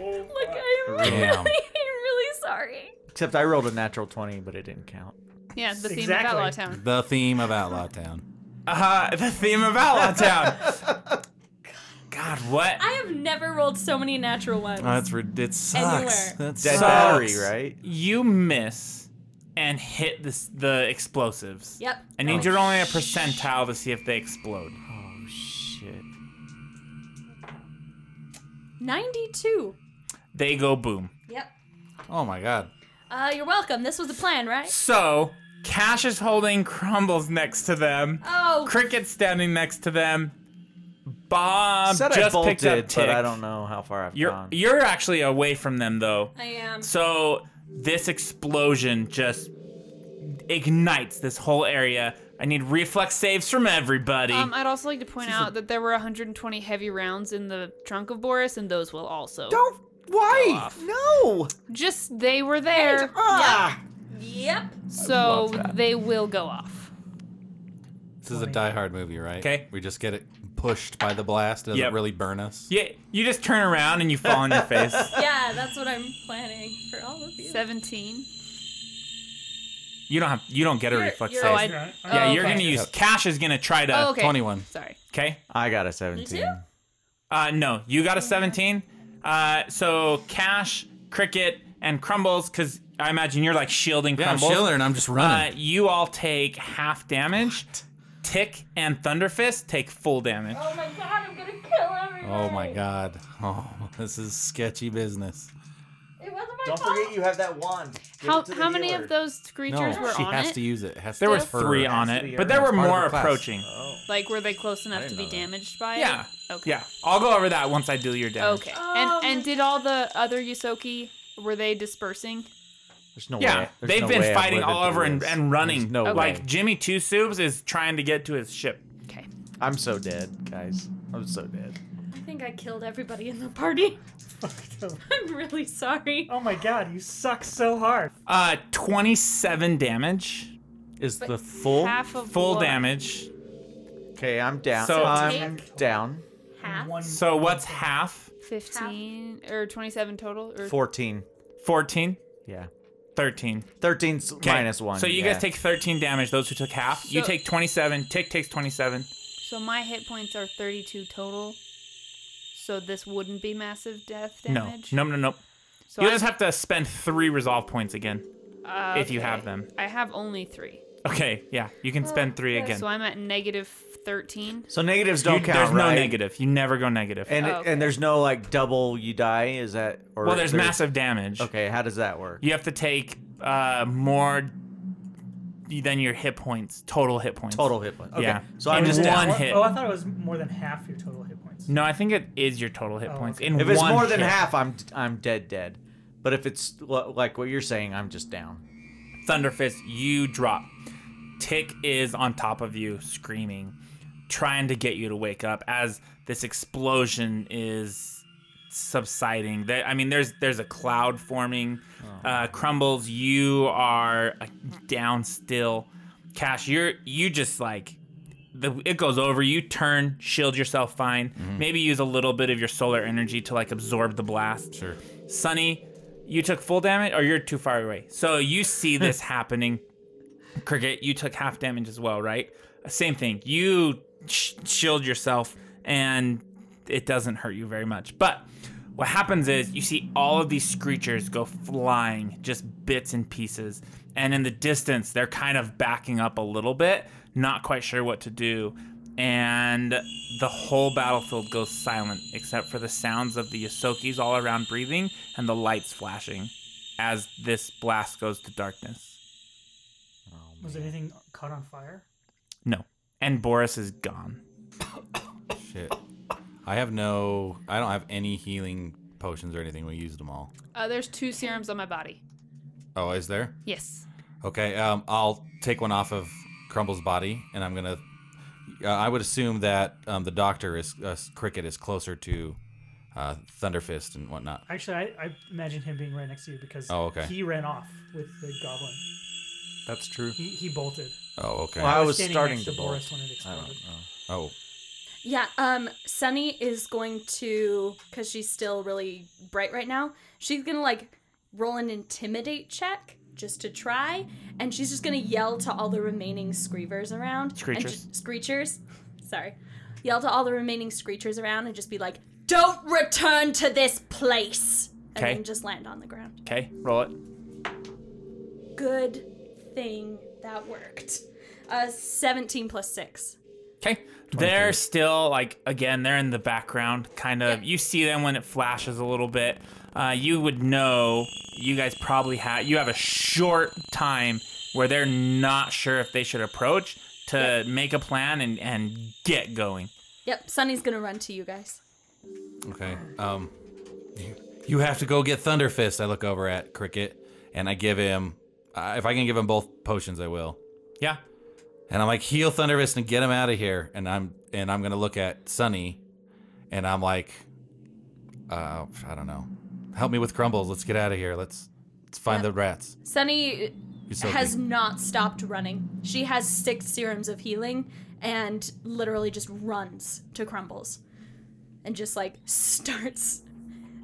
[SPEAKER 2] Look, I'm really,
[SPEAKER 6] Damn.
[SPEAKER 2] really sorry.
[SPEAKER 8] Except I rolled a natural twenty, but it didn't count.
[SPEAKER 4] Yeah, the theme
[SPEAKER 7] Exactly.
[SPEAKER 4] of Outlaw Town.
[SPEAKER 6] The theme of Outlaw Town.
[SPEAKER 1] Uh, the theme of Outlaw Town. God, what?
[SPEAKER 2] I have never rolled so many natural ones.
[SPEAKER 6] Oh, that's rid- it sucks.
[SPEAKER 2] Anywhere.
[SPEAKER 6] That
[SPEAKER 8] Dead
[SPEAKER 6] sucks.
[SPEAKER 8] battery, right?
[SPEAKER 1] You miss and hit this, the explosives.
[SPEAKER 2] Yep.
[SPEAKER 1] I need you to roll only a percentile to see if they explode.
[SPEAKER 8] Oh shit!
[SPEAKER 2] 92.
[SPEAKER 1] They go boom.
[SPEAKER 2] Yep.
[SPEAKER 6] Oh my god.
[SPEAKER 2] Uh, you're welcome. This was the plan, right?
[SPEAKER 1] So, Cash is holding Crumbles next to them.
[SPEAKER 2] Oh,
[SPEAKER 1] Cricket's standing next to them. Bob
[SPEAKER 8] Said
[SPEAKER 1] just
[SPEAKER 8] I bolted,
[SPEAKER 1] picked up Tick.
[SPEAKER 8] but I don't know how far I've
[SPEAKER 1] You're
[SPEAKER 8] gone.
[SPEAKER 1] you're actually away from them though.
[SPEAKER 2] I am.
[SPEAKER 1] So this explosion just ignites this whole area. I need reflex saves from everybody.
[SPEAKER 4] Um, I'd also like to point out that there were 120 heavy rounds in the trunk of Boris, and those will also.
[SPEAKER 8] Don't. Why? No.
[SPEAKER 4] Just they were there,
[SPEAKER 8] Ah.
[SPEAKER 2] Yep.
[SPEAKER 4] so they will go off.
[SPEAKER 6] This is a Die Hard movie, right?
[SPEAKER 1] 'Kay.
[SPEAKER 6] We just get it pushed by the blast. It doesn't
[SPEAKER 1] Yep.
[SPEAKER 6] really burn us.
[SPEAKER 1] yeah, you just turn around and you fall on your face.
[SPEAKER 2] Yeah, that's what I'm planning for all of you.
[SPEAKER 4] 17.
[SPEAKER 1] You don't have you don't get a
[SPEAKER 2] You're-
[SPEAKER 1] reflex
[SPEAKER 2] you're-
[SPEAKER 1] save.
[SPEAKER 4] Oh, I.
[SPEAKER 7] Yeah,
[SPEAKER 4] oh,
[SPEAKER 1] yeah, you're
[SPEAKER 4] okay.
[SPEAKER 1] gonna use Cash is gonna try to.
[SPEAKER 4] Oh, okay.
[SPEAKER 6] 21.
[SPEAKER 4] Sorry.
[SPEAKER 1] Okay.
[SPEAKER 8] I got a
[SPEAKER 2] You
[SPEAKER 8] 17.
[SPEAKER 2] too?
[SPEAKER 1] Uh, no, you got a 17. Uh, so Cash, Cricket, and Crumbles, because I imagine you're like shielding
[SPEAKER 6] Yeah,
[SPEAKER 1] Crumbles.
[SPEAKER 6] I'm chilling and I'm just
[SPEAKER 1] Uh,
[SPEAKER 6] running.
[SPEAKER 1] you all take half damage. Tick and Thunderfist take full damage.
[SPEAKER 2] Oh my god, I'm gonna kill everyone.
[SPEAKER 6] oh my god. Oh, this is sketchy business.
[SPEAKER 2] It wasn't my
[SPEAKER 8] Don't
[SPEAKER 2] fault.
[SPEAKER 8] forget you have that wand. Give
[SPEAKER 4] How,
[SPEAKER 8] it to the
[SPEAKER 4] how many
[SPEAKER 8] healer.
[SPEAKER 4] of those
[SPEAKER 6] No,
[SPEAKER 4] creatures were
[SPEAKER 6] she
[SPEAKER 4] on
[SPEAKER 6] has
[SPEAKER 4] it?
[SPEAKER 6] to use it. It has
[SPEAKER 1] There were
[SPEAKER 6] to- her-
[SPEAKER 1] three on
[SPEAKER 8] Has to be
[SPEAKER 1] it, but there were
[SPEAKER 6] Part of
[SPEAKER 1] more
[SPEAKER 6] the class.
[SPEAKER 1] approaching.
[SPEAKER 8] Oh.
[SPEAKER 4] Like, were they close enough to
[SPEAKER 8] didn't
[SPEAKER 4] be
[SPEAKER 8] know that.
[SPEAKER 4] damaged by
[SPEAKER 1] Yeah.
[SPEAKER 4] it? Okay.
[SPEAKER 1] Yeah. I'll go over that once I do your damage.
[SPEAKER 4] Okay.
[SPEAKER 8] Um,
[SPEAKER 4] and and did all the other Yusoki were they dispersing?
[SPEAKER 8] There's no
[SPEAKER 1] Yeah,
[SPEAKER 8] way. there's
[SPEAKER 1] they've
[SPEAKER 8] no
[SPEAKER 1] been
[SPEAKER 8] way I've
[SPEAKER 1] fighting
[SPEAKER 8] lived
[SPEAKER 1] all
[SPEAKER 8] through
[SPEAKER 1] over and,
[SPEAKER 8] this.
[SPEAKER 1] and running.
[SPEAKER 8] There's no
[SPEAKER 4] Okay.
[SPEAKER 1] like
[SPEAKER 8] way.
[SPEAKER 1] Jimmy Two Soups is trying to get to his ship.
[SPEAKER 4] Okay.
[SPEAKER 8] I'm so dead, guys. I'm so dead.
[SPEAKER 2] I think I killed everybody in the party. I'm really sorry.
[SPEAKER 7] Oh my god, you suck so hard.
[SPEAKER 1] Uh, twenty-seven damage,
[SPEAKER 8] Is the full?
[SPEAKER 4] Half of
[SPEAKER 1] full
[SPEAKER 4] what?
[SPEAKER 1] damage.
[SPEAKER 8] Okay, I'm down.
[SPEAKER 1] So-
[SPEAKER 8] I'm down.
[SPEAKER 2] Half.
[SPEAKER 7] One.
[SPEAKER 1] So what's half?
[SPEAKER 4] Fifteen or twenty-seven total. Or
[SPEAKER 8] Fourteen.
[SPEAKER 1] 14?
[SPEAKER 8] Yeah.
[SPEAKER 1] 13.
[SPEAKER 8] 13 's
[SPEAKER 1] 'Kay.
[SPEAKER 8] minus one.
[SPEAKER 1] So you
[SPEAKER 8] yeah.
[SPEAKER 1] guys take 13 damage. Those who took half, you
[SPEAKER 4] So-
[SPEAKER 1] take 27. Tick takes 27.
[SPEAKER 4] so my hit points are thirty-two total. So this wouldn't be massive death
[SPEAKER 1] No,
[SPEAKER 4] damage.
[SPEAKER 1] no, no, no.
[SPEAKER 4] So
[SPEAKER 1] you
[SPEAKER 4] I'm-
[SPEAKER 1] just have to spend three resolve points again.
[SPEAKER 4] uh,
[SPEAKER 1] if you have
[SPEAKER 4] okay.
[SPEAKER 1] them.
[SPEAKER 4] I have only three.
[SPEAKER 1] Okay, yeah, you can spend three again.
[SPEAKER 4] So I'm at negative thirteen.
[SPEAKER 8] So negatives don't
[SPEAKER 1] You-
[SPEAKER 8] count,
[SPEAKER 1] there's
[SPEAKER 8] right?
[SPEAKER 1] no negative. You never go negative.
[SPEAKER 8] And
[SPEAKER 4] Oh, okay.
[SPEAKER 8] and there's no like double you die. Is that or
[SPEAKER 1] well, there's massive damage.
[SPEAKER 8] Okay, how does that work?
[SPEAKER 1] You have to take uh, more than your hit points, total hit points.
[SPEAKER 8] Total hit point. Okay.
[SPEAKER 1] Yeah.
[SPEAKER 8] So
[SPEAKER 1] In
[SPEAKER 8] I'm just down.
[SPEAKER 1] one
[SPEAKER 7] What-
[SPEAKER 1] hit.
[SPEAKER 7] Oh, I thought it was more than half your total hit points.
[SPEAKER 1] No, I think it is your total hit
[SPEAKER 7] Oh,
[SPEAKER 1] points.
[SPEAKER 7] okay.
[SPEAKER 1] In
[SPEAKER 8] If it's
[SPEAKER 1] one
[SPEAKER 8] more than
[SPEAKER 1] hit.
[SPEAKER 8] half, I'm I'm dead dead. But if it's l- like what you're saying, I'm just down.
[SPEAKER 1] Thunderfist, you drop. Tick is on top of you, screaming, trying to get you to wake up as this explosion is subsiding. There, I mean, there's there's a cloud forming.
[SPEAKER 8] Oh.
[SPEAKER 1] Uh, Crumbles, you are uh, down still. Cash, you're you just like the it goes over. You turn, shield yourself fine.
[SPEAKER 8] Mm-hmm.
[SPEAKER 1] Maybe use a little bit of your solar energy to like absorb the blast. Sure. Sunny, you took full damage, or you're too far away. So you see this happening. Cricket, you took half damage as well, right? Same thing. You sh- shield yourself, and it doesn't hurt you very much. But what happens is you see all of these creatures go flying, just bits and pieces. And in the distance, they're kind of backing up a little bit, not quite sure what to do. And the whole battlefield goes silent, except for the sounds of the Yosokis all around breathing and the lights flashing as this blast goes to darkness.
[SPEAKER 7] Was anything caught on fire?
[SPEAKER 1] No. And Boris is gone.
[SPEAKER 6] Shit. I have no. I don't have any healing potions or anything. We used them all.
[SPEAKER 4] Uh, there's two serums on my body.
[SPEAKER 6] Oh, is there?
[SPEAKER 4] Yes.
[SPEAKER 6] Okay. Um, I'll take one off of Crumble's body, and I'm gonna. Uh, I would assume that um, the doctor is uh, Cricket is closer to uh, Thunderfist and whatnot.
[SPEAKER 7] Actually, I, I imagine him being right next to you because
[SPEAKER 6] Oh, okay.
[SPEAKER 7] he ran off with the goblin.
[SPEAKER 8] That's true.
[SPEAKER 7] He, he bolted.
[SPEAKER 6] Oh, okay.
[SPEAKER 8] Well, I
[SPEAKER 7] was
[SPEAKER 8] was
[SPEAKER 7] standing
[SPEAKER 8] starting
[SPEAKER 7] next
[SPEAKER 8] to
[SPEAKER 7] to Boris
[SPEAKER 8] bolt.
[SPEAKER 7] when it
[SPEAKER 8] I don't
[SPEAKER 7] exploded.
[SPEAKER 8] know.
[SPEAKER 6] Oh,
[SPEAKER 2] Yeah, um, Sunny is going to, because she's still really bright right now, she's gonna like roll an intimidate check just to try, and she's just gonna yell to all the remaining screevers around. And
[SPEAKER 1] Screechers.
[SPEAKER 2] just, screechers. Sorry. Yell to all the remaining screechers around and just be like, don't return to this place! And
[SPEAKER 1] Okay.
[SPEAKER 2] then just land on the ground.
[SPEAKER 1] Okay, roll it.
[SPEAKER 2] Good thing that worked. Uh, 17 plus 6.
[SPEAKER 1] Okay. They're still like again, they're in the background kind of.
[SPEAKER 2] Yeah.
[SPEAKER 1] You see them when it flashes a little bit. Uh, you would know you guys probably have you have a short time where they're not sure if they should approach to make a plan and and get going.
[SPEAKER 2] Yep, Sunny's gonna run to you guys.
[SPEAKER 6] okay. Um, you- you have to go get Thunderfist. I look over at Cricket, and I give him. Uh, if I can give him both potions, I will.
[SPEAKER 1] Yeah.
[SPEAKER 6] And I'm like, heal Thunderfist and get him out of here. And I'm and I'm gonna look at Sunny, and I'm like, uh, I don't know. Help me with Crumbles. Let's get out of here. Let's let's find the rats.
[SPEAKER 2] Sunny
[SPEAKER 6] Yusoki.
[SPEAKER 2] has not stopped running. She has six serums of healing and literally just runs to Crumbles and just like starts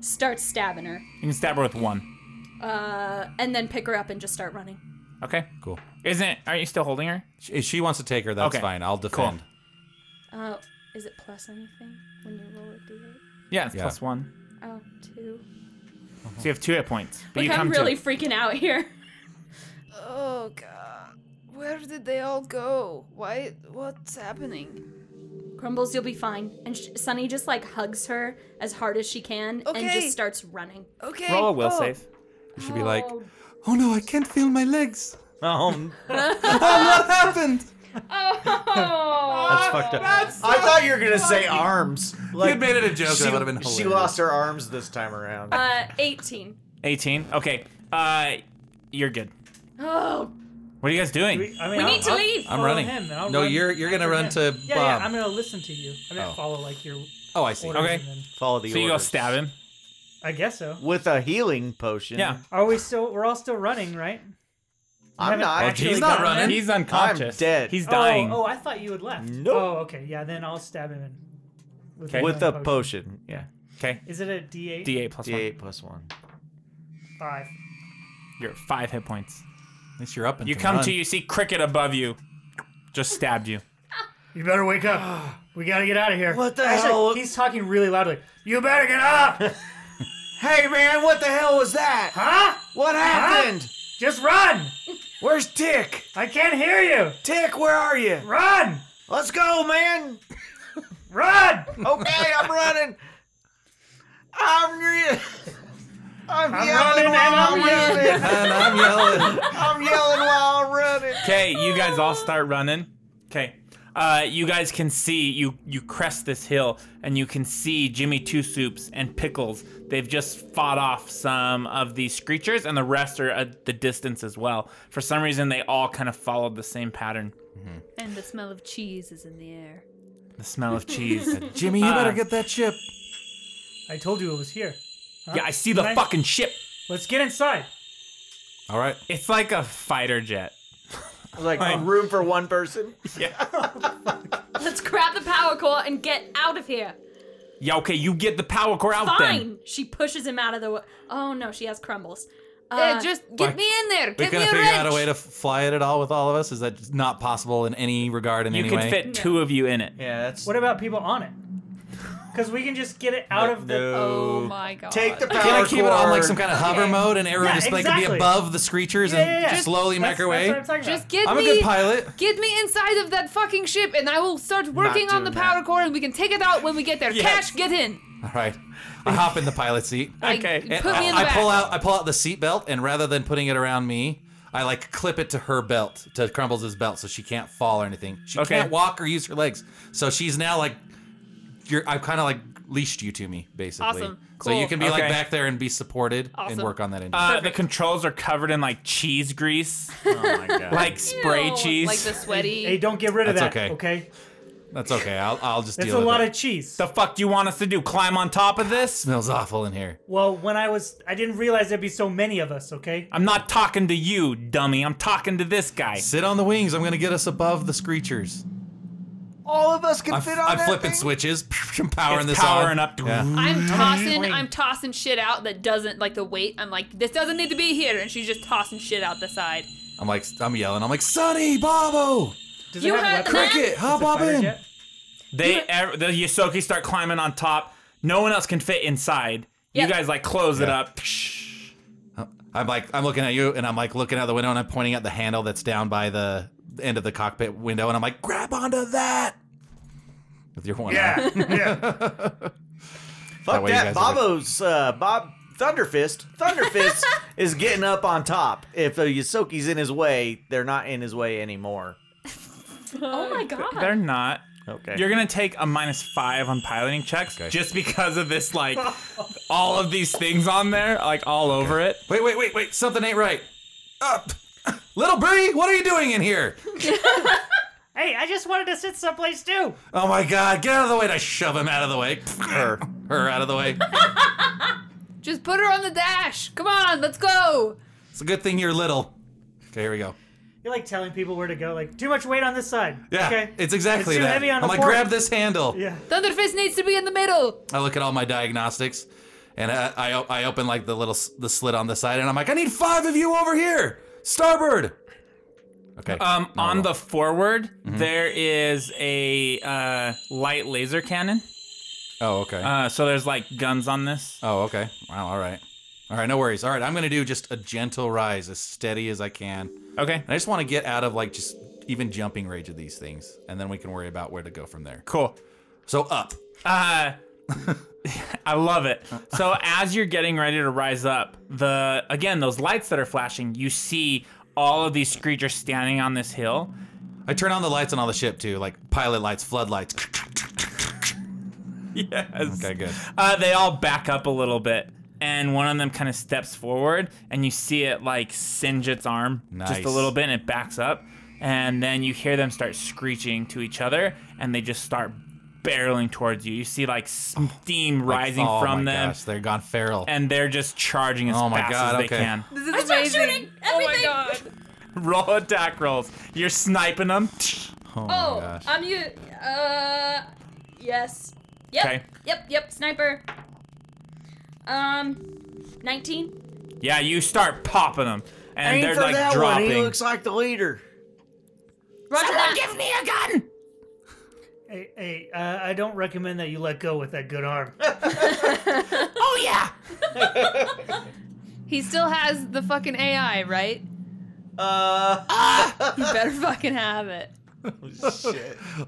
[SPEAKER 2] starts stabbing her.
[SPEAKER 1] You can stab her with one.
[SPEAKER 2] Uh, and then pick her up and just start running.
[SPEAKER 1] Okay.
[SPEAKER 6] Cool.
[SPEAKER 1] Isn't aren't you still holding her?
[SPEAKER 6] She- If she wants to take her, that's
[SPEAKER 1] Okay,
[SPEAKER 6] fine. I'll defend.
[SPEAKER 2] Uh, is it plus anything when you roll a d8?
[SPEAKER 1] Yeah, it's
[SPEAKER 6] Yeah.
[SPEAKER 1] plus one.
[SPEAKER 2] Oh, two.
[SPEAKER 1] So you have two hit points. But
[SPEAKER 2] Like
[SPEAKER 1] you come
[SPEAKER 2] I'm
[SPEAKER 1] to-
[SPEAKER 2] really freaking out here.
[SPEAKER 4] Oh god. Where did they all go? Why? What's happening?
[SPEAKER 2] Crumbles, you'll be fine. And sh- Sunny just like hugs her as hard as she can and
[SPEAKER 4] Okay.
[SPEAKER 2] just starts running.
[SPEAKER 4] Okay.
[SPEAKER 1] roll a will
[SPEAKER 2] oh.
[SPEAKER 1] save.
[SPEAKER 6] She "Oh, should be like, oh no, I can't feel my legs.
[SPEAKER 8] Um,
[SPEAKER 6] Oh, what happened?
[SPEAKER 2] Uh,
[SPEAKER 8] That's
[SPEAKER 4] Uh,
[SPEAKER 8] fucked up. I thought you were gonna say arms. Like,
[SPEAKER 6] made it a joke,
[SPEAKER 8] She,
[SPEAKER 6] that would've been
[SPEAKER 8] she
[SPEAKER 6] hilarious.
[SPEAKER 8] lost her arms this time around.
[SPEAKER 2] Uh, 18.
[SPEAKER 1] 18. Okay. Uh, you're good.
[SPEAKER 2] Oh,
[SPEAKER 1] What are you guys doing?
[SPEAKER 7] We, I mean,
[SPEAKER 2] we
[SPEAKER 7] I'll-
[SPEAKER 2] need to
[SPEAKER 7] I'll-
[SPEAKER 2] leave.
[SPEAKER 6] I'm
[SPEAKER 7] Follow
[SPEAKER 6] running.
[SPEAKER 7] him, and I'll
[SPEAKER 6] no,
[SPEAKER 7] run
[SPEAKER 6] you're you're gonna
[SPEAKER 7] after
[SPEAKER 6] run
[SPEAKER 7] him.
[SPEAKER 6] to
[SPEAKER 7] yeah,
[SPEAKER 6] Bob.
[SPEAKER 7] yeah, I'm gonna listen to you. I'm gonna
[SPEAKER 6] Oh.
[SPEAKER 7] follow like your
[SPEAKER 6] oh, I see.
[SPEAKER 7] orders.
[SPEAKER 1] Okay.
[SPEAKER 7] and then-
[SPEAKER 8] Follow the
[SPEAKER 1] so you go
[SPEAKER 8] orders.
[SPEAKER 1] stab him.
[SPEAKER 7] I guess so.
[SPEAKER 8] with a healing potion.
[SPEAKER 1] Yeah.
[SPEAKER 7] Are we still? We're all still running, right?
[SPEAKER 8] I'm
[SPEAKER 7] haven't
[SPEAKER 8] not.
[SPEAKER 7] Oh,
[SPEAKER 8] actually
[SPEAKER 7] he's
[SPEAKER 6] not
[SPEAKER 8] done
[SPEAKER 6] running.
[SPEAKER 8] it.
[SPEAKER 1] He's unconscious.
[SPEAKER 8] dead.
[SPEAKER 1] He's
[SPEAKER 7] Oh,
[SPEAKER 1] dying.
[SPEAKER 7] Oh, I thought you had left.
[SPEAKER 8] Nope.
[SPEAKER 7] Oh, okay. Yeah, then I'll stab him in.
[SPEAKER 1] Okay.
[SPEAKER 8] With
[SPEAKER 7] the
[SPEAKER 8] a potion. Yeah.
[SPEAKER 1] Okay.
[SPEAKER 7] Is it a D8?
[SPEAKER 1] D8 plus one.
[SPEAKER 8] D8 plus one.
[SPEAKER 7] Five.
[SPEAKER 1] You're at five hit points.
[SPEAKER 6] At least you're up and
[SPEAKER 1] You
[SPEAKER 6] can
[SPEAKER 1] come
[SPEAKER 6] run.
[SPEAKER 1] to, you see Cricket above you. Just stabbed you.
[SPEAKER 7] You better wake up. We gotta get out of here.
[SPEAKER 8] What the
[SPEAKER 7] Actually,
[SPEAKER 8] hell?
[SPEAKER 7] He's talking really loudly. You better get up,
[SPEAKER 8] Hey man, what the hell was that?
[SPEAKER 7] huh?
[SPEAKER 8] What happened?
[SPEAKER 7] Just run.
[SPEAKER 8] Where's Tick?
[SPEAKER 7] I can't hear you.
[SPEAKER 8] Tick, where are you?
[SPEAKER 7] Run,
[SPEAKER 8] Let's go, man.
[SPEAKER 7] run.
[SPEAKER 8] Okay, I'm running. I'm re- I'm,
[SPEAKER 7] running
[SPEAKER 8] yelling
[SPEAKER 7] and
[SPEAKER 8] while
[SPEAKER 7] I'm
[SPEAKER 8] I'm running.
[SPEAKER 6] And I'm yelling.
[SPEAKER 8] I'm yelling while I'm running.
[SPEAKER 1] Okay, you guys all start running. Okay. Uh, you guys can see you you crest this hill and you can see Jimmy Two Soups and Pickles. They've just fought off some of these screechers and the rest are at the distance as well. For some reason they all kind of followed the same pattern.
[SPEAKER 4] And the smell of cheese is in the air.
[SPEAKER 1] The smell of cheese.
[SPEAKER 6] Jimmy, you better
[SPEAKER 1] Uh,
[SPEAKER 6] get that ship.
[SPEAKER 7] I told you it was here.
[SPEAKER 1] yeah, I see the
[SPEAKER 7] Nice.
[SPEAKER 1] fucking ship.
[SPEAKER 7] Let's get inside.
[SPEAKER 6] All right.
[SPEAKER 1] It's like a fighter jet.
[SPEAKER 8] Like room for one person.
[SPEAKER 2] Let's grab the power core and get out of here.
[SPEAKER 1] Yeah, okay, you get the power core out then.
[SPEAKER 2] Fine. She pushes him out of the. wa- Oh no, she has crumbles.
[SPEAKER 4] Hey,
[SPEAKER 2] Uh,
[SPEAKER 4] eh, just get me in there.
[SPEAKER 6] We
[SPEAKER 4] Get me
[SPEAKER 6] couldn't
[SPEAKER 4] a
[SPEAKER 6] figure out a way
[SPEAKER 4] wrench.
[SPEAKER 6] to f- fly it at all with all of us. Is that just not possible in any regard in
[SPEAKER 1] You
[SPEAKER 6] any
[SPEAKER 1] can
[SPEAKER 6] way?
[SPEAKER 1] fit two of you in it.
[SPEAKER 8] Yeah, that's
[SPEAKER 7] What about people on it? Because we can just get it out of the.
[SPEAKER 4] Oh my god.
[SPEAKER 8] Take the power
[SPEAKER 6] Can I keep it on like
[SPEAKER 8] cord.
[SPEAKER 6] some kind of hover mode and everyone
[SPEAKER 7] Yeah,
[SPEAKER 6] just like be
[SPEAKER 7] exactly.
[SPEAKER 6] above the screechers
[SPEAKER 7] Yeah, yeah,
[SPEAKER 6] and
[SPEAKER 7] yeah.
[SPEAKER 6] slowly
[SPEAKER 7] That's-
[SPEAKER 6] microwave?
[SPEAKER 7] That's what I'm talking
[SPEAKER 4] Just
[SPEAKER 7] about.
[SPEAKER 4] get
[SPEAKER 6] I'm
[SPEAKER 4] me.
[SPEAKER 6] a good pilot.
[SPEAKER 4] Get me inside of that fucking ship, and I will start working on the
[SPEAKER 8] doing
[SPEAKER 4] power core, and we can take it out when we get there.
[SPEAKER 1] Yes.
[SPEAKER 4] Cash, get in.
[SPEAKER 6] All right. I hop in the pilot seat.
[SPEAKER 1] Okay.
[SPEAKER 4] I,
[SPEAKER 6] And
[SPEAKER 4] put me in the
[SPEAKER 6] Eh, I
[SPEAKER 4] back.
[SPEAKER 6] pull out I pull out the seatbelt and rather than putting it around me, I like clip it to her belt, to Crumbles' belt so she can't fall or anything. She
[SPEAKER 1] Okay.
[SPEAKER 6] can't walk or use her legs. So she's now like you're I've kind of like leashed you to me basically.
[SPEAKER 4] Awesome.
[SPEAKER 6] So you
[SPEAKER 4] Cool.
[SPEAKER 6] can be
[SPEAKER 1] Okay.
[SPEAKER 6] like back there and be supported
[SPEAKER 4] Awesome.
[SPEAKER 6] and work on that engine.
[SPEAKER 1] Uh, the controls are covered in like cheese grease,
[SPEAKER 8] Oh my god.
[SPEAKER 1] like spray
[SPEAKER 4] Ew,
[SPEAKER 1] chease.
[SPEAKER 4] Like the sweaty.
[SPEAKER 7] Hey, don't get rid of
[SPEAKER 6] That's
[SPEAKER 7] that.
[SPEAKER 6] okay.
[SPEAKER 7] Okay.
[SPEAKER 6] That's okay. I'll I'll just
[SPEAKER 7] That's
[SPEAKER 6] deal
[SPEAKER 7] a
[SPEAKER 6] with
[SPEAKER 7] lot
[SPEAKER 6] it.
[SPEAKER 7] of cheese.
[SPEAKER 1] the fuck do you want us to do? Climb on top of this?
[SPEAKER 6] Smells awful in here.
[SPEAKER 7] well, when I was, I didn't realize there'd be so many of us. Okay.
[SPEAKER 1] I'm not talking to you, dummy. I'm talking to this guy.
[SPEAKER 6] Sit on the wings. I'm gonna get us above the screechers.
[SPEAKER 8] All of us can
[SPEAKER 6] I'm,
[SPEAKER 8] fit on
[SPEAKER 6] I'm
[SPEAKER 8] that
[SPEAKER 6] flipping
[SPEAKER 8] thing?
[SPEAKER 6] switches. I'm powering
[SPEAKER 1] It's
[SPEAKER 6] this
[SPEAKER 1] powering
[SPEAKER 6] on.
[SPEAKER 1] up.
[SPEAKER 6] Yeah.
[SPEAKER 4] I'm tossing.
[SPEAKER 7] Swing.
[SPEAKER 4] I'm tossing shit out that doesn't like the weight. I'm like, this doesn't need to be here, and she's just tossing shit out the side.
[SPEAKER 6] I'm like I'm yelling. I'm like Sonny, Bobo,
[SPEAKER 7] Does
[SPEAKER 4] You
[SPEAKER 7] it have
[SPEAKER 4] heard
[SPEAKER 7] weapons?
[SPEAKER 4] that?
[SPEAKER 6] Cricket, hop
[SPEAKER 7] Is it
[SPEAKER 6] up
[SPEAKER 7] fighter
[SPEAKER 6] in.
[SPEAKER 7] jet?
[SPEAKER 1] They, ev- the Yosoki start climbing on top. No one else can fit inside.
[SPEAKER 2] Yep.
[SPEAKER 1] You guys like close it
[SPEAKER 6] Yeah.
[SPEAKER 1] up. Psh.
[SPEAKER 6] I'm like I'm looking at you, and I'm like looking out the window, and I'm pointing at the handle that's down by the end of the cockpit window, and I'm like grab onto that with your one. eye.
[SPEAKER 7] Yeah. yeah.
[SPEAKER 6] That
[SPEAKER 8] Fuck
[SPEAKER 6] way you
[SPEAKER 8] that.
[SPEAKER 6] guys are-
[SPEAKER 8] Bobo's uh, Bob Thunderfist. Thunderfist is getting up on top. If uh, Yosoki's in his way, they're not in his way anymore.
[SPEAKER 2] oh my god.
[SPEAKER 1] They're not.
[SPEAKER 8] Okay.
[SPEAKER 1] You're gonna take a minus five on piloting checks
[SPEAKER 6] Okay.
[SPEAKER 1] just because of this, like all of these things on there, like all over it.
[SPEAKER 6] Wait, wait, wait, wait. Something ain't right. Up, little birdie. What are you doing in here?
[SPEAKER 7] hey, I just wanted to sit someplace too.
[SPEAKER 6] Oh my God! Get out of the way! And I shove him out of the way. Her, her out of the way.
[SPEAKER 4] Just put her on the dash. Come on, let's go.
[SPEAKER 6] It's a good thing you're little. Okay, here we go.
[SPEAKER 7] You're like telling people where to go. Like too much weight on this side.
[SPEAKER 6] Yeah,
[SPEAKER 7] Okay.
[SPEAKER 6] it's exactly
[SPEAKER 7] It's too
[SPEAKER 6] that.
[SPEAKER 7] heavy on
[SPEAKER 6] I'm
[SPEAKER 7] a
[SPEAKER 6] like,
[SPEAKER 7] fork.
[SPEAKER 6] grab this handle.
[SPEAKER 7] Yeah.
[SPEAKER 4] Thunderfist needs to be in the middle.
[SPEAKER 6] I look at all my diagnostics, and I, I o- I open like the little s- the slit on the side, and I'm like, I need five of you over here, starboard. Okay.
[SPEAKER 1] Um,
[SPEAKER 6] No,
[SPEAKER 1] on
[SPEAKER 6] no.
[SPEAKER 1] the forward, there is a uh, light laser cannon.
[SPEAKER 6] Oh, okay.
[SPEAKER 1] Uh, so there's like guns on this.
[SPEAKER 6] oh, okay. Wow. All right. All right. No worries. All right. I'm gonna do just a gentle rise, as steady as I can.
[SPEAKER 1] Okay.
[SPEAKER 6] And I just want to get out of like just even jumping range of these things, and then we can worry about where to go from there.
[SPEAKER 1] Cool.
[SPEAKER 6] So up.
[SPEAKER 1] Uh, I love it. So as you're getting ready to rise up, the again those lights that are flashing, you see all of these creatures standing on this hill.
[SPEAKER 6] I turn on the lights on all the ship too, like pilot lights, floodlights.
[SPEAKER 1] Yes.
[SPEAKER 6] Okay, good.
[SPEAKER 1] Uh, they all back up a little bit, and one of them kind of steps forward, and you see it like singe its arm just
[SPEAKER 6] Nice.
[SPEAKER 1] a little bit, and it backs up, and then you hear them start screeching to each other, and they just start barreling towards you. You see like steam rising
[SPEAKER 6] oh
[SPEAKER 1] from
[SPEAKER 6] my
[SPEAKER 1] them,
[SPEAKER 6] Gosh, they're gone feral.
[SPEAKER 1] and they're just charging as
[SPEAKER 6] Oh my
[SPEAKER 1] fast
[SPEAKER 6] God,
[SPEAKER 1] as they
[SPEAKER 6] okay.
[SPEAKER 1] can.
[SPEAKER 4] This is
[SPEAKER 2] I start
[SPEAKER 4] amazing.
[SPEAKER 2] shooting everything.
[SPEAKER 4] Oh my god.
[SPEAKER 1] Roll attack rolls. You're sniping them.
[SPEAKER 6] oh, my
[SPEAKER 2] Oh,
[SPEAKER 6] gosh.
[SPEAKER 2] I'm you. Uh, yes. Yep.
[SPEAKER 1] Okay.
[SPEAKER 2] Yep. Yep. Sniper. Um, nineteen.
[SPEAKER 1] Yeah, you start popping them, and
[SPEAKER 8] Aim
[SPEAKER 1] they're
[SPEAKER 8] for
[SPEAKER 1] like
[SPEAKER 8] that
[SPEAKER 1] dropping.
[SPEAKER 8] one. He looks like the leader.
[SPEAKER 2] Roger
[SPEAKER 9] Someone
[SPEAKER 2] that.
[SPEAKER 9] give me a gun!
[SPEAKER 7] Hey, hey uh, I don't recommend that you let go with that good arm.
[SPEAKER 9] Oh yeah!
[SPEAKER 4] He still has the fucking AI, right?
[SPEAKER 8] Uh,
[SPEAKER 4] He better fucking have it.
[SPEAKER 8] how's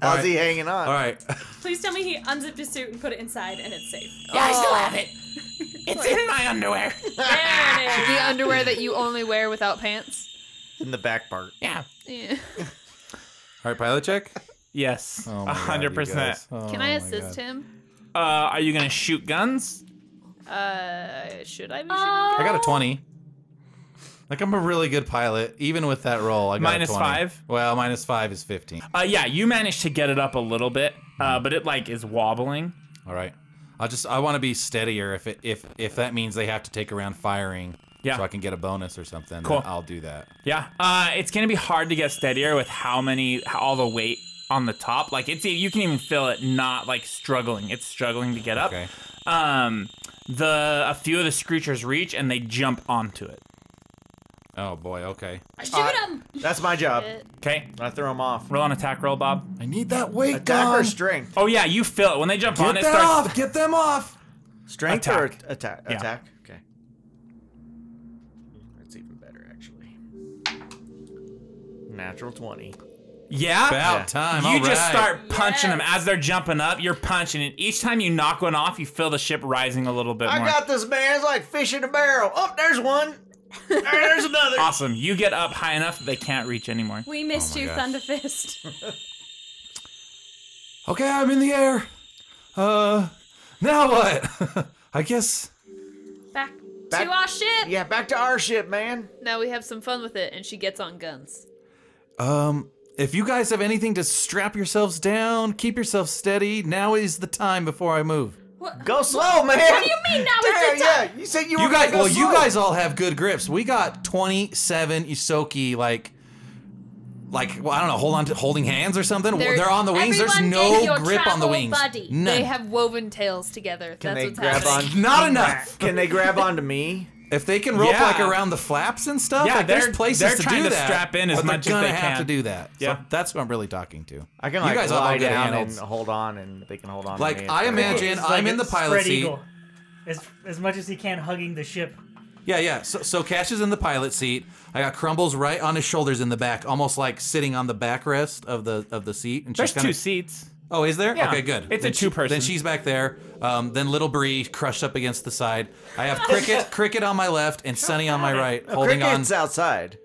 [SPEAKER 6] right.
[SPEAKER 8] he hanging on?
[SPEAKER 6] all right.
[SPEAKER 2] Please tell me he unzipped his suit and put it inside, and it's safe.
[SPEAKER 9] Yeah, I still have it. It's in my underwear.
[SPEAKER 2] Oh. There it is.
[SPEAKER 4] The underwear that you only wear without pants.
[SPEAKER 8] In the back part.
[SPEAKER 9] Yeah.
[SPEAKER 4] Yeah.
[SPEAKER 6] All right, pilot check.
[SPEAKER 1] Yes,
[SPEAKER 6] Oh
[SPEAKER 1] a
[SPEAKER 6] my God, you
[SPEAKER 1] hundred percent.
[SPEAKER 6] guys. Oh
[SPEAKER 4] Can I
[SPEAKER 6] my
[SPEAKER 4] assist
[SPEAKER 6] God.
[SPEAKER 4] him?
[SPEAKER 1] Uh, are you gonna shoot guns?
[SPEAKER 4] Uh, should I be
[SPEAKER 2] Oh.
[SPEAKER 6] I got a 20. Like I'm a really good pilot, even with that roll. I got
[SPEAKER 1] Minus
[SPEAKER 6] a 20.
[SPEAKER 1] five?
[SPEAKER 6] Well, minus five is 15.
[SPEAKER 1] Uh, yeah, you managed to get it up a little bit, uh, but it like is wobbling.
[SPEAKER 6] All right. I'll just I want to be steadier if it, if if that means they have to take around firing
[SPEAKER 1] Yeah.
[SPEAKER 6] so I can get a bonus or something. then
[SPEAKER 1] Cool.
[SPEAKER 6] I'll do that.
[SPEAKER 1] Yeah, uh, it's gonna be hard to get steadier with how many, how, all the weight on the top. Like it's you can even feel it not like struggling. It's struggling to get up.
[SPEAKER 6] Okay.
[SPEAKER 1] Um, the a few of the screechers reach and they jump onto it.
[SPEAKER 6] Oh boy, okay.
[SPEAKER 2] Shoot him.
[SPEAKER 8] That's my job.
[SPEAKER 4] shooting?
[SPEAKER 1] Okay,
[SPEAKER 8] I throw him off.
[SPEAKER 1] roll an attack roll, Bob.
[SPEAKER 6] I need that weight
[SPEAKER 8] Attack or strength?
[SPEAKER 1] Oh yeah, you feel it when they jump on. It
[SPEAKER 6] Get that
[SPEAKER 1] starts.
[SPEAKER 6] off. Get them off.
[SPEAKER 8] Strength or
[SPEAKER 1] Attack.
[SPEAKER 8] at- attack?
[SPEAKER 1] Yeah.
[SPEAKER 8] Attack. Okay. That's Oh, even better, actually. Natural twenty.
[SPEAKER 1] Yeah.
[SPEAKER 6] About time.
[SPEAKER 1] You
[SPEAKER 6] all
[SPEAKER 1] just
[SPEAKER 6] right.
[SPEAKER 1] start punching them
[SPEAKER 2] Yes.
[SPEAKER 1] as they're jumping up. You're punching, and each time you knock one off, you feel the ship rising a little bit
[SPEAKER 8] I
[SPEAKER 1] more.
[SPEAKER 8] got this, man. It's like fish in a barrel. Oh, there's one. There- there's another.
[SPEAKER 1] awesome. You get up high enough that they can't reach anymore.
[SPEAKER 2] We missed
[SPEAKER 6] Oh my
[SPEAKER 2] you,
[SPEAKER 6] gosh.
[SPEAKER 2] Thunderfist.
[SPEAKER 6] Okay, I'm in the air. Uh, now what? I guess.
[SPEAKER 2] Back,
[SPEAKER 8] Back-
[SPEAKER 2] to our ship.
[SPEAKER 8] Yeah, back to our ship, man.
[SPEAKER 4] Now we have some fun with it, and she gets on guns.
[SPEAKER 6] Um, if you guys have anything to strap yourselves down, keep yourselves steady. Now is the time before I move.
[SPEAKER 8] Go slow, man. What
[SPEAKER 2] do you mean now is
[SPEAKER 8] Damn,
[SPEAKER 2] the time?
[SPEAKER 8] Yeah, you said you,
[SPEAKER 6] You
[SPEAKER 8] were gonna
[SPEAKER 6] guys,
[SPEAKER 8] go
[SPEAKER 6] well,
[SPEAKER 8] slow.
[SPEAKER 6] you guys all have good grips. We got 27 Isoki like. Like well, I don't know, hold on to holding hands or something.
[SPEAKER 4] They're-
[SPEAKER 6] They're, on the wings. There's
[SPEAKER 2] everyone get
[SPEAKER 6] no
[SPEAKER 2] your
[SPEAKER 6] grip on the
[SPEAKER 2] travel
[SPEAKER 6] wings.
[SPEAKER 2] buddy.
[SPEAKER 6] None.
[SPEAKER 4] They have woven tails together.
[SPEAKER 8] Can
[SPEAKER 4] That's
[SPEAKER 8] they
[SPEAKER 4] what's
[SPEAKER 8] grab
[SPEAKER 4] happening.
[SPEAKER 8] on?
[SPEAKER 6] Not enough.
[SPEAKER 8] Can they grab onto me?
[SPEAKER 6] If they can rope
[SPEAKER 1] Yeah.
[SPEAKER 6] like around the flaps and stuff,
[SPEAKER 1] Yeah,
[SPEAKER 6] like there's
[SPEAKER 1] they're-
[SPEAKER 6] places
[SPEAKER 1] they're
[SPEAKER 6] to
[SPEAKER 1] trying
[SPEAKER 6] do
[SPEAKER 1] to
[SPEAKER 6] that.
[SPEAKER 1] strap in as
[SPEAKER 6] but
[SPEAKER 1] much as
[SPEAKER 6] they're gonna
[SPEAKER 1] they
[SPEAKER 6] have to
[SPEAKER 1] can.
[SPEAKER 6] do that. So
[SPEAKER 1] Yeah.
[SPEAKER 6] that's what I'm really talking to.
[SPEAKER 8] I can
[SPEAKER 6] you
[SPEAKER 8] like
[SPEAKER 6] guys all
[SPEAKER 8] lie
[SPEAKER 6] have good
[SPEAKER 8] down
[SPEAKER 6] handles.
[SPEAKER 8] and hold on, and they can hold on. to
[SPEAKER 6] Like
[SPEAKER 8] me
[SPEAKER 6] I
[SPEAKER 8] if they want.
[SPEAKER 6] imagine,
[SPEAKER 7] It's
[SPEAKER 6] I'm
[SPEAKER 7] like
[SPEAKER 6] in the
[SPEAKER 7] spread
[SPEAKER 6] pilot seat.
[SPEAKER 7] eagle. As, as much as he can, hugging the ship.
[SPEAKER 6] Yeah, yeah. So, so Cash is in the pilot seat. I got Crumbles right on his shoulders in the back, almost like sitting on the backrest of the of the seat. And
[SPEAKER 1] There's
[SPEAKER 6] she's kinda,
[SPEAKER 1] two seats.
[SPEAKER 6] Oh, is there?
[SPEAKER 1] Yeah.
[SPEAKER 6] Okay, good.
[SPEAKER 1] It's
[SPEAKER 6] Then
[SPEAKER 1] a two-person.
[SPEAKER 6] She, then she's back there. Um, then Little Bree crushed up against the side. I have Cricket, Cricket on my left, and Sunny on my right, holding on.
[SPEAKER 8] Cricket's outside.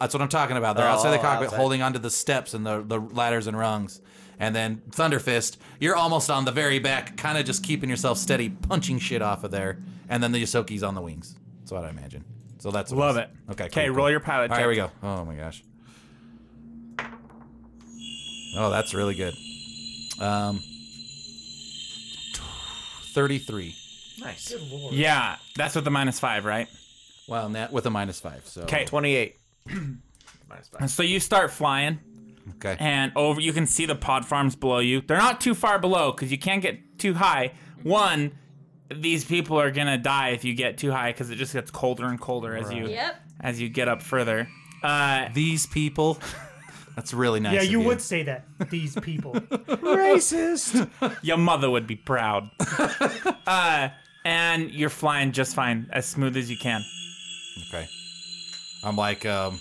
[SPEAKER 6] That's what I'm talking about. They're outside the
[SPEAKER 8] oh,
[SPEAKER 6] cockpit,
[SPEAKER 8] outside.
[SPEAKER 6] holding onto the steps and the, the ladders and rungs. And then Thunderfist, you're almost on the very back, kind of just keeping yourself steady, punching shit off of there. And then the Yosoki's on the wings. That's what I imagine. So that's what
[SPEAKER 1] Love
[SPEAKER 6] is.
[SPEAKER 1] it.
[SPEAKER 6] Okay.
[SPEAKER 1] 'Kay,
[SPEAKER 6] cool,
[SPEAKER 1] roll
[SPEAKER 6] cool.
[SPEAKER 1] your pilot
[SPEAKER 6] All right,
[SPEAKER 1] check.
[SPEAKER 6] here we go. Oh my gosh. Oh, that's really good. Um, thirty-three.
[SPEAKER 8] Nice.
[SPEAKER 1] Yeah, that's with the minus five, right?
[SPEAKER 6] Well, net with a minus five. So
[SPEAKER 1] 'Kay.
[SPEAKER 8] Twenty-eight. Minus five.
[SPEAKER 1] So you start flying,
[SPEAKER 6] Okay.
[SPEAKER 1] and over you can see the pod farms below you. They're not too far below because you can't get too high. One, these people are gonna die if you get too high because it just gets colder and colder as you
[SPEAKER 2] Yep.
[SPEAKER 1] as you get up further. Uh,
[SPEAKER 6] These people. That's really nice.
[SPEAKER 7] Yeah,
[SPEAKER 6] of
[SPEAKER 7] you would say that. These people.
[SPEAKER 8] Racist.
[SPEAKER 1] your mother would be proud. uh, and you're flying just fine, as smooth as you can.
[SPEAKER 6] Okay. I'm like, um,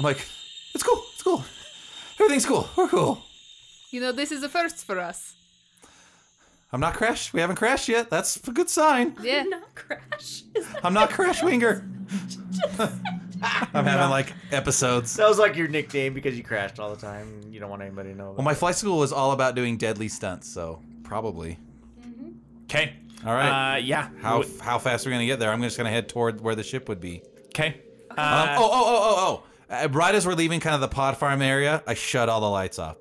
[SPEAKER 6] I'm like, it's cool, it's cool. Everything's cool. We're cool.
[SPEAKER 4] You know, this is a first for us.
[SPEAKER 6] I'm not crashed. We haven't crashed yet. That's a good sign.
[SPEAKER 4] Yeah.
[SPEAKER 2] Not crash. Is that
[SPEAKER 6] I'm not crash winger. I'm having like episodes.
[SPEAKER 8] That was like your nickname because you crashed all the time. and You don't want anybody to know.
[SPEAKER 6] Well, my flight school was all about doing deadly stunts, so probably.
[SPEAKER 1] Okay.
[SPEAKER 6] All right.
[SPEAKER 1] Uh, yeah.
[SPEAKER 6] How how fast are we gonna get there? I'm just gonna head toward where the ship would be.
[SPEAKER 1] Okay. Uh,
[SPEAKER 6] Um, oh oh oh oh oh! Uh, right as we're leaving, kind of the pod farm area, I shut all the lights off.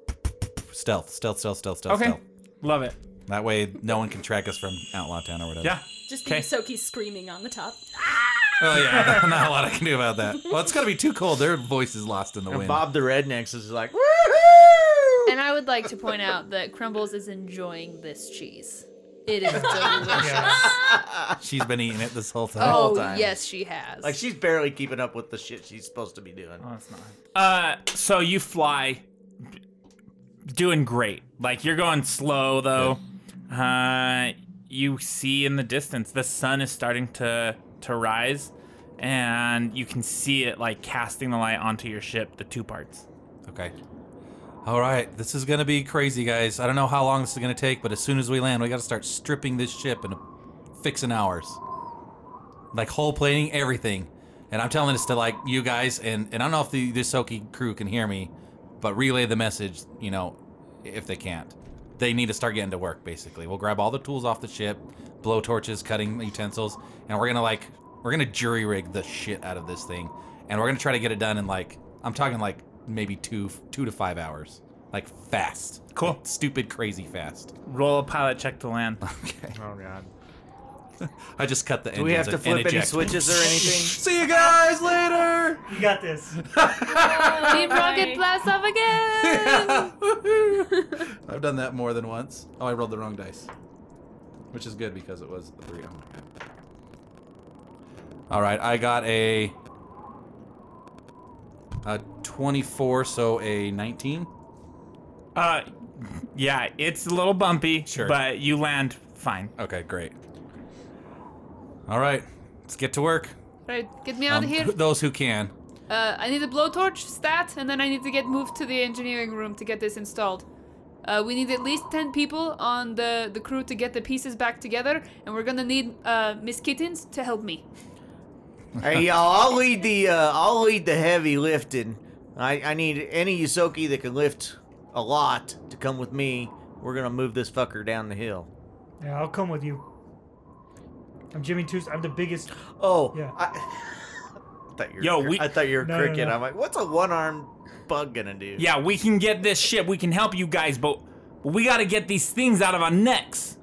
[SPEAKER 6] Stealth, stealth, stealth, stealth, stealth.
[SPEAKER 1] Okay.
[SPEAKER 6] stealth.
[SPEAKER 1] Love it.
[SPEAKER 6] That way, no one can track us from Outlaw Town or whatever.
[SPEAKER 1] Yeah.
[SPEAKER 2] Just the
[SPEAKER 1] Okay.
[SPEAKER 2] Yusoki screaming on the top.
[SPEAKER 6] Oh yeah. Not a lot I can do about that. Well, it's gonna be too cold. Their voice is lost in the
[SPEAKER 8] And
[SPEAKER 6] wind.
[SPEAKER 8] Bob the Rednecks is like,
[SPEAKER 4] And I would like to point out that Crumbles is enjoying this cheese. It is delicious.
[SPEAKER 6] She's been eating it this whole time.
[SPEAKER 4] Oh,
[SPEAKER 8] time.
[SPEAKER 4] yes, she has.
[SPEAKER 8] like she's barely keeping up with the shit she's supposed to be doing.
[SPEAKER 1] Uh, so you fly, doing great. Like you're going slow though. Uh, you see in the distance the sun is starting to to rise, and you can see it like casting the light onto your ship, the two parts.
[SPEAKER 6] Okay. All right, this is gonna be crazy, guys. I don't know how long this is gonna take, but as soon as we land, we gotta start stripping this ship and fixing ours, like hull plating everything. And I'm telling this to like you guys, and and I don't know if the the Soki crew can hear me, but relay the message. You know, if they can't, they need to start getting to work. Basically, we'll grab all the tools off the ship, blow torches, cutting utensils, and we're gonna like we're gonna jury rig the shit out of this thing, and we're gonna try to get it done in like I'm talking like maybe two two to five hours, like fast.
[SPEAKER 1] Cool.
[SPEAKER 6] Like, stupid, crazy fast.
[SPEAKER 1] Roll a pilot check to land.
[SPEAKER 8] Oh god.
[SPEAKER 6] I just cut the.
[SPEAKER 8] Do we have to flip any switches or anything?
[SPEAKER 6] See you guys later.
[SPEAKER 7] You got this.
[SPEAKER 4] Deep rocket blast off again.
[SPEAKER 6] Woohoo. I've done that more than once. Oh, I rolled the wrong dice, which is good because it was a three. Oh my god. All right, I got a a twenty-four, so a nineteen.
[SPEAKER 1] Uh, yeah, it's a little bumpy,
[SPEAKER 6] Sure.
[SPEAKER 1] but you land fine.
[SPEAKER 6] Okay, great. All right, let's get to work.
[SPEAKER 4] right, get me out
[SPEAKER 6] Um,
[SPEAKER 4] of here.
[SPEAKER 6] Those who can.
[SPEAKER 4] Uh, I need a blowtorch stat, and then I need to get moved to the engineering room to get this installed. Uh, we need at least ten people on the the crew to get the pieces back together, and we're gonna need uh, Miss Kittens to help me.
[SPEAKER 6] Oh.
[SPEAKER 8] hey y'all, I'll lead the uh, I'll lead the heavy lifting. I, I need any Yusoki that can lift a lot to come with me. We're gonna move this fucker down the hill.
[SPEAKER 7] Yeah, I'll come with you. I'm Jimmy Tuesday. I'm the biggest.
[SPEAKER 8] Oh,
[SPEAKER 7] Yeah.
[SPEAKER 8] I, I thought you were
[SPEAKER 1] Yo,
[SPEAKER 8] cr-
[SPEAKER 1] we-
[SPEAKER 8] I thought you were a
[SPEAKER 7] No, no,
[SPEAKER 8] cricket.
[SPEAKER 7] no.
[SPEAKER 8] I'm like, what's a one-armed bug gonna do?
[SPEAKER 1] Yeah, we can get this ship. We can help you guys, but we gotta get these things out of our necks.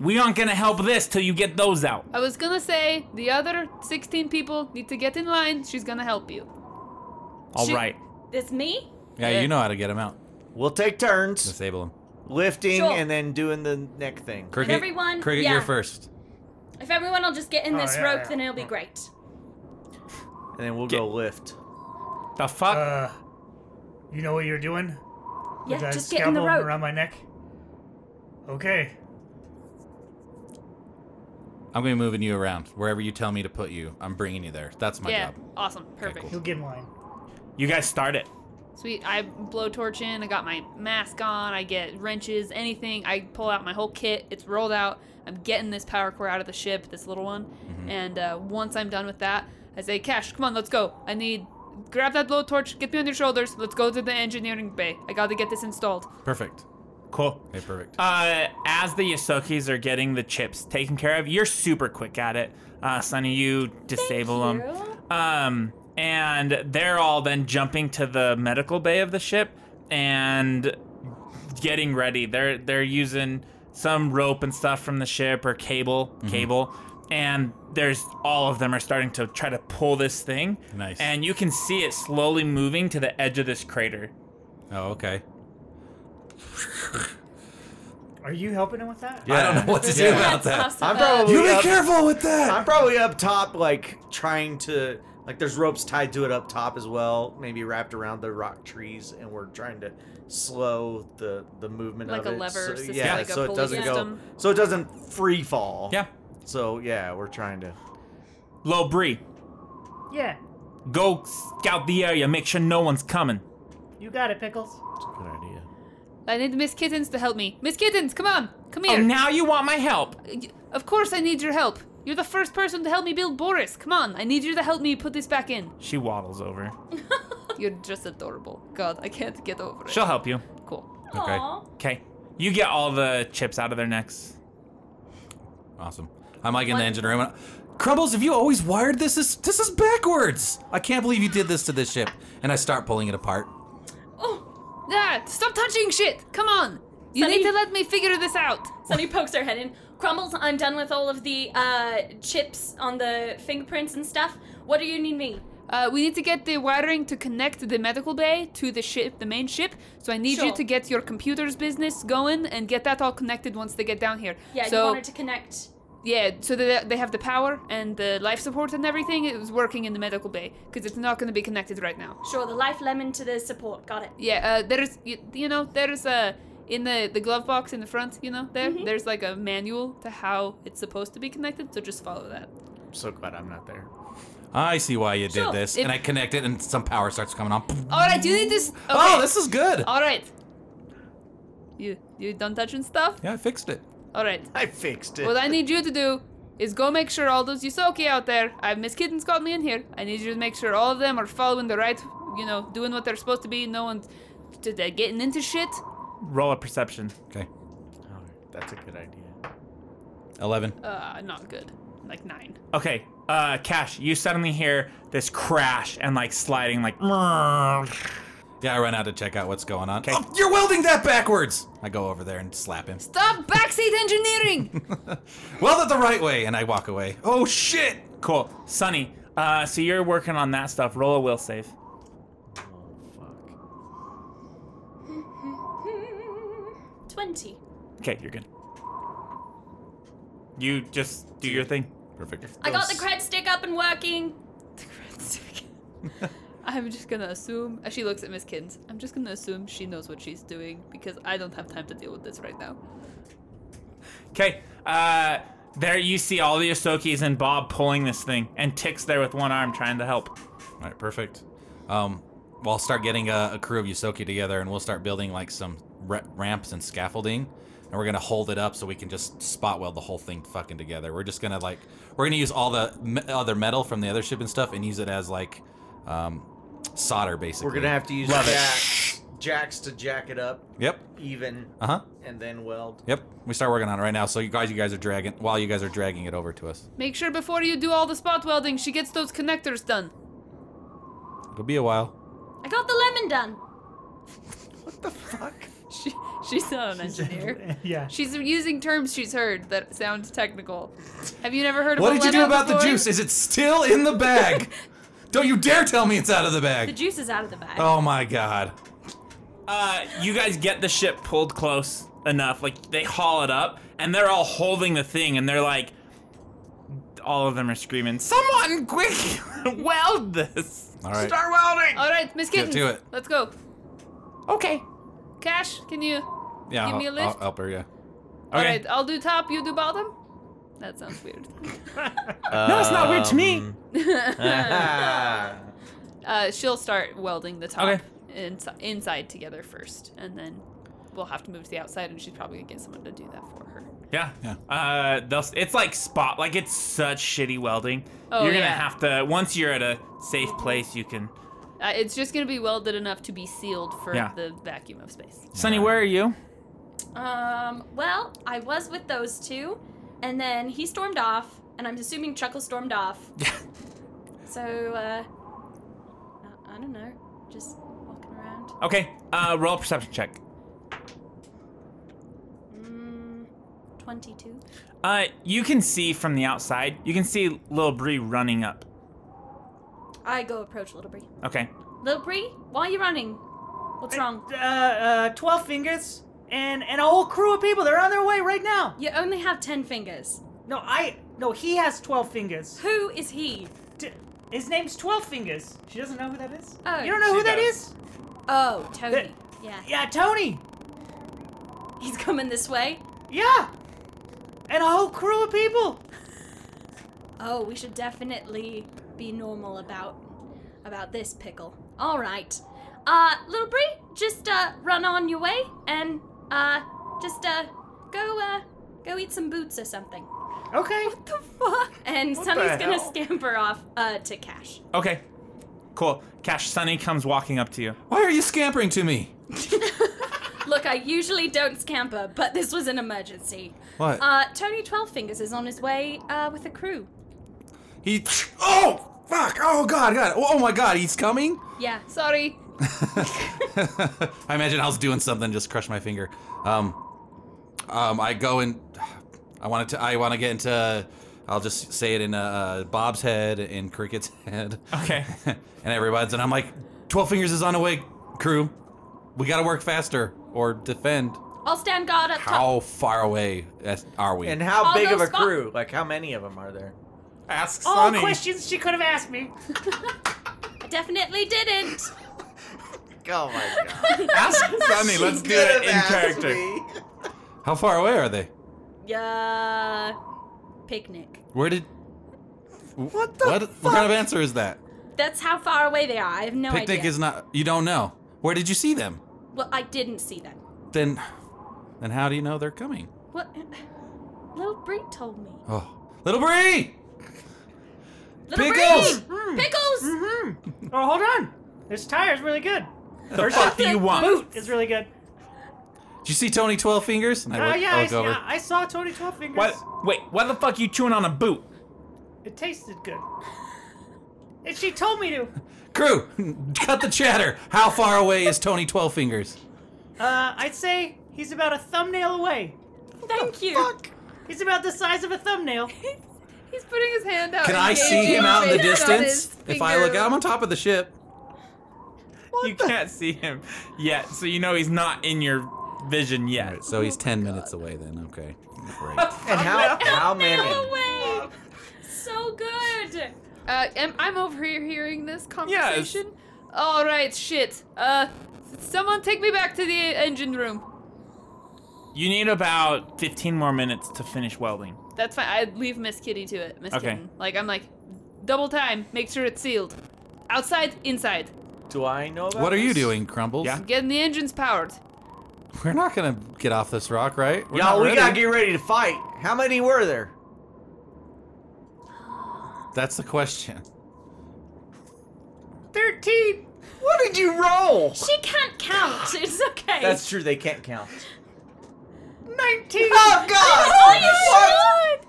[SPEAKER 1] We aren't gonna help this till you get those out.
[SPEAKER 4] I was gonna say the other sixteen people need to get in line. She's gonna help you.
[SPEAKER 1] All right.
[SPEAKER 4] She-
[SPEAKER 2] This me?
[SPEAKER 6] Yeah, you know how to get them out.
[SPEAKER 8] We'll take turns
[SPEAKER 6] Disable them.
[SPEAKER 8] lifting
[SPEAKER 2] Sure.
[SPEAKER 8] and then doing the neck thing.
[SPEAKER 6] Cricket.
[SPEAKER 2] everyone-
[SPEAKER 6] Cricket,
[SPEAKER 2] yeah.
[SPEAKER 6] you're first.
[SPEAKER 2] If everyone will just get in
[SPEAKER 7] Oh,
[SPEAKER 2] this
[SPEAKER 7] yeah,
[SPEAKER 2] rope,
[SPEAKER 7] yeah.
[SPEAKER 2] then it'll be great.
[SPEAKER 8] And then we'll go lift.
[SPEAKER 1] The fuck?
[SPEAKER 7] Uh, you know what you're doing?
[SPEAKER 2] Yeah,
[SPEAKER 7] With that
[SPEAKER 2] just get in the
[SPEAKER 7] scalpel
[SPEAKER 2] rope.
[SPEAKER 7] around my neck. Okay.
[SPEAKER 6] I'm gonna be moving you around wherever you tell me to put you. I'm bringing you there. That's my
[SPEAKER 4] yeah,
[SPEAKER 6] job.
[SPEAKER 4] awesome, perfect.
[SPEAKER 6] cool.
[SPEAKER 7] He'll get in line.
[SPEAKER 1] you guys start it.
[SPEAKER 4] Sweet. I blowtorch in. I got my mask on. I get wrenches, anything. I pull out my whole kit. It's rolled out. I'm getting this power core out of the ship, this little one.
[SPEAKER 8] Mm-hmm.
[SPEAKER 4] And uh, once I'm done with that, I say, Cash, come on, let's go. I need. Grab that blowtorch. Get me on your shoulders. Let's go to the engineering bay. I gotta get this installed.
[SPEAKER 6] Perfect.
[SPEAKER 1] Cool.
[SPEAKER 6] Okay, perfect.
[SPEAKER 1] Uh, as the Yosokis are getting the chips taken care of, you're super quick at it. Uh, Sonny, you disable them. Um, and they're all then jumping to the medical bay of the ship and getting ready. They're they're using some rope and stuff from the ship or cable, cable. And there's all of them are starting to try to pull this thing.
[SPEAKER 6] Nice.
[SPEAKER 1] And you can see it slowly moving to the edge of this crater.
[SPEAKER 6] oh, okay.
[SPEAKER 7] Are you helping him with that?
[SPEAKER 6] I don't know what to do about
[SPEAKER 2] That's
[SPEAKER 6] that.
[SPEAKER 4] Uh,
[SPEAKER 2] awesome.
[SPEAKER 8] I'm probably
[SPEAKER 6] You be
[SPEAKER 8] up,
[SPEAKER 6] careful with that.
[SPEAKER 8] I'm probably up top, like trying to like there's ropes tied to it up top as well, maybe wrapped around the rock trees, and we're trying to slow the the movement
[SPEAKER 4] Like
[SPEAKER 8] of
[SPEAKER 4] a
[SPEAKER 8] it.
[SPEAKER 4] lever
[SPEAKER 8] so,
[SPEAKER 4] system,
[SPEAKER 8] yeah,
[SPEAKER 4] like a
[SPEAKER 8] so it
[SPEAKER 4] pulley
[SPEAKER 8] doesn't
[SPEAKER 4] system.
[SPEAKER 8] go, so it doesn't free fall.
[SPEAKER 1] Yeah.
[SPEAKER 8] So yeah, we're trying to.
[SPEAKER 1] Low Bree.
[SPEAKER 7] Yeah.
[SPEAKER 1] Go scout the area, make sure no one's coming.
[SPEAKER 7] You got it, Pickles.
[SPEAKER 8] Good idea.
[SPEAKER 4] I need Miss Kittens to help me. Miss Kittens, come on. Come
[SPEAKER 1] Oh,
[SPEAKER 4] here.
[SPEAKER 1] now you want my help.
[SPEAKER 4] Of course, I need your help. You're the first person to help me build Boris. Come on, I need you to help me put this back in.
[SPEAKER 1] She waddles over.
[SPEAKER 4] You're just adorable. God, I can't get over it.
[SPEAKER 1] She'll help you.
[SPEAKER 4] Cool.
[SPEAKER 6] Okay.
[SPEAKER 1] Okay. You get all the chips out of their necks.
[SPEAKER 6] Awesome. I'm like in the engine room. and- Crumbles, have you always wired this? This this is backwards. I can't believe you did this to this ship. And I start pulling it apart.
[SPEAKER 4] Oh, ah, stop touching shit. Come on. You
[SPEAKER 2] Sunny-
[SPEAKER 4] need to let me figure this out.
[SPEAKER 2] Sunny pokes her head in. Crumbles, I'm done with all of the uh, chips on the fingerprints and stuff. What do you need me?
[SPEAKER 4] Uh, we need to get the wiring to connect the medical bay to the ship, the main ship. So I need you
[SPEAKER 2] Sure.
[SPEAKER 4] to get your computers business going and get that all connected once they get down here.
[SPEAKER 2] Yeah,
[SPEAKER 4] so,
[SPEAKER 2] you wanted to connect.
[SPEAKER 4] Yeah, so that they have the power and the life support and everything. It was working in the medical bay because it's not going to be connected right now.
[SPEAKER 2] Sure, the life lemon to the support. Got it.
[SPEAKER 4] Yeah, uh, there's you, you know there's a in the the glove box in the front. You know
[SPEAKER 6] Mm-hmm.
[SPEAKER 4] there there's like a manual to how it's supposed to be connected. So just follow that.
[SPEAKER 8] I'm so glad I'm not there.
[SPEAKER 6] I see why you did
[SPEAKER 4] Sure,
[SPEAKER 6] this.
[SPEAKER 4] if-
[SPEAKER 6] and I connect it, and some power starts coming on.
[SPEAKER 4] All right, you need this.
[SPEAKER 6] Oh, this is good.
[SPEAKER 4] All right. You you done touching stuff?
[SPEAKER 6] Yeah, I fixed it.
[SPEAKER 4] All right.
[SPEAKER 8] I fixed it.
[SPEAKER 4] What I need you to do is go make sure all those Yusoki out there. I Miss Kitten's got me in here. I need you to make sure all of them are following the right, you know, doing what they're supposed to be. No one's t- t- getting into shit.
[SPEAKER 1] Roll a perception.
[SPEAKER 6] Okay.
[SPEAKER 8] Oh, that's a good idea.
[SPEAKER 6] 11.
[SPEAKER 4] Uh, not good. Like nine.
[SPEAKER 1] Okay. Uh, Cash, you suddenly hear this crash and like sliding, like
[SPEAKER 6] Yeah, I run out to check out what's going on. Oh, you're welding that backwards! I go over there and slap him.
[SPEAKER 4] Stop backseat engineering.
[SPEAKER 6] Weld it the right way! And I walk away. Oh, shit!
[SPEAKER 1] cool. Sunny, uh, so you're working on that stuff. Roll a will save.
[SPEAKER 8] Oh, fuck.
[SPEAKER 2] 20.
[SPEAKER 1] Okay, you're good. You just do your thing.
[SPEAKER 6] Perfect.
[SPEAKER 2] I got the cred stick up and working.
[SPEAKER 4] I'm just gonna assume. As she looks at Miss Kittens, I'm just gonna assume she knows what she's doing because I don't have time to deal with this right now.
[SPEAKER 1] Okay. Uh, there you see all the Ahsokis and Bob pulling this thing, and Tick's there with one arm trying to help.
[SPEAKER 6] All right, perfect. Um, well, I'll start getting a, a crew of Yusoki together, and we'll start building like some ra- ramps and scaffolding, and we're gonna hold it up so we can just spot weld the whole thing fucking together. We're just gonna like we're gonna use all the me- other metal from the other ship and stuff, and use it as like um, solder basically.
[SPEAKER 8] We're gonna have to use
[SPEAKER 6] Love it.
[SPEAKER 8] jacks, jacks to jack it up
[SPEAKER 6] Yep.
[SPEAKER 8] even,
[SPEAKER 6] Uh huh.
[SPEAKER 8] and then weld.
[SPEAKER 6] Yep. We start working on it right now. So you guys, you guys are dragging while you guys are dragging it over to us.
[SPEAKER 4] Make sure before you do all the spot welding, she gets those connectors done.
[SPEAKER 6] It'll be a while.
[SPEAKER 2] I got the lemon done.
[SPEAKER 4] She, she's not an engineer.
[SPEAKER 7] yeah.
[SPEAKER 4] She's using terms she's heard that sound technical. Have you never heard of
[SPEAKER 6] What
[SPEAKER 4] a
[SPEAKER 6] did you do
[SPEAKER 4] lemon
[SPEAKER 6] about the
[SPEAKER 4] before?
[SPEAKER 6] juice? Is it still in the bag? Don't you dare tell me it's out of the
[SPEAKER 2] The
[SPEAKER 6] bag.
[SPEAKER 2] juice is out of the bag.
[SPEAKER 6] Oh my god.
[SPEAKER 1] Uh, you guys get the ship pulled close enough, like they haul it up, and they're all holding the thing, and they're like, all of them are screaming, "Someone quick, weld this!
[SPEAKER 6] All right.
[SPEAKER 1] Start welding!"
[SPEAKER 4] All right, Miss Kittens.
[SPEAKER 6] do it.
[SPEAKER 4] Let's go.
[SPEAKER 1] Okay.
[SPEAKER 4] Cash, can you?
[SPEAKER 6] Yeah,
[SPEAKER 4] Give
[SPEAKER 6] I'll,
[SPEAKER 4] me a
[SPEAKER 6] I'll
[SPEAKER 4] lift.
[SPEAKER 6] help her, yeah.
[SPEAKER 4] All right, I'll do top, you do bottom. That sounds weird.
[SPEAKER 1] No, it's not weird to me.
[SPEAKER 8] Um, Ah.
[SPEAKER 4] Uh, she'll start welding the top
[SPEAKER 1] Okay.
[SPEAKER 4] insi- inside together first, and then we'll have to move to the outside, and she's probably gonna get someone to do that for her.
[SPEAKER 1] Yeah. Uh, they'll, it's like spot, like it's such shitty welding.
[SPEAKER 4] Oh,
[SPEAKER 1] you're gonna
[SPEAKER 4] yeah.
[SPEAKER 1] have to once you're at a safe place, you can.
[SPEAKER 4] Uh, it's just gonna be welded enough to be sealed for
[SPEAKER 1] Yeah.
[SPEAKER 4] the vacuum of space.
[SPEAKER 1] Sunny, where are you?
[SPEAKER 7] Oh.
[SPEAKER 2] Um, well, I was with those two, and then he stormed off, and I'm assuming Chuckle stormed off. Yeah. So, uh, I- I don't know. Just walking around.
[SPEAKER 1] Okay. Uh, roll a perception check.
[SPEAKER 2] Mm, 22.
[SPEAKER 1] Uh, you can see from the outside. You can see Lil Bree running up.
[SPEAKER 2] I go approach Little Bree.
[SPEAKER 1] Okay.
[SPEAKER 2] Little Bree, why are you running? What's wrong?
[SPEAKER 7] Uh, uh, 12 fingers and, and a whole crew of people. They're on their way right now.
[SPEAKER 2] You only have 10 fingers.
[SPEAKER 7] No, I. No, he has 12 fingers.
[SPEAKER 2] Who is he?
[SPEAKER 7] D- his name's 12 fingers. She doesn't know who that is?
[SPEAKER 2] Oh.
[SPEAKER 7] You don't know who that is?
[SPEAKER 2] Oh, Tony.
[SPEAKER 7] Th-
[SPEAKER 2] Yeah.
[SPEAKER 7] Yeah, Tony.
[SPEAKER 2] He's coming this way.
[SPEAKER 7] Yeah. And a whole crew of people.
[SPEAKER 2] Oh, we should definitely be normal about about this pickle. All right. Uh, little Bree, just uh run on your way and uh just uh go uh go eat some boots or something.
[SPEAKER 1] Okay.
[SPEAKER 2] and
[SPEAKER 1] What
[SPEAKER 2] Sunny's
[SPEAKER 1] the
[SPEAKER 2] gonna
[SPEAKER 1] hell?
[SPEAKER 2] scamper off uh, to Cash.
[SPEAKER 1] Okay. Cool. Cash Sunny comes walking up to you.
[SPEAKER 6] Why are you scampering to me?
[SPEAKER 2] Look, I usually don't scamper, but this was an emergency.
[SPEAKER 6] What?
[SPEAKER 2] Uh, Tony Twelve Fingers is on his way uh, with a crew.
[SPEAKER 6] He. Oh! Fuck! Oh, God, God. Oh, my God, he's coming?
[SPEAKER 2] Yeah.
[SPEAKER 4] Sorry.
[SPEAKER 6] I imagine I was doing something, just crush my finger. Um, um, I go and I want to. I want to get into. I'll just say it in uh, Bob's head and Cricket's head.
[SPEAKER 1] Okay.
[SPEAKER 6] and everybody's and I'm like, Twelve Fingers is on the way, crew. We gotta work faster or defend.
[SPEAKER 2] I'll stand guard up top.
[SPEAKER 6] How far away as- are we?
[SPEAKER 8] And how
[SPEAKER 2] Oh,
[SPEAKER 8] big
[SPEAKER 2] no,
[SPEAKER 8] of a
[SPEAKER 2] Scott-
[SPEAKER 8] crew? Like, how many of them are there?
[SPEAKER 1] Ask
[SPEAKER 7] All
[SPEAKER 1] Sunny.
[SPEAKER 7] questions she could have asked me.
[SPEAKER 2] I definitely didn't.
[SPEAKER 8] Oh my god.
[SPEAKER 1] Ask Sunny. Let's do it in character.
[SPEAKER 6] how far away are they?
[SPEAKER 2] Yeah. Picnic.
[SPEAKER 6] Where did? What the? What, what kind of answer is that?
[SPEAKER 2] That's how far away they are. I have no
[SPEAKER 6] Picnic
[SPEAKER 2] idea.
[SPEAKER 6] is not. You don't know. Where did you see them?
[SPEAKER 2] Well, I didn't see them.
[SPEAKER 6] Then, then how do you know they're coming?
[SPEAKER 2] What? Little Bree told me.
[SPEAKER 6] Oh, little Bree!
[SPEAKER 2] Little
[SPEAKER 6] Pickles!
[SPEAKER 2] Bree! Pickles!
[SPEAKER 7] Oh, hold on. This tire is really good.
[SPEAKER 1] The fuck do you want?
[SPEAKER 7] Boot is really good.
[SPEAKER 6] Did you see Tony Twelve Fingers? And
[SPEAKER 7] Oh
[SPEAKER 6] look-
[SPEAKER 7] yeah, I,
[SPEAKER 6] look over.
[SPEAKER 7] yeah, I saw Tony Twelve Fingers.
[SPEAKER 1] What? Wait. Why the fuck you chewing on a boot?
[SPEAKER 7] It tasted good. And she told me to.
[SPEAKER 6] Crew, cut the chatter. How far away is Tony Twelve Fingers?
[SPEAKER 7] Uh, I'd say he's about a thumbnail away.
[SPEAKER 2] Thank you.
[SPEAKER 7] He's about the size of a thumbnail.
[SPEAKER 4] He's putting his hand out.
[SPEAKER 6] Can I see him out in the distance? If I look, I'm
[SPEAKER 4] out,
[SPEAKER 6] on top of the ship.
[SPEAKER 1] you can't see him yet, so you know he's not in your vision yet.
[SPEAKER 6] So he's ten minutes away. Then okay, great.
[SPEAKER 8] And how, how
[SPEAKER 2] No
[SPEAKER 8] many?
[SPEAKER 2] way! So good!
[SPEAKER 4] uh, am, I'm overhearing this
[SPEAKER 1] Yes.
[SPEAKER 4] conversation. All right, shit. Uh, someone take me back to the engine room.
[SPEAKER 1] You need about 15 more minutes to finish welding.
[SPEAKER 4] That's fine. I'd leave Miss Kitty to it. Miss
[SPEAKER 1] Okay.
[SPEAKER 4] Kitten. Like I'm like, double time. Make sure it's sealed. Outside, inside.
[SPEAKER 8] Do I know about
[SPEAKER 6] What are you
[SPEAKER 8] this?
[SPEAKER 6] doing, Crumbles?
[SPEAKER 1] Yeah.
[SPEAKER 4] Getting the engines powered.
[SPEAKER 6] We're not gonna get off this rock, right? We're
[SPEAKER 8] Y'all,
[SPEAKER 6] not
[SPEAKER 8] we
[SPEAKER 6] ready.
[SPEAKER 8] gotta get ready to fight. How many were there?
[SPEAKER 6] That's the question.
[SPEAKER 7] Thirteen.
[SPEAKER 8] What did you roll?
[SPEAKER 2] She can't count. It's okay.
[SPEAKER 8] That's true, they can't count.
[SPEAKER 7] 19.
[SPEAKER 8] Oh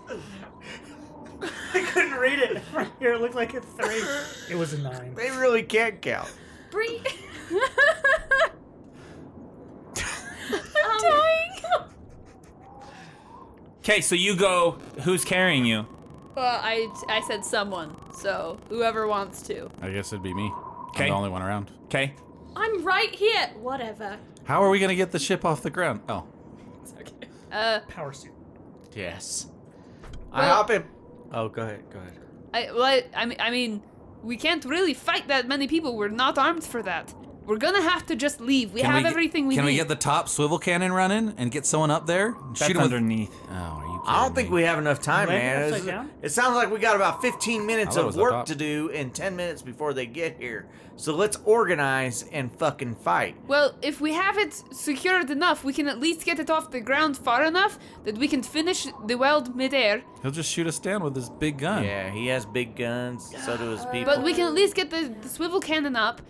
[SPEAKER 8] god!
[SPEAKER 7] I couldn't read it. Right here, it looked like a three. It was a nine.
[SPEAKER 8] They really can't count.
[SPEAKER 2] Bree. I'm dying.
[SPEAKER 1] Okay, so you go. Who's carrying you?
[SPEAKER 4] Well, I I said someone. So whoever wants to.
[SPEAKER 6] I guess it'd be me.
[SPEAKER 1] Okay.
[SPEAKER 6] I'm the only one around.
[SPEAKER 1] Okay.
[SPEAKER 2] I'm right here. Whatever.
[SPEAKER 6] How are we gonna get the ship off the ground? Oh,
[SPEAKER 4] Uh,
[SPEAKER 7] Power suit.
[SPEAKER 8] Yes. I
[SPEAKER 4] Well-
[SPEAKER 8] hop in. Oh, go ahead, go ahead.
[SPEAKER 4] I well, I, I mean, I mean, we can't really fight that many people. We're not armed for that. We're gonna have to just leave. We
[SPEAKER 6] Can
[SPEAKER 4] have
[SPEAKER 6] get-
[SPEAKER 4] everything we
[SPEAKER 6] Can
[SPEAKER 4] need.
[SPEAKER 6] we get the top swivel cannon running and get someone up there? and
[SPEAKER 1] That's
[SPEAKER 6] Shoot him with.
[SPEAKER 1] underneath.
[SPEAKER 6] Oh, are you
[SPEAKER 8] I don't
[SPEAKER 6] kidding
[SPEAKER 8] think
[SPEAKER 6] me?
[SPEAKER 8] we have enough time,
[SPEAKER 7] Landing
[SPEAKER 8] man.
[SPEAKER 7] upside
[SPEAKER 8] It's-
[SPEAKER 7] down?
[SPEAKER 8] It sounds like we got about 15 minutes
[SPEAKER 6] thought it
[SPEAKER 8] of
[SPEAKER 6] was up
[SPEAKER 8] work
[SPEAKER 6] top.
[SPEAKER 8] to do and 10 minutes before they get here. So let's organize and fucking fight.
[SPEAKER 4] well, if we have it secured enough, we can at least get it off the ground far enough that we can finish the weld midair.
[SPEAKER 6] He'll just shoot us down with his big gun.
[SPEAKER 8] Yeah, he has big guns. So do his people.
[SPEAKER 4] But we can at least get the, the swivel cannon up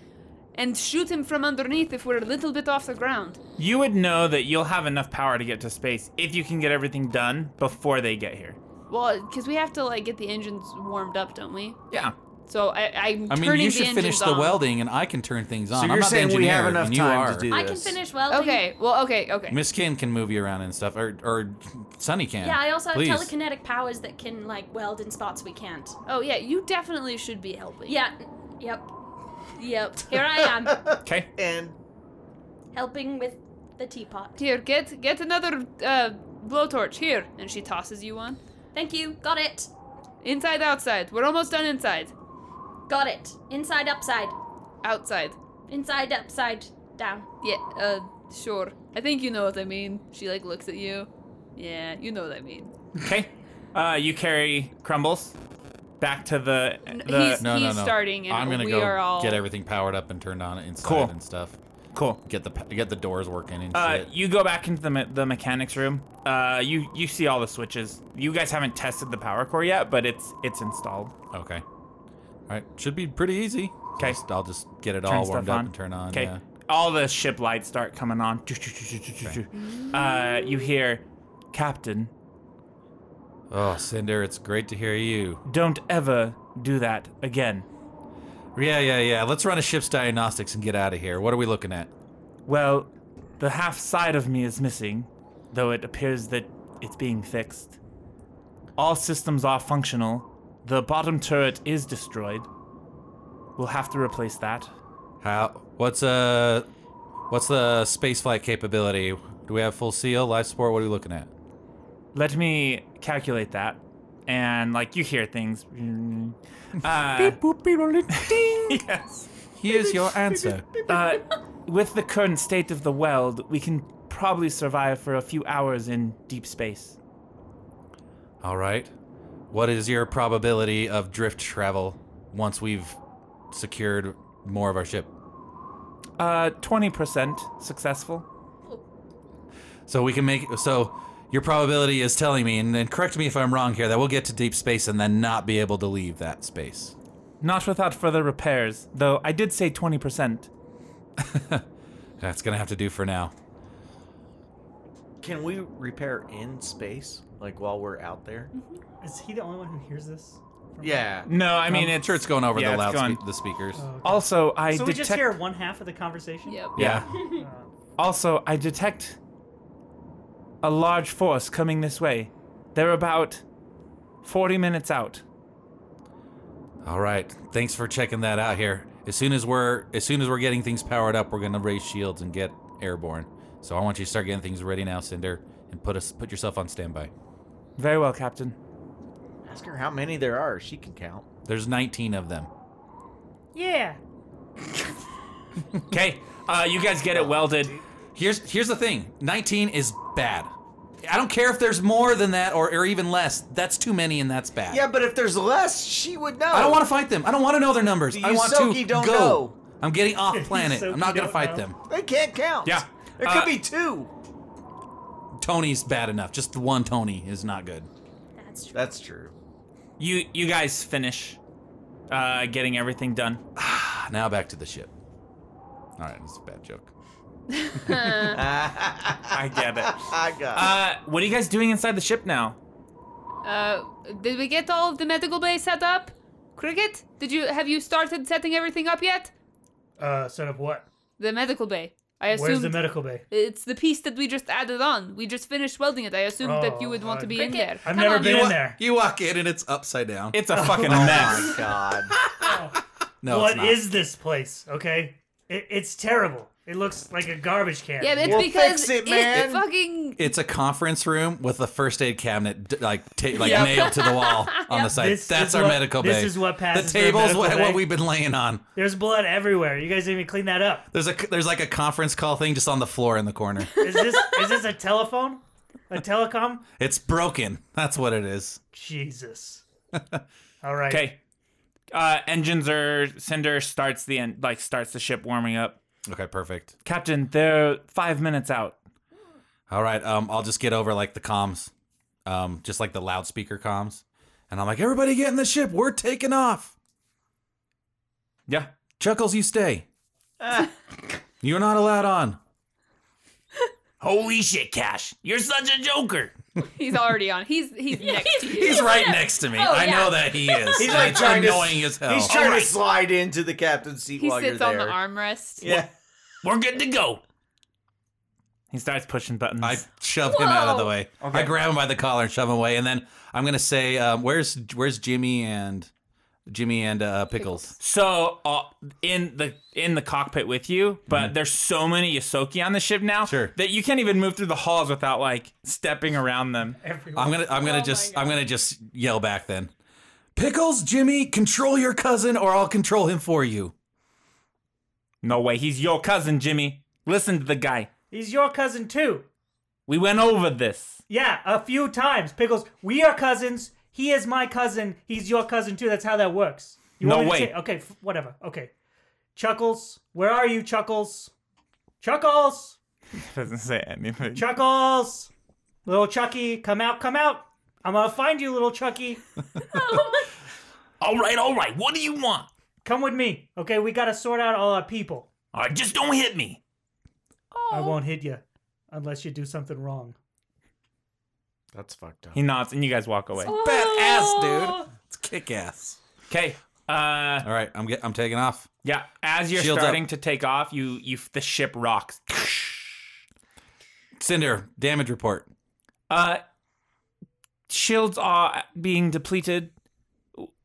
[SPEAKER 4] and shoot him from underneath if we're a little bit off the ground.
[SPEAKER 1] You would know that you'll have enough power to get to space if you can get everything done before they get here.
[SPEAKER 4] Well, because we have to like get the engines warmed up, don't we?
[SPEAKER 1] Yeah.
[SPEAKER 4] So I, I'm
[SPEAKER 6] I mean,
[SPEAKER 4] turning
[SPEAKER 6] you
[SPEAKER 4] the
[SPEAKER 6] should
[SPEAKER 4] engines
[SPEAKER 6] finish the
[SPEAKER 4] on.
[SPEAKER 6] welding, and I can turn things on.
[SPEAKER 8] so
[SPEAKER 6] I'm
[SPEAKER 8] you're
[SPEAKER 6] not the
[SPEAKER 8] saying we have
[SPEAKER 6] engineer,
[SPEAKER 8] enough
[SPEAKER 6] and you
[SPEAKER 8] time
[SPEAKER 6] are.
[SPEAKER 8] to do
[SPEAKER 2] I
[SPEAKER 8] this?
[SPEAKER 2] can finish welding.
[SPEAKER 4] Okay. Well. Okay. Okay.
[SPEAKER 6] Miss Kin can move you around and stuff, or or Sunny can.
[SPEAKER 2] Yeah, I also have
[SPEAKER 6] Please.
[SPEAKER 2] telekinetic powers that can like weld in spots we can't.
[SPEAKER 4] Oh yeah, you definitely should be helping.
[SPEAKER 2] Yeah. Yep. Yep. Here I am,
[SPEAKER 1] Okay.
[SPEAKER 8] And
[SPEAKER 2] helping with the teapot.
[SPEAKER 4] Here, get get another uh, blowtorch here, and she tosses you one.
[SPEAKER 2] Thank you. Got it.
[SPEAKER 4] Inside, outside. We're almost done inside.
[SPEAKER 2] Got it. Inside, upside.
[SPEAKER 4] Outside.
[SPEAKER 2] Inside, upside, down.
[SPEAKER 4] Yeah. Uh, sure. I think you know what I mean. She like looks at you. Yeah, you know what I mean.
[SPEAKER 1] Okay. Uh, you carry crumbles back to the. the
[SPEAKER 4] he's-
[SPEAKER 6] No, no,
[SPEAKER 4] He's
[SPEAKER 6] no.
[SPEAKER 4] starting and
[SPEAKER 6] I'm gonna
[SPEAKER 4] we
[SPEAKER 6] go
[SPEAKER 4] are all-
[SPEAKER 6] get everything powered up and turned on inside
[SPEAKER 1] Cool.
[SPEAKER 6] and stuff.
[SPEAKER 1] Cool.
[SPEAKER 6] Get the get the doors working and
[SPEAKER 1] Uh,
[SPEAKER 6] shit.
[SPEAKER 1] you go back into the, me- the mechanics room. Uh, you you see all the switches. You guys haven't tested the power core yet, but it's it's installed.
[SPEAKER 6] Okay. All right. Should be pretty easy.
[SPEAKER 1] 'Kay.
[SPEAKER 6] Just- I'll just get it
[SPEAKER 1] Turn
[SPEAKER 6] all
[SPEAKER 1] stuff
[SPEAKER 6] warmed up
[SPEAKER 1] on.
[SPEAKER 6] and turn on.
[SPEAKER 1] Okay.
[SPEAKER 6] Yeah.
[SPEAKER 1] All the ship lights start coming on. Uh, you hear, Captain,
[SPEAKER 6] Oh, Cinder, it's great to hear you.
[SPEAKER 1] don't ever do that again.
[SPEAKER 6] Yeah, yeah, yeah. Let's run a ship's diagnostics and get out of here. What are we looking at?
[SPEAKER 1] Well, the half side of me is missing, though it appears that it's being fixed. All systems are functional. The bottom turret is destroyed. We'll have to replace that.
[SPEAKER 6] How? What's uh, what's the space flight capability? Do we have full seal, life support? What are we looking at?
[SPEAKER 1] Let me calculate that. And like you hear things. Uh, yes.
[SPEAKER 6] Here's your answer.
[SPEAKER 1] Uh, with the current state of the world, we can probably survive for a few hours in deep space.
[SPEAKER 6] All right. What is your probability of drift travel once we've secured more of our ship?
[SPEAKER 1] Uh, 20% successful.
[SPEAKER 6] So we can make so your probability is telling me, and, and correct me if I'm wrong here, that we'll get to deep space and then not be able to leave that space.
[SPEAKER 1] Not without further repairs, though I did say 20%.
[SPEAKER 6] That's gonna have to do for now.
[SPEAKER 8] Can we repair in space, like while we're out there?
[SPEAKER 7] Is he the only one who hears this?
[SPEAKER 8] Yeah.
[SPEAKER 1] No, I mean, it's.
[SPEAKER 6] sure it's going over
[SPEAKER 1] yeah,
[SPEAKER 6] the
[SPEAKER 1] it's
[SPEAKER 6] loud
[SPEAKER 1] going- Oh.
[SPEAKER 6] spe- the speakers.
[SPEAKER 1] Also, I
[SPEAKER 7] so we
[SPEAKER 1] detect.
[SPEAKER 7] just hear one half of the conversation.
[SPEAKER 4] Yep.
[SPEAKER 6] yeah.
[SPEAKER 1] Also, I detect a large force coming this way. They're about 40 minutes out.
[SPEAKER 6] All right. Thanks for checking that out here. As soon as we're as soon as we're getting things powered up, we're gonna raise shields and get airborne. So I want you to start getting things ready now, Cinder, and put us put yourself on standby.
[SPEAKER 1] Very well, Captain.
[SPEAKER 8] Ask her how many there are. She can count.
[SPEAKER 6] There's 19 of them.
[SPEAKER 7] Yeah.
[SPEAKER 1] Okay, uh, you guys get it welded.
[SPEAKER 6] Here's here's the thing. 19 is bad. I don't care if there's more than that or, or even less. That's too many and that's bad.
[SPEAKER 8] Yeah, but if there's less, she would know.
[SPEAKER 6] I don't want to fight them. I don't want to know their numbers.
[SPEAKER 8] The
[SPEAKER 6] I want to
[SPEAKER 8] Yusoki don't
[SPEAKER 6] go.
[SPEAKER 8] know.
[SPEAKER 6] I'm getting off planet.
[SPEAKER 7] Yusoki
[SPEAKER 6] I'm not gonna
[SPEAKER 7] don't
[SPEAKER 6] fight
[SPEAKER 7] know.
[SPEAKER 6] them.
[SPEAKER 8] They can't count.
[SPEAKER 1] Yeah.
[SPEAKER 8] There
[SPEAKER 1] Uh,
[SPEAKER 8] could be two.
[SPEAKER 6] Tony's bad enough. Just the one Tony is not good.
[SPEAKER 2] That's true.
[SPEAKER 8] That's true.
[SPEAKER 1] You you guys finish uh, getting everything done.
[SPEAKER 6] Now back to the ship. All right, it's a bad joke.
[SPEAKER 4] Uh,
[SPEAKER 1] I get it.
[SPEAKER 8] I got.
[SPEAKER 1] Uh, what are you guys doing inside the ship now?
[SPEAKER 4] Uh, did we get all of the medical bay set up? Cricket, did you have you started setting everything up yet?
[SPEAKER 7] Uh, set up what?
[SPEAKER 4] The medical bay. I assume
[SPEAKER 7] Where's the medical bay?
[SPEAKER 4] it's the piece that we just added on. We just finished welding it. I assumed that you would want to be in there.
[SPEAKER 2] Cricket.
[SPEAKER 7] I've
[SPEAKER 2] Come
[SPEAKER 7] never
[SPEAKER 2] on.
[SPEAKER 7] been
[SPEAKER 2] You
[SPEAKER 7] in
[SPEAKER 2] wa-
[SPEAKER 7] there.
[SPEAKER 6] You walk in and it's upside down.
[SPEAKER 1] It's a fucking mess.
[SPEAKER 8] my God.
[SPEAKER 6] no,
[SPEAKER 7] What
[SPEAKER 6] it's not.
[SPEAKER 7] is this place? Okay, it, it's terrible. It looks like a garbage can.
[SPEAKER 4] Yeah, that's
[SPEAKER 8] We'll
[SPEAKER 4] because
[SPEAKER 8] fix it,
[SPEAKER 4] it's
[SPEAKER 8] man.
[SPEAKER 4] fucking
[SPEAKER 6] It's a conference room with a first aid cabinet d- like ta- like
[SPEAKER 4] Yep.
[SPEAKER 6] nailed to the wall on the side.
[SPEAKER 7] This
[SPEAKER 6] That's
[SPEAKER 7] is
[SPEAKER 6] our
[SPEAKER 7] what-
[SPEAKER 6] medical bay.
[SPEAKER 7] this is what passes for
[SPEAKER 6] The
[SPEAKER 7] a
[SPEAKER 6] table's
[SPEAKER 7] medical
[SPEAKER 6] what, what
[SPEAKER 7] bay.
[SPEAKER 6] we've been laying on.
[SPEAKER 7] There's blood everywhere. You guys didn't even clean that up.
[SPEAKER 6] There's a c- there's like a conference call thing just on the floor in the corner.
[SPEAKER 7] Is this is this a telephone? A telecom?
[SPEAKER 6] it's broken. That's what it is.
[SPEAKER 7] Jesus. All right.
[SPEAKER 1] Okay. Uh, engines are Cinder starts the en- like starts the ship warming up.
[SPEAKER 6] Okay, perfect.
[SPEAKER 1] Captain, they're five minutes out.
[SPEAKER 6] All right, um, I'll just get over like the comms, um, just like the loudspeaker comms, and I'm like, everybody get in the ship. We're taking off.
[SPEAKER 1] Yeah.
[SPEAKER 6] Chuckles, you stay. You're not allowed on.
[SPEAKER 1] Holy shit, Cash! You're such a joker.
[SPEAKER 4] He's already on. He's he's next to you.
[SPEAKER 6] He's right next to me.
[SPEAKER 2] Oh,
[SPEAKER 6] I
[SPEAKER 2] yeah.
[SPEAKER 6] know that he is.
[SPEAKER 8] He's like
[SPEAKER 6] it's
[SPEAKER 8] trying to-
[SPEAKER 6] annoying as hell.
[SPEAKER 8] He's trying to slide into the captain's seat
[SPEAKER 4] He
[SPEAKER 8] while
[SPEAKER 4] sits
[SPEAKER 8] you're
[SPEAKER 4] on
[SPEAKER 8] there.
[SPEAKER 4] the armrest.
[SPEAKER 8] Yeah.
[SPEAKER 1] We're good to go. He starts pushing buttons.
[SPEAKER 6] I shove him out of the
[SPEAKER 2] Whoa.
[SPEAKER 6] way. I grab him by the collar and shove him away, and then I'm gonna say, um, "Where's Where's Jimmy and Jimmy and uh, Pickles?"
[SPEAKER 1] So uh, in the in the cockpit with you, but there's so many Yosoki on the ship now
[SPEAKER 6] Sure.
[SPEAKER 1] that you can't even move through the halls without like stepping around them.
[SPEAKER 6] I'm gonna I'm
[SPEAKER 8] Oh
[SPEAKER 6] gonna just I'm gonna just yell back then. Pickles, Jimmy, control your cousin, or I'll control him for you.
[SPEAKER 1] No way, he's your cousin, Jimmy. Listen to the guy.
[SPEAKER 7] He's your cousin too.
[SPEAKER 1] We went over this.
[SPEAKER 7] Yeah, a few times. Pickles, we are cousins. He is my cousin. He's your cousin too. That's how that works. You
[SPEAKER 1] No
[SPEAKER 7] want me to
[SPEAKER 1] way.
[SPEAKER 7] say- okay, f- whatever. Okay. Chuckles, where are you, Chuckles? Chuckles!
[SPEAKER 1] Doesn't say anything.
[SPEAKER 7] Chuckles! Little Chucky, come out, come out! I'm gonna find you, little Chucky.
[SPEAKER 9] All right, all right. What do you want?
[SPEAKER 7] Come with me. Okay, we gotta sort out all our people.
[SPEAKER 9] All right, just don't hit me.
[SPEAKER 4] Oh.
[SPEAKER 7] I won't hit you unless you do something wrong.
[SPEAKER 6] That's fucked up.
[SPEAKER 1] He nods, and you guys walk away.
[SPEAKER 6] Badass,
[SPEAKER 8] Oh.
[SPEAKER 6] dude. It's kick ass.
[SPEAKER 1] Okay. Uh,
[SPEAKER 6] All right, I'm get, I'm taking off.
[SPEAKER 1] yeah. As you're
[SPEAKER 6] Shields up.
[SPEAKER 1] starting to take off, you you the ship rocks.
[SPEAKER 6] Cinder, damage report.
[SPEAKER 1] Uh, shields are being depleted.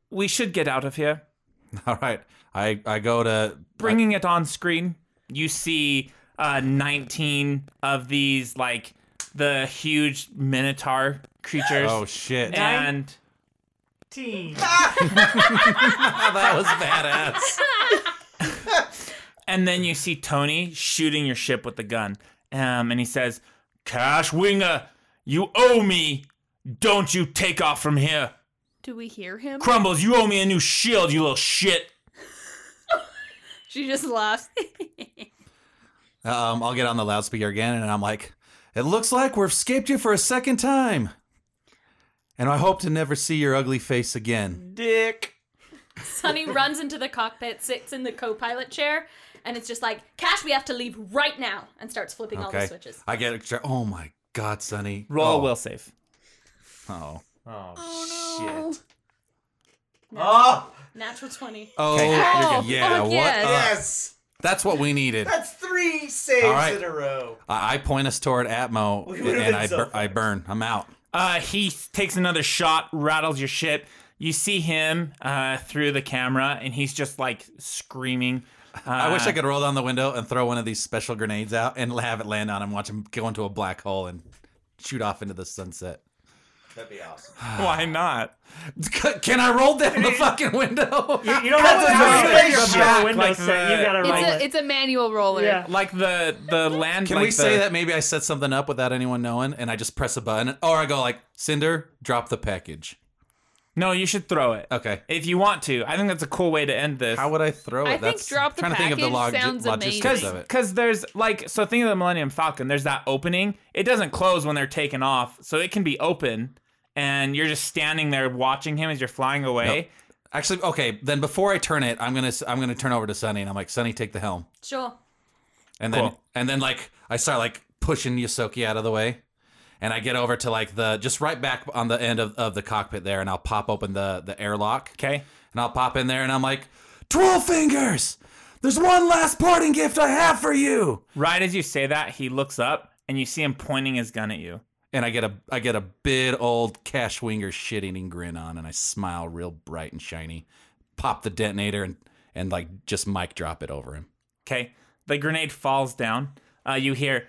[SPEAKER 1] We should get out of here.
[SPEAKER 6] All right, I I go to
[SPEAKER 1] Bringing it on screen, you see uh, 19 of these like the huge minotaur creatures.
[SPEAKER 6] Oh shit!
[SPEAKER 1] and
[SPEAKER 7] Team.
[SPEAKER 6] that was badass.
[SPEAKER 1] and then you see Tony shooting your ship with the gun. Um, and he says, "Cash Winger, you owe me. Don't you take off from here."
[SPEAKER 4] Do we hear him?
[SPEAKER 1] Crumbles, you owe me a new shield, you little shit.
[SPEAKER 4] She just laughs.
[SPEAKER 6] Um, I'll get on the loudspeaker again, and I'm like, "It looks like we've escaped you for a second time, and I hope to never see your ugly face again."
[SPEAKER 2] Sonny runs into the cockpit, sits in the co pilot chair, and it's just like, Cash, we have to leave right now, and starts flipping all the
[SPEAKER 6] Okay,
[SPEAKER 2] switches.
[SPEAKER 6] I get. extra- Oh my god, Sonny.
[SPEAKER 1] Roll
[SPEAKER 6] oh.
[SPEAKER 1] will save.
[SPEAKER 6] Oh.
[SPEAKER 8] Oh,
[SPEAKER 2] Natural 20.
[SPEAKER 6] Oh, yeah.
[SPEAKER 4] fuck
[SPEAKER 6] What?
[SPEAKER 4] yes.
[SPEAKER 6] up?
[SPEAKER 8] yes.
[SPEAKER 6] That's what we needed.
[SPEAKER 8] That's three saves
[SPEAKER 6] All right.
[SPEAKER 8] in a row.
[SPEAKER 6] I, I point us toward Atmo,
[SPEAKER 8] We would've
[SPEAKER 6] and
[SPEAKER 8] been
[SPEAKER 6] I
[SPEAKER 8] so
[SPEAKER 6] bur-
[SPEAKER 8] far.
[SPEAKER 6] I burn. I'm out.
[SPEAKER 1] Uh, he takes another shot, rattles your ship. You see him uh, through the camera, and he's just like screaming. Uh,
[SPEAKER 6] I wish I could roll down the window and throw one of these special grenades out and have it land on him, watch him go into a black hole and shoot off into the sunset.
[SPEAKER 8] That'd be awesome.
[SPEAKER 1] Why not?
[SPEAKER 6] Can I roll down the fucking window?
[SPEAKER 7] You, you don't have to
[SPEAKER 8] How
[SPEAKER 7] do
[SPEAKER 8] is
[SPEAKER 7] it
[SPEAKER 8] that
[SPEAKER 7] from
[SPEAKER 8] shot?
[SPEAKER 7] the window
[SPEAKER 1] Like uh,
[SPEAKER 7] set. You
[SPEAKER 1] the-
[SPEAKER 7] gotta
[SPEAKER 4] It's
[SPEAKER 7] roll
[SPEAKER 4] a
[SPEAKER 7] it.
[SPEAKER 4] it's a manual roller.
[SPEAKER 7] Yeah.
[SPEAKER 1] Like the the land.
[SPEAKER 6] Can
[SPEAKER 1] like
[SPEAKER 6] we
[SPEAKER 1] the-
[SPEAKER 6] say that maybe I set something up without anyone knowing and I just press a button or I go like, Cinder, drop the package.
[SPEAKER 1] No, you should throw it.
[SPEAKER 6] Okay.
[SPEAKER 1] If you want to, I think that's a cool way to end this.
[SPEAKER 6] How would I throw it?
[SPEAKER 4] I think drop the
[SPEAKER 6] trying to think of the
[SPEAKER 4] package
[SPEAKER 6] log-
[SPEAKER 4] sounds
[SPEAKER 6] logistics
[SPEAKER 4] amazing.
[SPEAKER 6] of it.
[SPEAKER 1] because there's like so think of the Millennium Falcon. There's that opening. It doesn't close when they're taken off, so it can be open, and you're just standing there watching him as you're flying away.
[SPEAKER 6] Actually, okay. Then before I turn it, I'm gonna s- I'm gonna turn over to Sunny and I'm like, Sunny, take the helm.
[SPEAKER 2] Sure.
[SPEAKER 6] And then
[SPEAKER 1] Cool.
[SPEAKER 6] and then like I start like pushing Yosoki out of the way. And I get over to like the just right back on the end of, of the cockpit there and I'll pop open the the airlock.
[SPEAKER 1] Okay.
[SPEAKER 6] And I'll pop in there and I'm like, Twelve fingers! There's one last parting gift I have for you.
[SPEAKER 1] Right as you say that, he looks up and you see him pointing his gun at you.
[SPEAKER 6] And I get a I get a big old cash winger shit eating grin on and I smile real bright and shiny. Pop the detonator and and like just mic drop it over him.
[SPEAKER 1] Okay. The grenade falls down. Uh, you hear,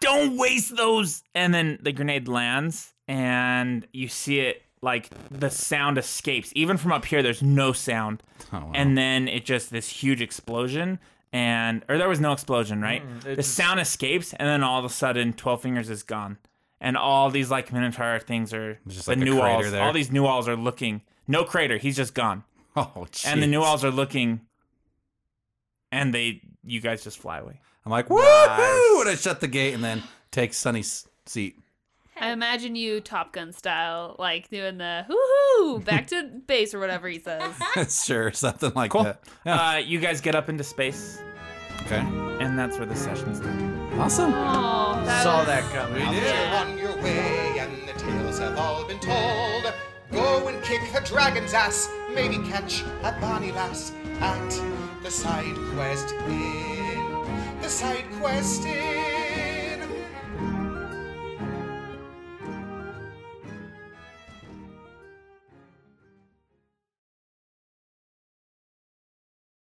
[SPEAKER 1] "Don't waste those!" And then the grenade lands, and you see it like the sound escapes. Even from up here, there's no sound.
[SPEAKER 6] Oh, wow.
[SPEAKER 1] and then it just this huge explosion and or there was no explosion right
[SPEAKER 6] Hmm,
[SPEAKER 1] the sound escapes and then all of a sudden 12 fingers is gone and all these like minotaur things are
[SPEAKER 6] Just
[SPEAKER 1] the
[SPEAKER 6] like a
[SPEAKER 1] new
[SPEAKER 6] crater
[SPEAKER 1] alls
[SPEAKER 6] there.
[SPEAKER 1] all these new alls are looking no crater he's just gone
[SPEAKER 6] oh, geez.
[SPEAKER 1] and the new alls are looking and they you guys just fly away
[SPEAKER 6] I'm like, woohoo! And I shut the gate and then take Sunny's seat.
[SPEAKER 4] I imagine you Top Gun style, like doing the woohoo back to base or whatever he says.
[SPEAKER 6] sure, something like
[SPEAKER 1] cool
[SPEAKER 6] that. Yeah.
[SPEAKER 1] uh, you guys get up into space
[SPEAKER 6] okay.
[SPEAKER 1] and that's where the session's done
[SPEAKER 6] Awesome.
[SPEAKER 4] Oh, that
[SPEAKER 8] Saw
[SPEAKER 4] was-
[SPEAKER 8] that coming.
[SPEAKER 3] You're on your way, and the tales have all been told. Go and kick the dragon's ass, maybe catch a bonny lass at the side quest inn. The side quest inn.